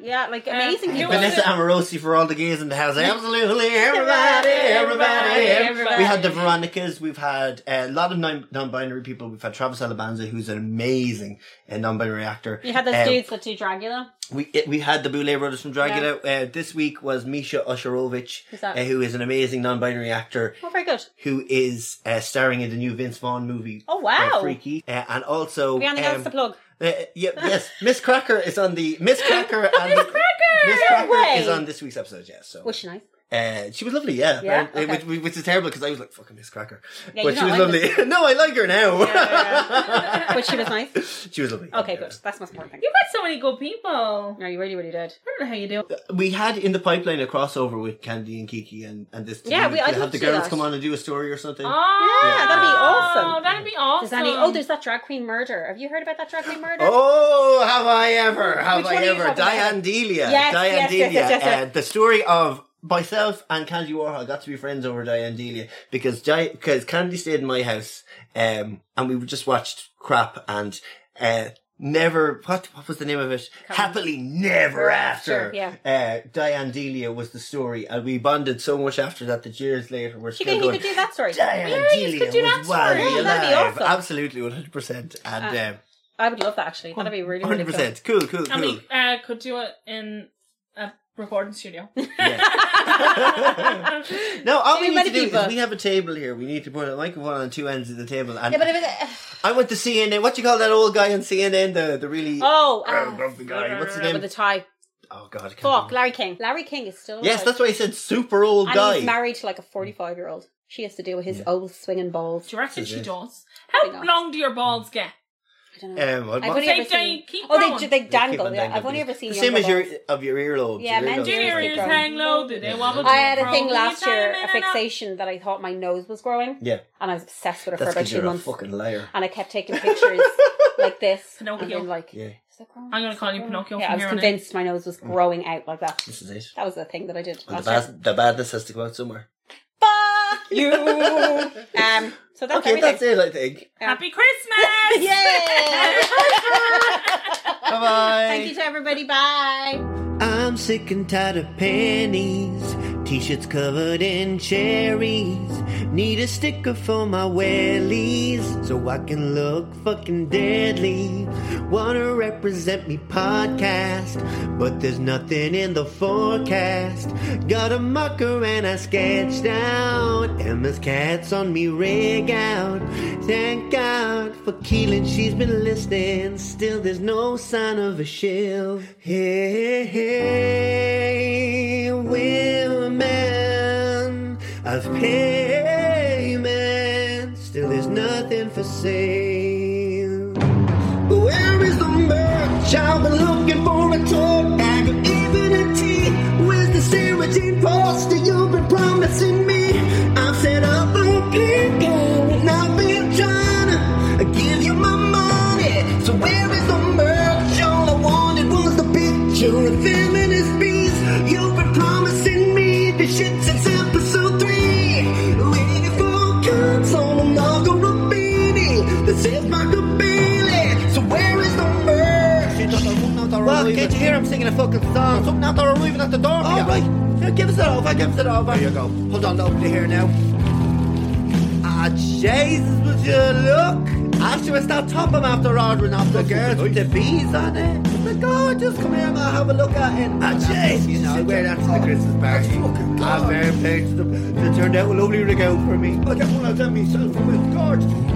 Speaker 1: McGowan.
Speaker 2: yeah like
Speaker 3: Um,
Speaker 2: amazing
Speaker 3: who
Speaker 2: people
Speaker 3: was
Speaker 1: Vanessa
Speaker 3: it?
Speaker 1: Amorosi for all the gays in the house. Absolutely, everybody, everybody, everybody.
Speaker 2: Everybody.
Speaker 1: We had the Veronicas. We've had uh, a lot of non- non-binary people. We've had Travis Alabanza, who's an amazing uh, non-binary actor.
Speaker 2: you had those
Speaker 1: Um,
Speaker 2: dudes that do Dragula.
Speaker 1: We it- we had the Boulay brothers from Dragula. Uh, this week was Misha Usherovich,
Speaker 2: Who's that?
Speaker 1: uh, who is an amazing non-binary actor
Speaker 2: Oh, very good.
Speaker 1: who is uh, starring in the new Vince Vaughn movie.
Speaker 2: Oh,
Speaker 1: uh,
Speaker 2: wow.
Speaker 1: Freaky, uh, and also
Speaker 2: Brianna
Speaker 1: um,
Speaker 2: gets the plug.
Speaker 1: uh, yeah, yes, Miss Cracker is on the Miss Cracker and Miss Cracker. Miss
Speaker 2: No
Speaker 1: Cracker
Speaker 2: way.
Speaker 1: is on this week's episode. Yes, so
Speaker 2: Was she nice?
Speaker 1: uh, she was lovely, yeah.
Speaker 2: Yeah?
Speaker 1: Uh,
Speaker 2: Okay.
Speaker 1: which, which is terrible because I was like, fucking Miss Cracker.
Speaker 2: Yeah,
Speaker 1: but
Speaker 2: you
Speaker 1: she
Speaker 2: don't
Speaker 1: was
Speaker 2: like
Speaker 1: lovely. no, I like her now.
Speaker 2: But she was nice.
Speaker 1: she was lovely.
Speaker 2: Okay,
Speaker 1: Yeah.
Speaker 2: good. That's my important thing.
Speaker 3: You got so many good people.
Speaker 2: No, you really, really did.
Speaker 3: I don't know how you do it.
Speaker 1: We had in the pipeline a crossover with Candy and Kiki and, and this.
Speaker 2: Yeah, we- I'd
Speaker 1: have
Speaker 2: love
Speaker 1: the
Speaker 2: to do
Speaker 1: girls
Speaker 2: that.
Speaker 1: come on and do a story or something.
Speaker 3: Oh,
Speaker 2: Yeah, that'd be awesome.
Speaker 3: That'd be awesome.
Speaker 2: Does any, oh, there's that drag queen murder. Have you heard about that drag queen murder?
Speaker 1: Oh, have I ever? Have
Speaker 2: Which
Speaker 1: I
Speaker 2: one are you
Speaker 1: ever?
Speaker 2: talking about?
Speaker 1: Diane Delia.
Speaker 2: Yes,
Speaker 1: Diane
Speaker 2: yes, yes,
Speaker 1: Delia.
Speaker 2: yes, yes, yes.
Speaker 1: Uh, the story of myself and Candy Warhol got to be friends over Diane Delia because because Candy stayed in my house um, and we just watched crap and uh, never what what was the name of it?
Speaker 2: Come.
Speaker 1: Happily never after.
Speaker 2: Sure, yeah.
Speaker 1: Uh, Diane Delia was the story, and we bonded so much after that. That years later we're
Speaker 2: She
Speaker 1: still
Speaker 2: could, he
Speaker 1: going.
Speaker 2: could do that story.
Speaker 1: Diane
Speaker 3: Yeah, you
Speaker 1: Delia
Speaker 3: could do
Speaker 1: was
Speaker 3: that story.
Speaker 1: wildly
Speaker 2: Yeah, that'd be
Speaker 1: alive.
Speaker 2: awesome. Uh,
Speaker 1: Absolutely, one hundred percent. And. um,
Speaker 2: I would love that actually. That'd be really, really
Speaker 1: Hundred
Speaker 2: cool.
Speaker 1: percent. Cool, cool,
Speaker 3: And
Speaker 1: cool.
Speaker 3: we uh, could do it in a recording studio.
Speaker 1: Yeah. no, all
Speaker 2: Too
Speaker 1: we need
Speaker 2: many
Speaker 1: to do
Speaker 2: people.
Speaker 1: is we have a table here. We need to put a microphone on two ends of the table. And
Speaker 2: Yeah, but if it, uh,
Speaker 1: I went to CNN. What you call that old guy on CNN? The the really
Speaker 2: oh,
Speaker 1: Oh,
Speaker 2: uh,
Speaker 1: the guy. What's his
Speaker 2: with the
Speaker 1: name?
Speaker 2: tie.
Speaker 1: Oh God, I can't
Speaker 2: Fuck,
Speaker 1: remember.
Speaker 2: Larry King. Larry King is still.
Speaker 1: Yes,
Speaker 2: alive.
Speaker 1: that's why he said super old
Speaker 2: And he's
Speaker 1: guy.
Speaker 2: married to like a forty-five-year-old. She has to deal with his old swinging balls.
Speaker 3: Do you reckon
Speaker 1: Is
Speaker 3: she
Speaker 1: it?
Speaker 3: does?
Speaker 2: Hang
Speaker 3: How
Speaker 2: on.
Speaker 3: long do your balls get?
Speaker 2: I don't know.
Speaker 1: Um, what-
Speaker 2: I've
Speaker 1: what-
Speaker 2: only
Speaker 3: They-
Speaker 2: ever
Speaker 3: they
Speaker 2: seen.
Speaker 3: keep
Speaker 2: oh,
Speaker 3: going.
Speaker 2: they they
Speaker 1: They keep
Speaker 2: dangle.
Speaker 1: on
Speaker 2: Yeah,
Speaker 1: dangling
Speaker 2: I've only
Speaker 1: these.
Speaker 2: ever seen
Speaker 1: the same
Speaker 2: younger
Speaker 1: as your
Speaker 2: balls.
Speaker 1: of your earlobes.
Speaker 2: Yeah, men
Speaker 1: your earlobes um,
Speaker 2: do
Speaker 1: are
Speaker 2: your
Speaker 1: big.
Speaker 2: ears
Speaker 3: Junior
Speaker 2: grown.
Speaker 3: hang low. Do they wobble?
Speaker 2: I had a
Speaker 3: to
Speaker 2: thing
Speaker 3: roll?
Speaker 2: last
Speaker 3: You
Speaker 2: year,
Speaker 3: time
Speaker 2: a
Speaker 3: in and out.
Speaker 2: fixation that I thought my nose was growing,
Speaker 1: Yeah,
Speaker 2: and I was obsessed with it for
Speaker 1: that's
Speaker 2: about
Speaker 1: because
Speaker 2: two
Speaker 1: you're a
Speaker 2: months.
Speaker 1: fucking liar.
Speaker 2: And I kept taking pictures like this, and
Speaker 3: Pinocchio.
Speaker 2: then like,
Speaker 1: Yeah,
Speaker 2: is it growing?
Speaker 3: I'm gonna call you Pinocchio
Speaker 2: Mm. Yeah, I
Speaker 3: from
Speaker 2: was
Speaker 3: here on in.
Speaker 2: convinced my nose was growing out like that.
Speaker 1: this is it.
Speaker 2: That was the thing that I did
Speaker 1: And the,
Speaker 2: last year.
Speaker 1: bad, the badness has to go out somewhere.
Speaker 2: Fuck you. um. So that's
Speaker 1: Okay,
Speaker 2: everything.
Speaker 1: that's it. I think.
Speaker 3: Happy Christmas!
Speaker 2: Yay!
Speaker 1: Bye bye.
Speaker 2: Thank you to everybody. Bye.
Speaker 1: I'm sick and tired of pennies, t shirts covered in cherries. Need a sticker for my wellies so I can look fucking deadly. Wanna represent me podcast, but there's nothing in the forecast. Got a marker and I sketched out Emma's cats on me rig out. Thank God for Keelan, she's been listening. Still, there's no sign of a shill. Hey, hey, women of payment. Still, there's nothing for sale. But where is the merch? I've been looking for a tote bag or even a tee. Where's the Sarah Jane Foster you've been promising me? I've set up a big game and I've been trying to give you my money. So where is the merch? All I wanted was the picture of feminist bees. You've been promising me this shit since episode three. Waiting for console and not gonna This is Michael Bailey. So where is the merch? Well, can't you hear? I'm singing a fucking song. Something out there arriving at the door. All right. Here, give us it over. Give us it over. Here you go. Hold on. Open it here now. Ah, Jesus, would you look? Ah, After I start topping after ordering off the girls with the bees on it. It's like, oh, just come here and I'll have a look at it. Ah, Jesus, you know, I wear that to the Christmas party.
Speaker 5: Oh,
Speaker 1: uh,
Speaker 5: fucking
Speaker 1: I'm very pleased. It turned out a lovely regale for me.
Speaker 5: I get one of them myself. It's gorgeous.